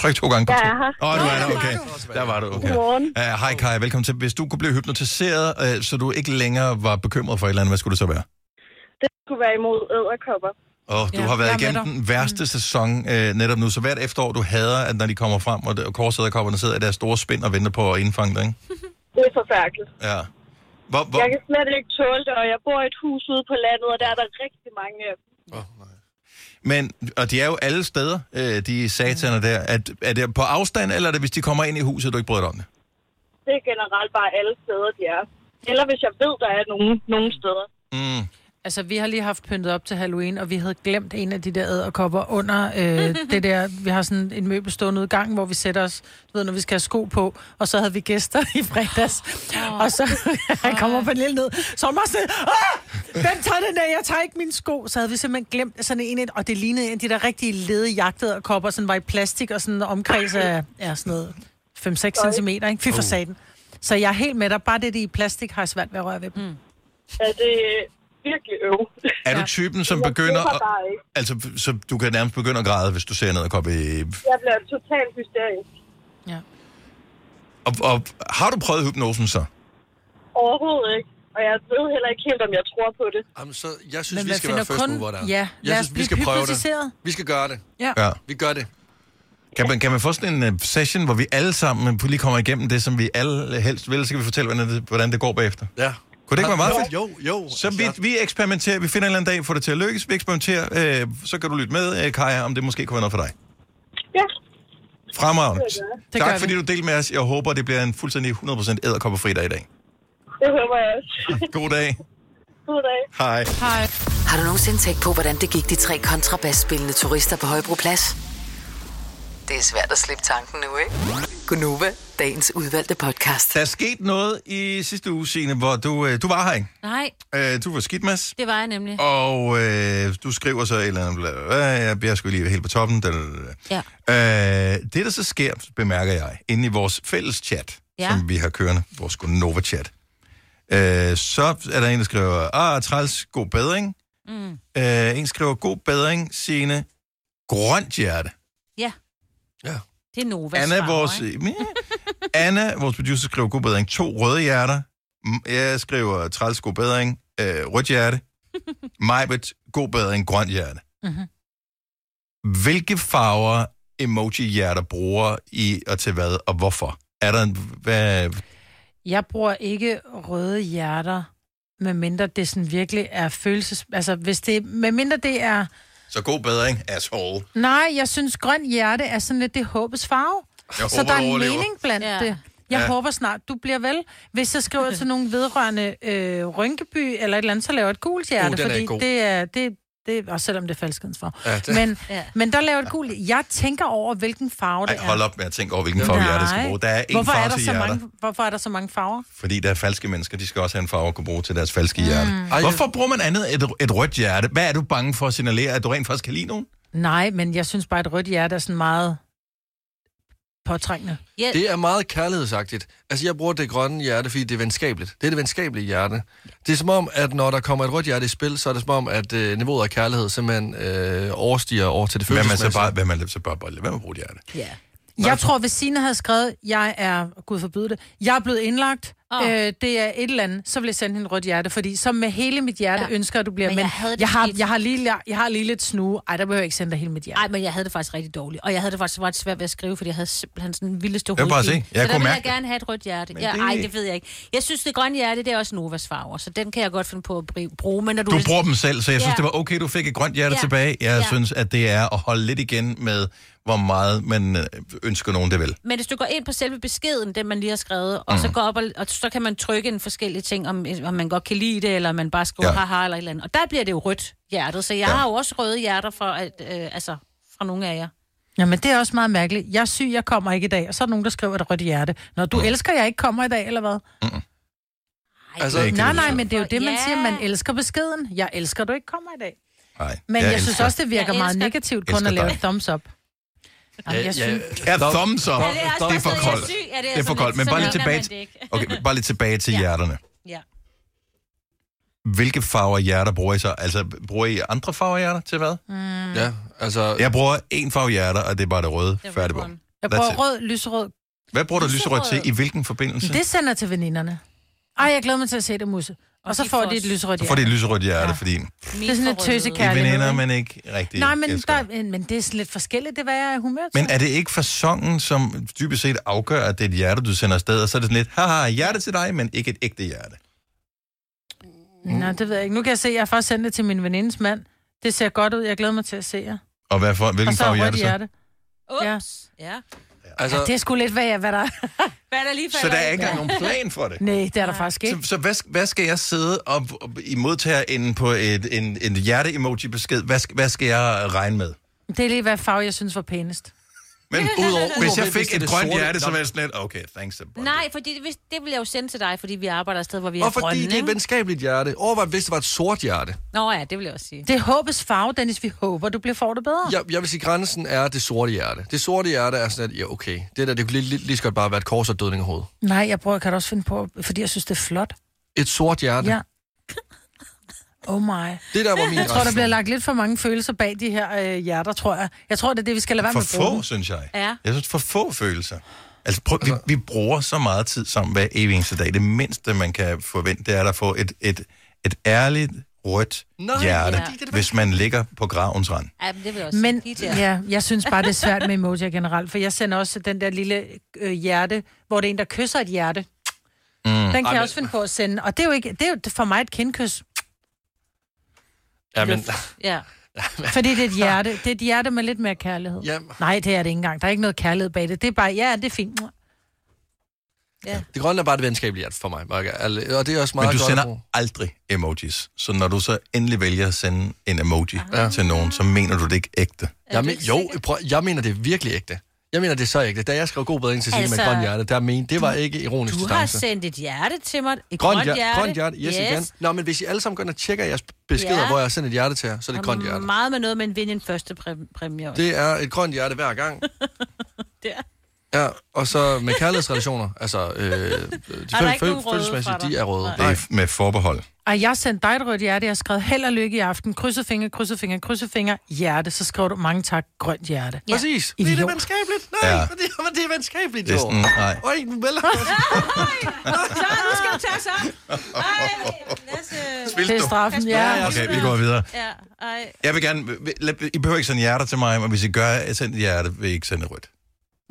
Speaker 1: Tryk to gange på
Speaker 2: Jeg
Speaker 1: to.
Speaker 2: er her.
Speaker 1: Nå, du
Speaker 2: Nå,
Speaker 1: er
Speaker 2: der
Speaker 1: der,
Speaker 2: var
Speaker 1: okay.
Speaker 2: du.
Speaker 1: Der var du, okay.
Speaker 22: Godmorgen.
Speaker 1: Uh, hej Kaja, velkommen til. Hvis du kunne blive hypnotiseret, uh, så du ikke længere var bekymret for et eller andet, hvad skulle det så være?
Speaker 22: Det skulle være imod æderkopper.
Speaker 1: Og du
Speaker 22: Ja,
Speaker 1: ja, har
Speaker 22: jeg
Speaker 1: været
Speaker 22: er med
Speaker 1: igennem
Speaker 22: dig.
Speaker 1: den værste mm. sæson øh, netop nu, så hvert efterår, du hader, at når de kommer frem, og, og korsæderkopperne sidder i deres store spind og venter på at indfange dig, ikke?
Speaker 22: Det er forfærdeligt.
Speaker 1: Ja. Hvor, hvor,
Speaker 22: Jeg kan slet ikke tåle det, og jeg bor i et hus ude på landet, og der er der rigtig mange øh, af dem.
Speaker 1: Men, og de er jo alle steder, øh, de sataner der. Er, er det på afstand, eller er det, hvis de kommer ind i huset, du ikke bryder dig om det?
Speaker 22: Det er generelt bare alle steder, de er. Eller hvis jeg ved, der er nogen, nogen steder.
Speaker 1: Mm.
Speaker 3: Altså, vi har lige haft pyntet op til Halloween, og vi havde glemt en af de der æderkopper under øh, det der... Vi har sådan en møbel stående ude i gangen, hvor vi sætter os, du ved, når vi skal have sko på. Og så havde vi gæster i fredags. Og så han kommer på en lille ned. Så hun var sådan, "Ah! Hvem tager den af? Jeg tager ikke mine sko. Så havde vi simpelthen glemt sådan en, og det lignede en af de der rigtige lede jagtede kopper, sådan var i plastik og sådan omkreds af ja, sådan noget 5-6 cm, ikke? Fy for satan. Så jeg er helt med dig. Bare det, de er i plastik, har jeg svært ved at røre ved dem. Mm.
Speaker 23: Ja, det er virkelig øv.
Speaker 1: Er du typen, som
Speaker 23: Jeg
Speaker 1: begynder
Speaker 23: køber
Speaker 1: at...
Speaker 23: bare ikke.
Speaker 1: Altså, så du kan nærmest begynde at græde, hvis du ser noget og i...
Speaker 23: Jeg bliver totalt hysterisk.
Speaker 1: Og, og, har du prøvet hypnosen så?
Speaker 23: Overhovedet ikke. Og jeg ved heller ikke helt, om jeg tror på det.
Speaker 2: Jamen, så jeg synes,
Speaker 23: Men
Speaker 2: vi
Speaker 23: man
Speaker 2: skal
Speaker 23: finder
Speaker 2: være first
Speaker 23: kun-
Speaker 2: mover der.
Speaker 23: Ja, lad
Speaker 2: jeg
Speaker 23: os
Speaker 2: synes, vi
Speaker 23: blive
Speaker 2: skal prøve
Speaker 23: hypnotiseret.
Speaker 2: det. Vi skal gøre det.
Speaker 3: Ja.
Speaker 1: Ja.
Speaker 2: Vi gør det.
Speaker 1: Kan man, kan man få sådan en øh, session, hvor vi alle sammen lige kommer igennem det, som vi alle helst vil, så kan vi fortælle, hvordan det, hvordan det går bagefter?
Speaker 2: Ja.
Speaker 1: Kunne det ikke være meget
Speaker 2: Jo,
Speaker 1: fedt?
Speaker 2: Jo, jo. Altså-
Speaker 1: Så vi, vi eksperimenterer, vi finder en eller anden dag, får det til at lykkes, vi eksperimenterer, øh, så kan du lytte med, øh, Kaja, om det måske kunne være noget for dig.
Speaker 23: Ja.
Speaker 1: Fremragende.
Speaker 23: Det gør jeg. Det gør
Speaker 1: Tak
Speaker 23: vi.
Speaker 1: fordi du delte med os. Jeg håber, det bliver en fuldstændig 100% æderkoppefri dag i dag.
Speaker 23: Det håber jeg også.
Speaker 1: God dag.
Speaker 23: God dag.
Speaker 1: Hej.
Speaker 3: Hej.
Speaker 16: Har du nogensinde tænkt på, hvordan det gik de tre kontrabasspillende turister på Højbroplads? Det er svært at slippe tanken nu, ikke? Gunova, dagens udvalgte podcast.
Speaker 1: Der er sket noget i sidste uge, Signe, hvor du, øh, du var her, ikke?
Speaker 4: Nej,
Speaker 1: Øh, du var skidt, Mads.
Speaker 4: det var jeg nemlig.
Speaker 1: Og øh, du skriver så et eller andet, bla, bla, bla, jeg bliver sgu lige helt på toppen. Da, da, da. da.
Speaker 4: Ja.
Speaker 1: Øh, det, der så sker, bemærker jeg, inde i vores fælles chat,
Speaker 4: Ja.
Speaker 1: ja. som vi har kørende, vores Nova-chat, øh, så er der en, der skriver, ah, træls, god bedring.
Speaker 4: Mm.
Speaker 1: Øh, en skriver, god bedring, Signe, grønt hjerte.
Speaker 4: Ja.
Speaker 1: Ja.
Speaker 4: Det er Novas
Speaker 1: Anna,
Speaker 4: farver,
Speaker 1: vores,
Speaker 4: ikke?
Speaker 1: ja, Anna, vores producer, skriver god bedring. To røde hjerter. M- Jeg skriver træls god bedring. Øh, rødt hjerte. Majbet, god bedring, grønt hjerte.
Speaker 3: Mm-hmm.
Speaker 1: Hvilke farver emoji-hjerter bruger I og til hvad, og hvorfor? Er der en... Hvad,
Speaker 3: Jeg bruger ikke røde hjerter, medmindre det sådan virkelig er følelses... Altså, hvis det... Medmindre det er...
Speaker 1: så god bedring, asshole.
Speaker 3: Nej, jeg synes, grøn hjerte er sådan lidt det håbets farve.
Speaker 1: Jeg
Speaker 3: så
Speaker 1: håber,
Speaker 3: der er
Speaker 1: du
Speaker 3: en
Speaker 1: overlever.
Speaker 3: mening blandt ja. det. Jeg
Speaker 1: Ja.
Speaker 3: ja. håber snart, du bliver vel. Hvis jeg skriver til nogen vedrørende øh, Rynkeby eller et eller andet, så laver jeg et gult hjerte,
Speaker 4: den er
Speaker 3: fordi
Speaker 4: ikke god.
Speaker 3: det er... Det, det, også selvom det er falskens farve.
Speaker 1: Ja, det-
Speaker 3: Men,
Speaker 4: Ja.
Speaker 3: men der laver jeg et gult... Jeg tænker over, hvilken farve det
Speaker 1: Ej,
Speaker 3: er.
Speaker 1: hold op med at tænke over, hvilken farve hjertet skal bruge. Der er en
Speaker 3: Hvorfor
Speaker 1: farve
Speaker 3: er der
Speaker 1: til
Speaker 3: så
Speaker 1: hjerter,
Speaker 3: mange, Hvorfor er der så mange farver?
Speaker 1: fordi der er falske mennesker. De skal også have en farve at kunne bruge til deres falske hjerte.
Speaker 3: Mm.
Speaker 1: Mm. Hvorfor bruger man andet et, et rødt hjerte? Hvad er du bange for at signalere, at du rent faktisk kan lide nogen?
Speaker 3: Nej, men jeg synes bare, at et rødt hjerte er sådan meget påtrængende.
Speaker 4: Yeah.
Speaker 2: Det er meget kærlighedsagtigt. Altså, jeg bruger det grønne hjerte, fordi det er venskabeligt. Det er det venskabelige hjerte. Det er som om, at når der kommer et rødt hjerte i spil, så er det som om, at øh, niveauet af kærlighed simpelthen øh, overstiger over til det
Speaker 1: Hvad man
Speaker 2: følelsesmæssige.
Speaker 1: så bare, hvad man så bare, bare hvad man bruger et hjerte?
Speaker 4: Ja.
Speaker 3: Jeg tror, hvis Signe havde skrevet, jeg er, gud forbyde det, jeg er blevet indlagt,
Speaker 4: Åh.
Speaker 3: oh. øh, det er et eller andet, så vil jeg sende hende et rødt hjerte, fordi så med hele mit hjerte
Speaker 4: Ja.
Speaker 3: ja. ønsker, at du bliver,
Speaker 4: Men
Speaker 3: men,
Speaker 4: jeg
Speaker 3: men
Speaker 4: havde det
Speaker 3: jeg, har,
Speaker 4: skidt.
Speaker 3: jeg, har lige, jeg, har lige lidt snue. Ej, der behøver jeg ikke sende dig hele mit hjerte.
Speaker 4: Nej, men jeg havde det faktisk rigtig dårligt. Og jeg havde det faktisk ret svært ved at skrive, fordi jeg havde simpelthen sådan den vildeste
Speaker 1: Jeg kan bare
Speaker 4: hovedpine.
Speaker 1: se. Jeg
Speaker 4: så
Speaker 1: kunne
Speaker 4: der ville jeg
Speaker 1: mærke det.
Speaker 4: gerne have et rødt hjerte.
Speaker 1: Men
Speaker 4: Ja,
Speaker 1: det-
Speaker 4: det... Ej, det ved jeg ikke. Jeg synes, det grønne hjerte, det er også Novas farver, så den kan jeg godt finde på at bri- bruge. Men når du,
Speaker 1: Du bruger dem selv, så jeg synes,
Speaker 4: Ja.
Speaker 1: det var okay, du fik et grønt hjerte
Speaker 4: Ja.
Speaker 1: tilbage. Jeg
Speaker 4: Ja.
Speaker 1: synes, at det er at holde lidt igen med, hvor meget man øh, ønsker nogen det vil.
Speaker 4: Men hvis du går ind på selve beskeden, den man lige har skrevet, og mm. så går op og, og så kan man trykke en forskellige ting, om, om man godt kan lide det, eller om man bare skriver ja.
Speaker 1: Ja.
Speaker 4: haha eller et eller andet. Og der bliver det jo rødt hjertet, så jeg ja.
Speaker 3: Ja.
Speaker 4: har jo også røde hjerter fra, at, øh, altså, fra nogle af jer.
Speaker 3: Jamen, det er også meget mærkeligt. Jeg er syg, jeg kommer ikke i dag, og så er der nogen, der skriver et rødt hjerte. Når du elsker, jeg ikke kommer i dag, eller hvad?
Speaker 1: Altså, ikke
Speaker 3: nej,
Speaker 1: det,
Speaker 3: nej,
Speaker 1: du
Speaker 3: men det er jo det, man
Speaker 4: Ja.
Speaker 3: siger, man elsker beskeden. Jeg elsker, du ikke kommer i dag.
Speaker 1: Nej,
Speaker 3: Men jeg, jeg
Speaker 1: elsker.
Speaker 3: synes også, det virker
Speaker 4: Jeg
Speaker 3: meget
Speaker 4: elsker- Mm.
Speaker 3: negativt kun
Speaker 1: Elsker
Speaker 3: at lave
Speaker 1: dig.
Speaker 3: et thumbs up. Jamen, jeg synes...
Speaker 1: Ja, thumbs up.
Speaker 4: Ja, det er også
Speaker 1: Det er for
Speaker 4: bare
Speaker 1: koldt.
Speaker 4: sådan, jeg er syg. Ja, det er
Speaker 1: Det er for
Speaker 4: sådan
Speaker 1: koldt,
Speaker 4: lidt-
Speaker 1: men bare lige
Speaker 4: sådan
Speaker 1: tilbage,
Speaker 4: mener man det ikke.
Speaker 1: okay, bare lige tilbage til hjerterne.
Speaker 4: Ja.
Speaker 1: Hvilke farver hjerter bruger I så? Altså, bruger I andre farver hjerter til hvad?
Speaker 3: Mm.
Speaker 2: Ja, altså...
Speaker 1: Jeg bruger en farve hjerter, og det er bare det røde. Færdig på.
Speaker 3: Jeg
Speaker 1: That's
Speaker 3: bruger
Speaker 1: it. Mhm.
Speaker 3: rød, lyserød.
Speaker 1: Hvad bruger du lyserød
Speaker 3: Lyserød.
Speaker 1: til? I hvilken forbindelse?
Speaker 3: Det sender jeg til veninderne. Ej, jeg glæder mig til at se det, musse. Og, så får de et lyserødt
Speaker 1: Så får det et
Speaker 3: hjerte.
Speaker 1: lyserødt hjerte, fordi
Speaker 3: Det er sådan lidt
Speaker 1: I er
Speaker 3: tøsekærlighed.
Speaker 1: veninder,
Speaker 3: ikke?
Speaker 1: men ikke rigtig
Speaker 3: Nej, men,
Speaker 1: elsker.
Speaker 3: der, men det er sådan lidt forskelligt, det var jeg er i humør til.
Speaker 1: Men er det ikke fasongen, som dybest set afgør, at det er et hjerte, du sender afsted, og så er det sådan lidt, haha, hjerte til dig, men ikke et ægte hjerte?
Speaker 3: Nej, det ved jeg ikke. Nu kan jeg se, at jeg har først sendt det til min venindes mand. Det ser godt ud, jeg glæder mig til at se jer.
Speaker 1: Og hvad for, hvilken
Speaker 3: og så
Speaker 1: farve
Speaker 3: rødt
Speaker 1: hjerte så?
Speaker 3: hjerte. Ups.
Speaker 4: Ja.
Speaker 3: Altså... Ja, det er sgu lidt, hvad, jeg, hvad der...
Speaker 4: Hvad er der lige
Speaker 1: Så der er ikke engang nogen plan for det?
Speaker 3: Nej, det er der faktisk ikke.
Speaker 1: Så, så hvad, sk- hvad skal jeg sidde og og i modtagerenden på et, en, en hjerte-emoji-besked? Hvad, sk- hvad skal jeg regne med?
Speaker 3: Det er lige, hvad farve jeg synes var pænest.
Speaker 1: Men
Speaker 3: Udover-
Speaker 1: hvis
Speaker 3: udover
Speaker 1: jeg
Speaker 3: det,
Speaker 1: fik
Speaker 3: hvis det
Speaker 1: et
Speaker 3: er
Speaker 1: grønt
Speaker 3: sorte-
Speaker 1: hjerte, så
Speaker 2: Nå.
Speaker 1: var jeg sådan lidt, okay, thanks. Det
Speaker 4: Nej, for det, hvis- det vil jeg jo sende til dig, fordi vi arbejder et sted, hvor vi er
Speaker 2: Og fordi
Speaker 4: grønne,
Speaker 2: det er et
Speaker 4: ikke?
Speaker 2: venskabeligt hjerte. Overvej, hvis det var et sort hjerte.
Speaker 4: Nå ja, det vil jeg også sige.
Speaker 3: Det er håbets farve, Dennis. Vi håber, du bliver får det
Speaker 4: Ah.
Speaker 3: bedre.
Speaker 2: Jeg, jeg vil sige, grænsen er det sorte hjerte. Det sorte hjerte er sådan, at ja, okay, det der, det kunne lige, lige, lige så godt bare være et kors og dødning af hovedet.
Speaker 3: Nej, jeg prøver, kan da også finde på, fordi jeg synes, det er flot.
Speaker 2: Et sort hjerte.
Speaker 3: Ja. Oh my.
Speaker 2: Det der var min
Speaker 3: Jeg tror, der
Speaker 2: grænse.
Speaker 3: bliver lagt lidt for mange følelser bag de her øh, hjerter, tror jeg. Jeg tror, det er det, vi skal lade være
Speaker 1: for
Speaker 3: med at bruge
Speaker 1: få,
Speaker 3: dem.
Speaker 1: synes jeg.
Speaker 3: Ja.
Speaker 1: Jeg synes, for få følelser. Altså, prøv, vi, vi bruger så meget tid sammen hver evig eneste dag. Det mindste, man kan forvente, det er at få et, et, et ærligt, rødt
Speaker 3: Nej,
Speaker 1: hjerte,
Speaker 3: ja. Det er det,
Speaker 1: hvis man ligger på gravens rand.
Speaker 4: Ja, men det vil jeg også
Speaker 3: Men
Speaker 4: sige. De der.
Speaker 3: ja, jeg synes bare, det er svært med emojier generelt, for jeg sender også den der lille øh, hjerte, hvor det er en, der kysser et hjerte.
Speaker 1: Mm.
Speaker 3: Den kan
Speaker 2: Ej,
Speaker 3: jeg
Speaker 2: men-
Speaker 3: også finde på at sende, og det er jo, ikke, det er jo for mig et kindkys.
Speaker 2: Ja, men,
Speaker 3: Ja. Fordi det er et hjerte. Det er et hjerte med lidt mere kærlighed.
Speaker 2: Jamen.
Speaker 3: Nej, det er det ikke engang. Der er ikke noget kærlighed bag det. Det er bare, ja, det er fint.
Speaker 2: det grønne er bare et venskabeligt hjerte for mig. Mark. Al- Og det er også meget
Speaker 1: Men du
Speaker 2: godt at
Speaker 1: sender
Speaker 2: bruge.
Speaker 1: aldrig emojis. Så når du så endelig vælger at sende en emoji ja. til nogen, så mener du det ikke ægte.
Speaker 2: Jeg men, jo, prøv, jeg mener det er virkelig ægte. Jeg mener det er så ægte. Da jeg skrev god bedring til Signe altså, med
Speaker 4: Altså,
Speaker 2: grønt hjerte, der mente, det var ikke ironisk
Speaker 4: Du har
Speaker 2: distance.
Speaker 4: sendt et hjerte til mig. Et
Speaker 2: Grønt,
Speaker 4: grønt hjerte.
Speaker 2: grønt hjerte, yes, yes, igen. Nå, men hvis I alle sammen går ind og tjekker jeres beskeder,
Speaker 4: Ja.
Speaker 2: ja. hvor jeg har sendt et hjerte til jer, så er det et grønt
Speaker 4: Og
Speaker 2: hjerte.
Speaker 4: meget med noget med en vinde en første præ- præmie også.
Speaker 2: Det er et grønt hjerte hver gang.
Speaker 4: Det er-
Speaker 2: Ja, og så med kærlighedsrelationer, altså øh, de
Speaker 4: er
Speaker 2: føl-
Speaker 4: ikke nogen
Speaker 2: føl-
Speaker 4: røde
Speaker 2: følelsesmæssige,
Speaker 4: fra dig?
Speaker 2: de er røde.
Speaker 1: Det er f- med forbehold.
Speaker 3: Og jeg sendte dig et rødt hjerte. Jeg skrev held og lykke i aften. Krydset finger, krydset finger, krydset finger. Hjerte. Så skrev du mange tak. Grønt hjerte.
Speaker 2: Ja. Præcis. Fordi det er
Speaker 3: Idiot.
Speaker 2: venskabeligt. Nej,
Speaker 1: Ja.
Speaker 2: ja. det, men det er venskabeligt,
Speaker 1: Det er
Speaker 2: jo.
Speaker 1: sådan, nej.
Speaker 2: Øj, nu melder
Speaker 4: Så nu skal du tage sig. Ej, lad os, øh,
Speaker 1: Spil Det er du. straffen,
Speaker 4: pas på
Speaker 1: ja.
Speaker 4: dig.
Speaker 1: Okay, vi går videre.
Speaker 4: Ja, ej.
Speaker 1: Jeg vil gerne... lad- I behøver ikke sende hjerter til mig, men hvis I gør, send et hjerte, vil I ikke sende et rødt.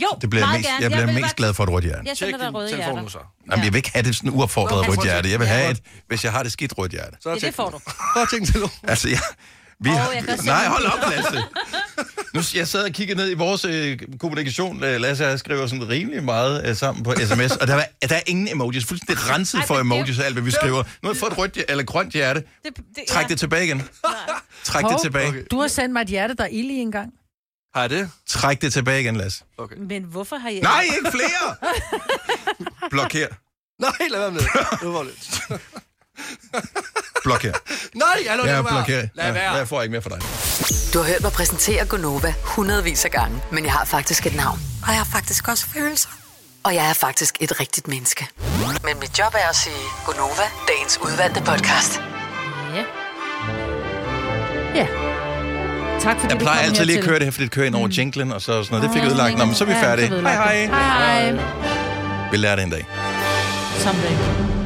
Speaker 4: Jo,
Speaker 1: Det bliver
Speaker 4: meget
Speaker 1: mest,
Speaker 4: gerne.
Speaker 1: jeg bliver
Speaker 4: vil
Speaker 1: mest
Speaker 4: godt-
Speaker 1: glad for et rødt hjerte.
Speaker 4: Jeg sender dig røde hjerter.
Speaker 2: så.
Speaker 1: Jamen, jeg vil ikke have det sådan uopfordret
Speaker 4: Nå,
Speaker 1: rødt
Speaker 4: altså-
Speaker 1: hjerte. Jeg vil have et, hvis jeg har det skidt rødt hjerte.
Speaker 4: Ja, det får du.
Speaker 2: Så er tænkt til
Speaker 1: Altså, jeg, vi
Speaker 4: Åh,
Speaker 1: har,
Speaker 4: jeg kan også se
Speaker 1: nej,
Speaker 4: min
Speaker 1: hold op,
Speaker 4: computer.
Speaker 1: Lasse. Nu, s- jeg sad og kiggede ned i vores øh, kommunikation. Øh, Lasse og jeg skriver sådan rimelig meget øh, sammen på sms, og der er, der er ingen emojis. Fuldstændig renset for emojis og alt, hvad vi skriver. Nu har jeg fået et rødt, hjer- eller grønt hjerte. Træk det tilbage igen. Træk det
Speaker 3: Hov,
Speaker 1: tilbage.
Speaker 3: Du har sendt mig et hjerte, der er ild i en gang.
Speaker 2: Har jeg det?
Speaker 1: Træk det tilbage igen, Lasse.
Speaker 4: Men hvorfor har jeg...
Speaker 1: Nej, ikke flere! Blokér.
Speaker 2: Nej, lad være med det. Det var lidt.
Speaker 1: Blokér.
Speaker 2: Nej, hallo,
Speaker 1: Jeg
Speaker 2: lad
Speaker 1: er
Speaker 2: være.
Speaker 1: blokér.
Speaker 2: Lad være.
Speaker 1: Jeg får ikke mere for dig.
Speaker 16: Du har hørt mig præsentere Gonova hundredvis af gange, men jeg har faktisk et navn. Og jeg har faktisk også følelser. Og jeg er faktisk et rigtigt menneske. Men mit job er at sige Gonova, dagens udvalgte podcast.
Speaker 3: Ja. Tak fordi
Speaker 1: Jeg
Speaker 3: du
Speaker 1: plejer
Speaker 3: kom
Speaker 1: altid lige at
Speaker 3: hertil.
Speaker 1: køre det her, fordi det kører ind over jinglen og så sådan noget. Det fik
Speaker 3: Ah,
Speaker 1: ødelagt. Nå, men så er vi
Speaker 3: ja,
Speaker 1: færdige.
Speaker 3: så ved jeg
Speaker 1: Hej, hej.
Speaker 3: det. Hej, hej.
Speaker 1: Vi lærer det en dag.
Speaker 3: Someday.